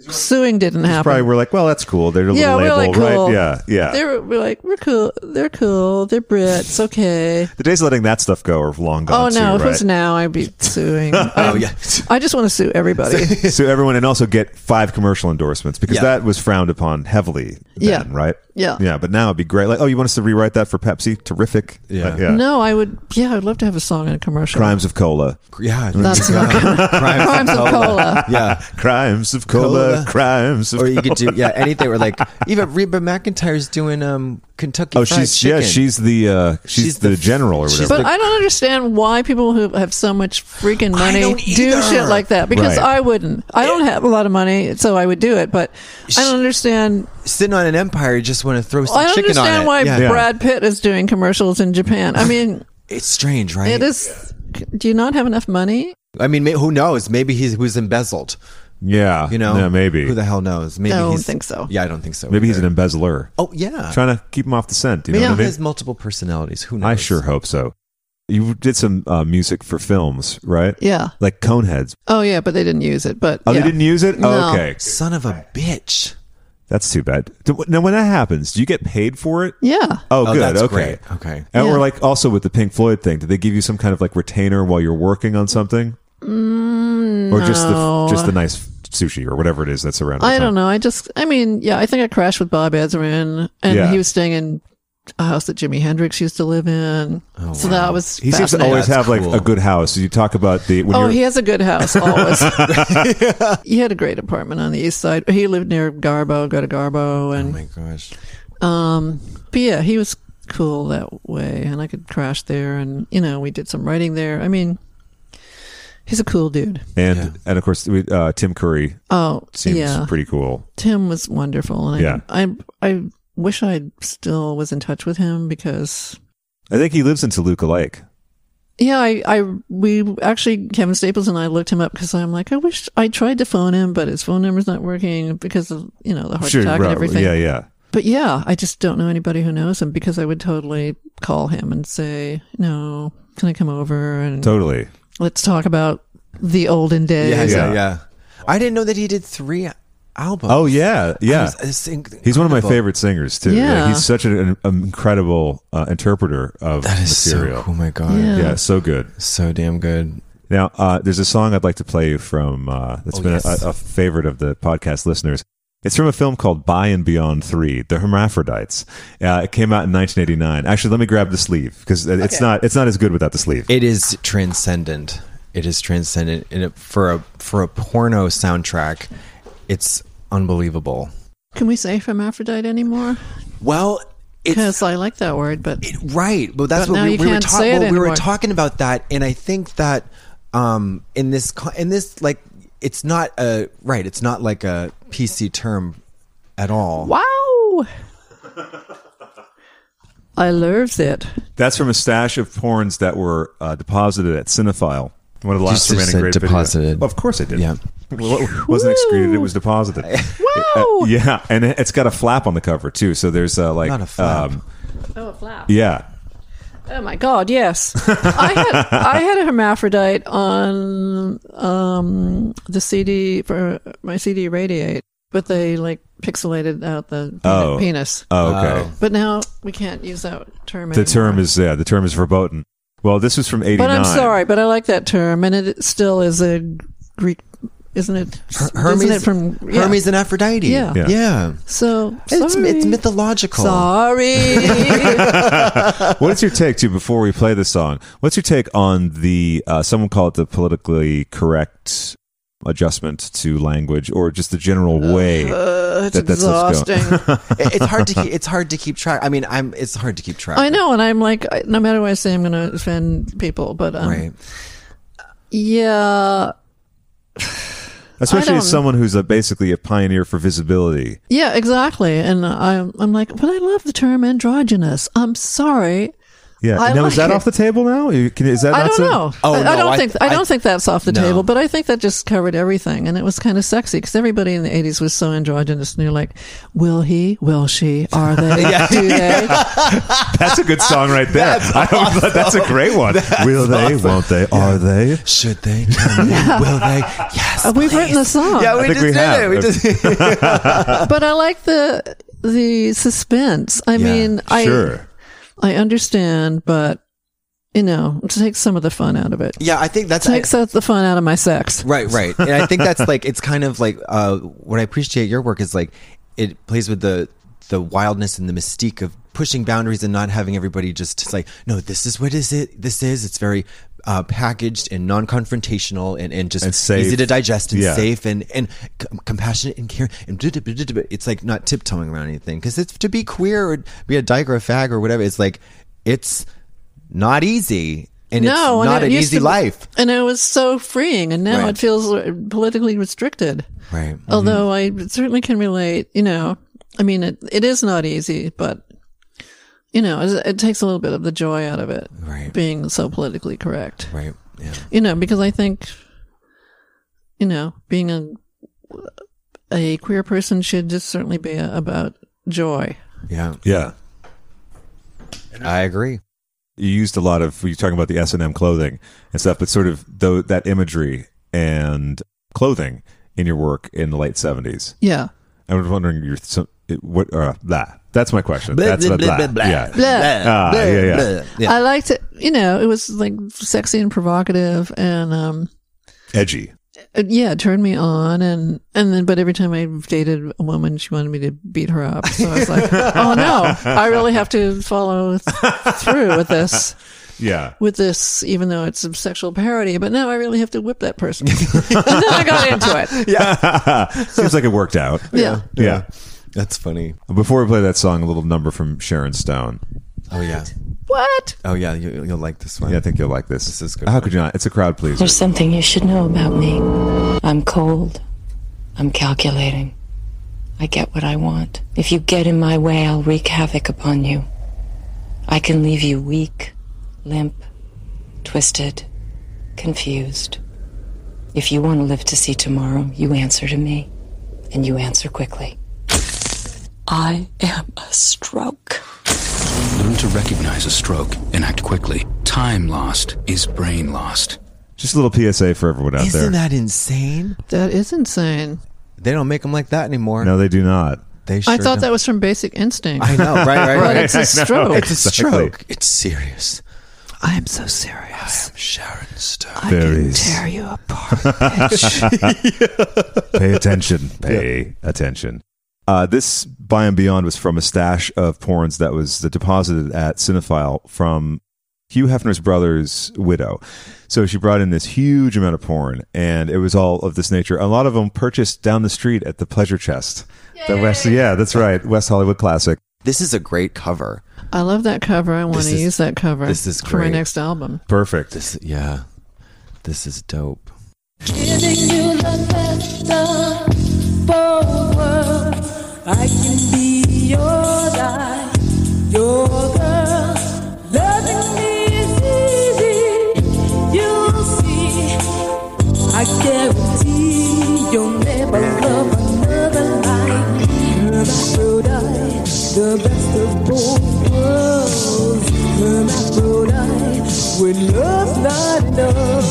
[SPEAKER 7] suing didn't
[SPEAKER 2] Probably
[SPEAKER 7] happen.
[SPEAKER 2] we're like, well, that's cool. They're a little
[SPEAKER 7] Yeah, we're
[SPEAKER 2] label,
[SPEAKER 7] like cool.
[SPEAKER 2] right? Yeah, yeah.
[SPEAKER 7] They were, we're like, we're cool. They're cool. They're Brits. Okay.
[SPEAKER 2] the days of letting that stuff go are long
[SPEAKER 7] Oh
[SPEAKER 2] gone.
[SPEAKER 7] no!
[SPEAKER 2] too,
[SPEAKER 7] If it was now, I'd be
[SPEAKER 2] (laughs)
[SPEAKER 7] suing. oh
[SPEAKER 11] yeah.
[SPEAKER 2] Um,
[SPEAKER 7] I just want to sue everybody. (laughs)
[SPEAKER 2] right? so everyone and also get five commercial endorsements because
[SPEAKER 11] Yeah.
[SPEAKER 2] that was frowned upon heavily. Then,
[SPEAKER 7] Yeah.
[SPEAKER 2] right.
[SPEAKER 7] Yeah.
[SPEAKER 2] yeah. But now it'd be great. Like, oh, you want us to rewrite that for Pepsi? Terrific.
[SPEAKER 11] Yeah.
[SPEAKER 2] Uh, yeah.
[SPEAKER 7] No, I would. Yeah, I'd love to have a song in a commercial.
[SPEAKER 2] Crimes of cola.
[SPEAKER 11] yeah,
[SPEAKER 7] That's not gonna-
[SPEAKER 2] (laughs)
[SPEAKER 7] Crimes of cola.
[SPEAKER 11] yeah.
[SPEAKER 2] Crimes of cola.
[SPEAKER 11] Cola.
[SPEAKER 2] Crimes of
[SPEAKER 11] Or you could do yeah anything. Or like even Reba McIntyre's doing um Kentucky.
[SPEAKER 2] Oh,
[SPEAKER 11] Fried
[SPEAKER 2] she's
[SPEAKER 11] Chicken.
[SPEAKER 2] yeah, she's the uh, she's,
[SPEAKER 11] She's
[SPEAKER 2] the,
[SPEAKER 11] the-
[SPEAKER 2] general or whatever.
[SPEAKER 7] But I don't understand why people who have so much freaking money
[SPEAKER 11] don't
[SPEAKER 7] do
[SPEAKER 11] either.
[SPEAKER 7] shit like that because
[SPEAKER 2] Right.
[SPEAKER 7] I wouldn't. I don't have a lot of money, so I would do it. But I don't understand.
[SPEAKER 11] sitting on an empire. Just want to throw some
[SPEAKER 7] I don't
[SPEAKER 11] chicken on
[SPEAKER 7] understand
[SPEAKER 11] it.
[SPEAKER 7] why
[SPEAKER 11] Yeah.
[SPEAKER 2] Yeah.
[SPEAKER 7] Brad Pitt is doing commercials in Japan. I mean,
[SPEAKER 11] It's strange, right?
[SPEAKER 7] it is. Do you not have enough money?
[SPEAKER 11] I mean, may- who knows? Maybe he's he was embezzled.
[SPEAKER 2] yeah,
[SPEAKER 11] You know,
[SPEAKER 2] yeah, maybe
[SPEAKER 11] Who the hell knows? Maybe
[SPEAKER 7] I don't
[SPEAKER 11] he's-
[SPEAKER 7] think so.
[SPEAKER 11] Yeah, I don't think so.
[SPEAKER 2] maybe he's an
[SPEAKER 11] either.
[SPEAKER 2] embezzler,
[SPEAKER 11] Oh yeah.
[SPEAKER 2] trying to keep him off the scent. You know
[SPEAKER 11] Maybe
[SPEAKER 2] what
[SPEAKER 11] he
[SPEAKER 2] I mean?
[SPEAKER 11] has multiple personalities. Who knows?
[SPEAKER 2] I sure hope so. You did some uh, music for films, right?
[SPEAKER 7] Yeah.
[SPEAKER 2] like Coneheads.
[SPEAKER 7] Oh yeah, but they didn't use it. But
[SPEAKER 2] Oh,
[SPEAKER 7] yeah.
[SPEAKER 2] they didn't use it.
[SPEAKER 7] No.
[SPEAKER 2] Oh, okay,
[SPEAKER 11] Son of a bitch.
[SPEAKER 2] that's too bad. Do- Now, when that happens, do you get paid for it?
[SPEAKER 7] Yeah.
[SPEAKER 2] Oh, good.
[SPEAKER 11] that's
[SPEAKER 2] okay.
[SPEAKER 11] great. Okay.
[SPEAKER 2] And
[SPEAKER 7] Yeah.
[SPEAKER 2] we're like also with the Pink Floyd thing. Did they give you some kind of like retainer while you're working on something, or just the
[SPEAKER 7] Mm, no.
[SPEAKER 2] just the nice sushi or whatever it is that's around? at the
[SPEAKER 7] I
[SPEAKER 2] time?
[SPEAKER 7] don't know. I just. I mean, yeah. I think I crashed with Bob Ezrin, and
[SPEAKER 2] Yeah.
[SPEAKER 7] he was staying in a house that Jimi Hendrix used to live in.
[SPEAKER 11] Oh,
[SPEAKER 7] so that was.
[SPEAKER 2] He seems to
[SPEAKER 7] fascinating.
[SPEAKER 2] always
[SPEAKER 11] That's
[SPEAKER 2] have like
[SPEAKER 11] cool.
[SPEAKER 2] a good house. You talk about the when
[SPEAKER 7] Oh,
[SPEAKER 2] you're
[SPEAKER 7] he has a
[SPEAKER 2] (laughs)
[SPEAKER 7] good house always. He had a great apartment on the east side. He lived near Garbo, go to Garbo,
[SPEAKER 11] Oh
[SPEAKER 7] and
[SPEAKER 11] my gosh.
[SPEAKER 2] Oh,
[SPEAKER 7] um, but yeah, he was cool that way, and I could crash there, and you know, we did some writing there. I mean, he's a cool dude.
[SPEAKER 2] and and of course we- uh, Tim Curry
[SPEAKER 7] Oh,
[SPEAKER 2] seems
[SPEAKER 7] yeah,
[SPEAKER 2] pretty cool.
[SPEAKER 7] Tim was wonderful, and
[SPEAKER 2] Yeah.
[SPEAKER 7] I, I, I wish I still was in touch with him because.
[SPEAKER 2] I think he lives in Toluca Lake.
[SPEAKER 7] Oh, Yeah, I, I, we actually, Kevin Staples and I looked him up because I'm like, I wish I tried to phone him, but his phone number's not working because of, you know, the heart attack
[SPEAKER 2] right,
[SPEAKER 7] and everything.
[SPEAKER 2] yeah, yeah.
[SPEAKER 7] But yeah, I just don't know anybody who knows him because I would totally call him and say, "No, can I come over and
[SPEAKER 2] Totally.
[SPEAKER 7] let's talk about the olden
[SPEAKER 11] Yeah,
[SPEAKER 7] days?"
[SPEAKER 11] yeah,
[SPEAKER 2] Yeah.
[SPEAKER 11] yeah. I didn't know that he did three albums.
[SPEAKER 2] Oh yeah, yeah.
[SPEAKER 11] It's- it's inc-
[SPEAKER 2] he's one of my
[SPEAKER 11] incredible.
[SPEAKER 2] favorite singers too.
[SPEAKER 7] Yeah.
[SPEAKER 2] he's such an, an incredible uh, interpreter of
[SPEAKER 11] That is
[SPEAKER 2] material.
[SPEAKER 11] so. Oh my god.
[SPEAKER 7] Yeah.
[SPEAKER 2] Yeah, so good.
[SPEAKER 11] So damn good.
[SPEAKER 2] Now, uh, there's a song I'd like to play you from uh, that's
[SPEAKER 11] Oh,
[SPEAKER 2] been
[SPEAKER 11] yes.
[SPEAKER 2] a, a favorite of the podcast listeners. It's from a film called By and Beyond Three: The Hermaphrodites. Uh, it came out in 1989. Actually, let me grab the sleeve because it's not it's not as good without the sleeve.
[SPEAKER 11] It is transcendent. It is transcendent and it, for a for a porno soundtrack. It's unbelievable.
[SPEAKER 7] Can we say hermaphrodite anymore?
[SPEAKER 11] Well,
[SPEAKER 7] Because I like that word, but
[SPEAKER 11] Right. Well, that's
[SPEAKER 7] But
[SPEAKER 11] what
[SPEAKER 7] now
[SPEAKER 11] we,
[SPEAKER 7] you
[SPEAKER 11] we were
[SPEAKER 7] can't
[SPEAKER 11] talking.
[SPEAKER 7] say it
[SPEAKER 11] Well, we were
[SPEAKER 7] anymore.
[SPEAKER 11] talking about that, and I think that um, in this co- in this like it's not a right. It's not like a PC term at all.
[SPEAKER 2] (laughs)
[SPEAKER 7] wow, I loves it.
[SPEAKER 2] That's from a stash of porns that were uh, deposited at Cinephile. One of the last
[SPEAKER 11] just
[SPEAKER 2] remaining
[SPEAKER 11] said
[SPEAKER 2] great video-
[SPEAKER 11] deposited.
[SPEAKER 2] Of course, I did.
[SPEAKER 11] Yeah.
[SPEAKER 2] Well, (laughs) it wasn't excreted; it was deposited.
[SPEAKER 7] Wow.
[SPEAKER 2] Uh, yeah, and it- it's got a flap on the cover too. So there's uh, like
[SPEAKER 11] Not a flap.
[SPEAKER 7] Oh, a flap.
[SPEAKER 2] yeah,
[SPEAKER 7] Oh my God, yes. I
[SPEAKER 2] (laughs)
[SPEAKER 7] had I had a hermaphrodite on um, the CD for my CD Radiate, but they like pixelated out the peni-
[SPEAKER 2] Oh.
[SPEAKER 7] penis.
[SPEAKER 2] Oh, okay.
[SPEAKER 7] But now we can't use that term.
[SPEAKER 2] The
[SPEAKER 7] anymore.
[SPEAKER 2] term is yeah, the term is verboten. Well, this was from '89.
[SPEAKER 7] But I'm sorry, but I like that term, and it still is a Greek, isn't it?
[SPEAKER 5] Hermes,
[SPEAKER 7] isn't it from yeah.
[SPEAKER 5] Hermes and Aphrodite.
[SPEAKER 7] Yeah.
[SPEAKER 2] Yeah.
[SPEAKER 7] So
[SPEAKER 5] It's,
[SPEAKER 7] sorry.
[SPEAKER 5] it's mythological.
[SPEAKER 7] Sorry.
[SPEAKER 2] (laughs) What is your take too? Before we play the song, what's your take on the? Uh, someone call it the politically correct adjustment to language, or just the general way (laughs)
[SPEAKER 7] it's
[SPEAKER 2] that that's what's going-
[SPEAKER 7] exhausting.
[SPEAKER 5] It- it's hard to keep, it's hard to keep track. I mean, I'm it's hard to keep track.
[SPEAKER 7] I know, and I'm like, I- no matter what I say, I'm going to offend people. But um,
[SPEAKER 5] Right.
[SPEAKER 7] yeah,
[SPEAKER 2] especially
[SPEAKER 7] I
[SPEAKER 2] as
[SPEAKER 7] don't-
[SPEAKER 2] someone who's a, basically a pioneer for visibility.
[SPEAKER 7] yeah, exactly. And I'm, I'm like, but I love the term androgynous. I'm sorry.
[SPEAKER 2] Yeah.
[SPEAKER 7] I
[SPEAKER 2] now is
[SPEAKER 7] like
[SPEAKER 2] that
[SPEAKER 7] it.
[SPEAKER 2] off the table now? You can- is that
[SPEAKER 7] I
[SPEAKER 2] not
[SPEAKER 7] don't
[SPEAKER 2] so-
[SPEAKER 7] know.
[SPEAKER 5] Oh,
[SPEAKER 7] I, I
[SPEAKER 5] no,
[SPEAKER 7] don't
[SPEAKER 5] I-
[SPEAKER 7] think I,
[SPEAKER 5] I-
[SPEAKER 7] don't think that's off the
[SPEAKER 5] No.
[SPEAKER 7] table, but I think that just covered everything, and it was kind of sexy because everybody in the '80s was so androgynous, and you're like, "Will he? Will she? Are
[SPEAKER 5] (laughs)
[SPEAKER 7] they? Do they?"
[SPEAKER 2] (laughs) That's a good song
[SPEAKER 11] (laughs)
[SPEAKER 2] right there. That's, (laughs) I don't, that's a great one. Will they? Won't they? Are they?
[SPEAKER 5] Should they? Can (laughs) they? Will they? Yes.
[SPEAKER 7] Uh, We've written a song,
[SPEAKER 5] Yeah, we
[SPEAKER 2] I think
[SPEAKER 5] just
[SPEAKER 2] we
[SPEAKER 5] did
[SPEAKER 2] have.
[SPEAKER 5] it. We just
[SPEAKER 7] but I like the the suspense. I
[SPEAKER 5] Yeah,
[SPEAKER 7] mean, I
[SPEAKER 2] sure.
[SPEAKER 7] I understand, but you know, it takes some of the fun out of it.
[SPEAKER 5] (laughs) yeah. I think that's
[SPEAKER 7] Takes out the fun out of my sex.
[SPEAKER 5] Right, right. And I think that's like it's kind of like uh, what I appreciate your work is like it plays with the the wildness and the mystique of pushing boundaries and not having everybody just like no, this is what is it this is. It's very uh, packaged and non-confrontational and, and just
[SPEAKER 2] And safe.
[SPEAKER 5] easy to digest and
[SPEAKER 2] Yeah.
[SPEAKER 5] safe and and c- compassionate and care and duh, duh, duh, duh, duh, duh. it's like not tiptoeing around anything because it's to be queer or be a dyke or a fag or whatever. It's like it's not easy and
[SPEAKER 7] no,
[SPEAKER 5] it's
[SPEAKER 7] and
[SPEAKER 5] not
[SPEAKER 7] it
[SPEAKER 5] an
[SPEAKER 7] used
[SPEAKER 5] easy
[SPEAKER 7] to be-
[SPEAKER 5] life.
[SPEAKER 7] and it was so freeing, and now
[SPEAKER 5] Right.
[SPEAKER 7] it feels uh, politically restricted.
[SPEAKER 5] Right.
[SPEAKER 7] Although I certainly can relate, you know, I mean, it, it is not easy, but you know, it, it takes a little bit of the joy out of it,
[SPEAKER 5] Right.
[SPEAKER 7] being so politically correct,
[SPEAKER 5] Right. Yeah.
[SPEAKER 7] you know, because I think, you know, being a a queer person should just certainly be about joy.
[SPEAKER 5] Yeah.
[SPEAKER 2] Yeah.
[SPEAKER 5] I agree.
[SPEAKER 2] you used a lot of you're talking about the s&m clothing and stuff but sort of though that imagery and clothing in your work in the late 70s
[SPEAKER 7] Yeah.
[SPEAKER 2] i was wondering your so, it- what uh, that that's my question that's the blah. yeah
[SPEAKER 7] Blah.
[SPEAKER 2] Ah, yeah, yeah.
[SPEAKER 7] I liked it. You know, it was like sexy and provocative, and um,
[SPEAKER 2] edgy
[SPEAKER 7] it- Uh, yeah, it turned me on. And and then, but every time I dated a woman, she wanted me to beat her up. So I was like, oh no, I really have to follow th- through with this,
[SPEAKER 2] yeah
[SPEAKER 7] with this, even though it's a sexual parody. But now I really have to whip
[SPEAKER 5] (laughs)
[SPEAKER 7] that person. and then I got into it.
[SPEAKER 2] yeah (laughs) seems like it worked out
[SPEAKER 7] Yeah.
[SPEAKER 2] yeah
[SPEAKER 5] That's funny.
[SPEAKER 2] before we play that song a little number from sharon stone
[SPEAKER 5] Oh yeah.
[SPEAKER 7] What?
[SPEAKER 5] Oh yeah. You, you'll like this one.
[SPEAKER 2] yeah i think you'll like this
[SPEAKER 5] This is good.
[SPEAKER 2] how could you not it's a crowd pleaser
[SPEAKER 9] There's something you should know about me. I'm cold. I'm calculating. I get what I want. If you get in my way, I'll wreak havoc upon you. I can leave you weak, limp, twisted, confused. If you want to live to see tomorrow, you answer to me, and you answer quickly. I am a stroke.
[SPEAKER 3] Learn to recognize a stroke and act quickly. Time lost is brain lost.
[SPEAKER 2] just a little psa for everyone out
[SPEAKER 5] Isn't
[SPEAKER 2] there
[SPEAKER 5] that insane?
[SPEAKER 7] That is insane.
[SPEAKER 5] They don't make them like that anymore.
[SPEAKER 2] no they do not
[SPEAKER 5] they. Sure
[SPEAKER 7] I thought that
[SPEAKER 5] don't.
[SPEAKER 7] was from Basic Instinct.
[SPEAKER 5] I know.
[SPEAKER 2] (laughs)
[SPEAKER 5] Right. Right.
[SPEAKER 7] but
[SPEAKER 5] right.
[SPEAKER 7] it's a stroke.
[SPEAKER 5] It's a
[SPEAKER 2] Exactly.
[SPEAKER 5] stroke. It's serious.
[SPEAKER 7] I am so serious.
[SPEAKER 5] Sharon Stone.
[SPEAKER 7] I
[SPEAKER 2] Very
[SPEAKER 7] can tear you apart. bitch.
[SPEAKER 2] pay
[SPEAKER 5] (laughs)
[SPEAKER 2] attention. Pay attention. Uh, this by and beyond was from a stash of porns that was deposited at Cinephile from Hugh Hefner's brother's widow. So she brought in this huge amount of porn, and it was all of this nature. A lot of them purchased down the street at the Pleasure Chest. The West, yeah, that's right, West Hollywood Classic.
[SPEAKER 5] This is a great cover.
[SPEAKER 7] I love that cover. I want
[SPEAKER 5] This
[SPEAKER 7] to
[SPEAKER 5] is-
[SPEAKER 7] use that cover
[SPEAKER 5] this is
[SPEAKER 7] for my
[SPEAKER 5] great.
[SPEAKER 7] next album.
[SPEAKER 2] Perfect.
[SPEAKER 5] This. Yeah. This is dope.
[SPEAKER 10] Giving you the best of both worlds. I can be your light, your girl. Loving me is easy, you'll see. I guarantee you'll never love another like Hermaphrodite, the best of both worlds. Hermaphrodite, with love not enough.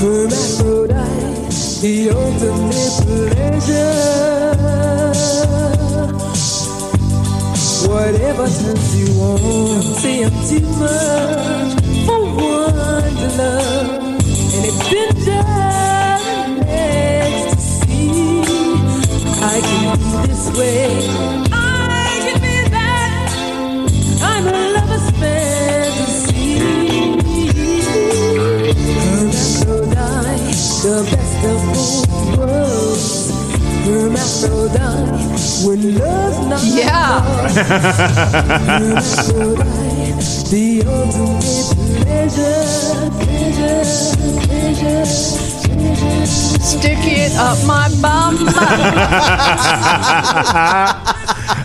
[SPEAKER 10] Hermaphrodite, the ultimate pleasure. Whatever turns you on, say I'm too much for one to love, and it's been just way. I can be that. I'm a lover's fantasy. Hermaphrodite, the best of both worlds. Hermaphrodite, when love not
[SPEAKER 7] Yeah.
[SPEAKER 10] Hermaphrodite, the ultimate pleasure, pleasure, pleasure, pleasure.
[SPEAKER 7] Stick it up my bum.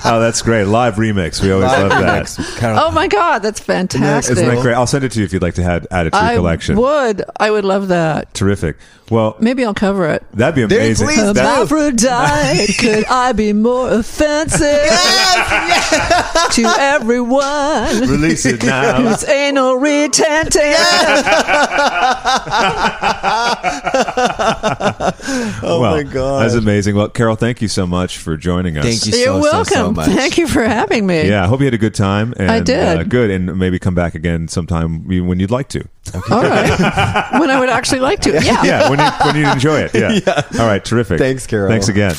[SPEAKER 2] oh, that's great. Live remix. We always
[SPEAKER 5] Live
[SPEAKER 2] love that.
[SPEAKER 5] remix. Kind of-
[SPEAKER 7] (laughs) oh my God, that's fantastic.
[SPEAKER 2] Isn't that great? I'll send it to you if you'd like to add, add it to your
[SPEAKER 7] I
[SPEAKER 2] collection.
[SPEAKER 7] would. I would love that.
[SPEAKER 2] Terrific. Well,
[SPEAKER 7] Maybe I'll cover it.
[SPEAKER 2] that'd be
[SPEAKER 5] Very
[SPEAKER 2] amazing.
[SPEAKER 5] pleased.
[SPEAKER 2] That-
[SPEAKER 7] Hermaphrodite, could I be more offensive to everyone
[SPEAKER 2] release it
[SPEAKER 5] (laughs)
[SPEAKER 2] now.
[SPEAKER 7] who's anal retentive?
[SPEAKER 2] oh
[SPEAKER 5] my God.
[SPEAKER 2] That's amazing. Well, Carol, thank you so much for joining us.
[SPEAKER 5] Thank you so,
[SPEAKER 7] You're
[SPEAKER 5] so,
[SPEAKER 7] welcome.
[SPEAKER 5] so much.
[SPEAKER 7] Thank you for having me.
[SPEAKER 2] Yeah, I hope you had a good time. And,
[SPEAKER 7] I did.
[SPEAKER 2] Uh, good, and maybe come back again sometime when you'd like to.
[SPEAKER 7] All right. when I would actually like to. Yeah.
[SPEAKER 2] Yeah, when you when you enjoy it. Yeah. All right, terrific.
[SPEAKER 5] Thanks, Carol.
[SPEAKER 2] Thanks again.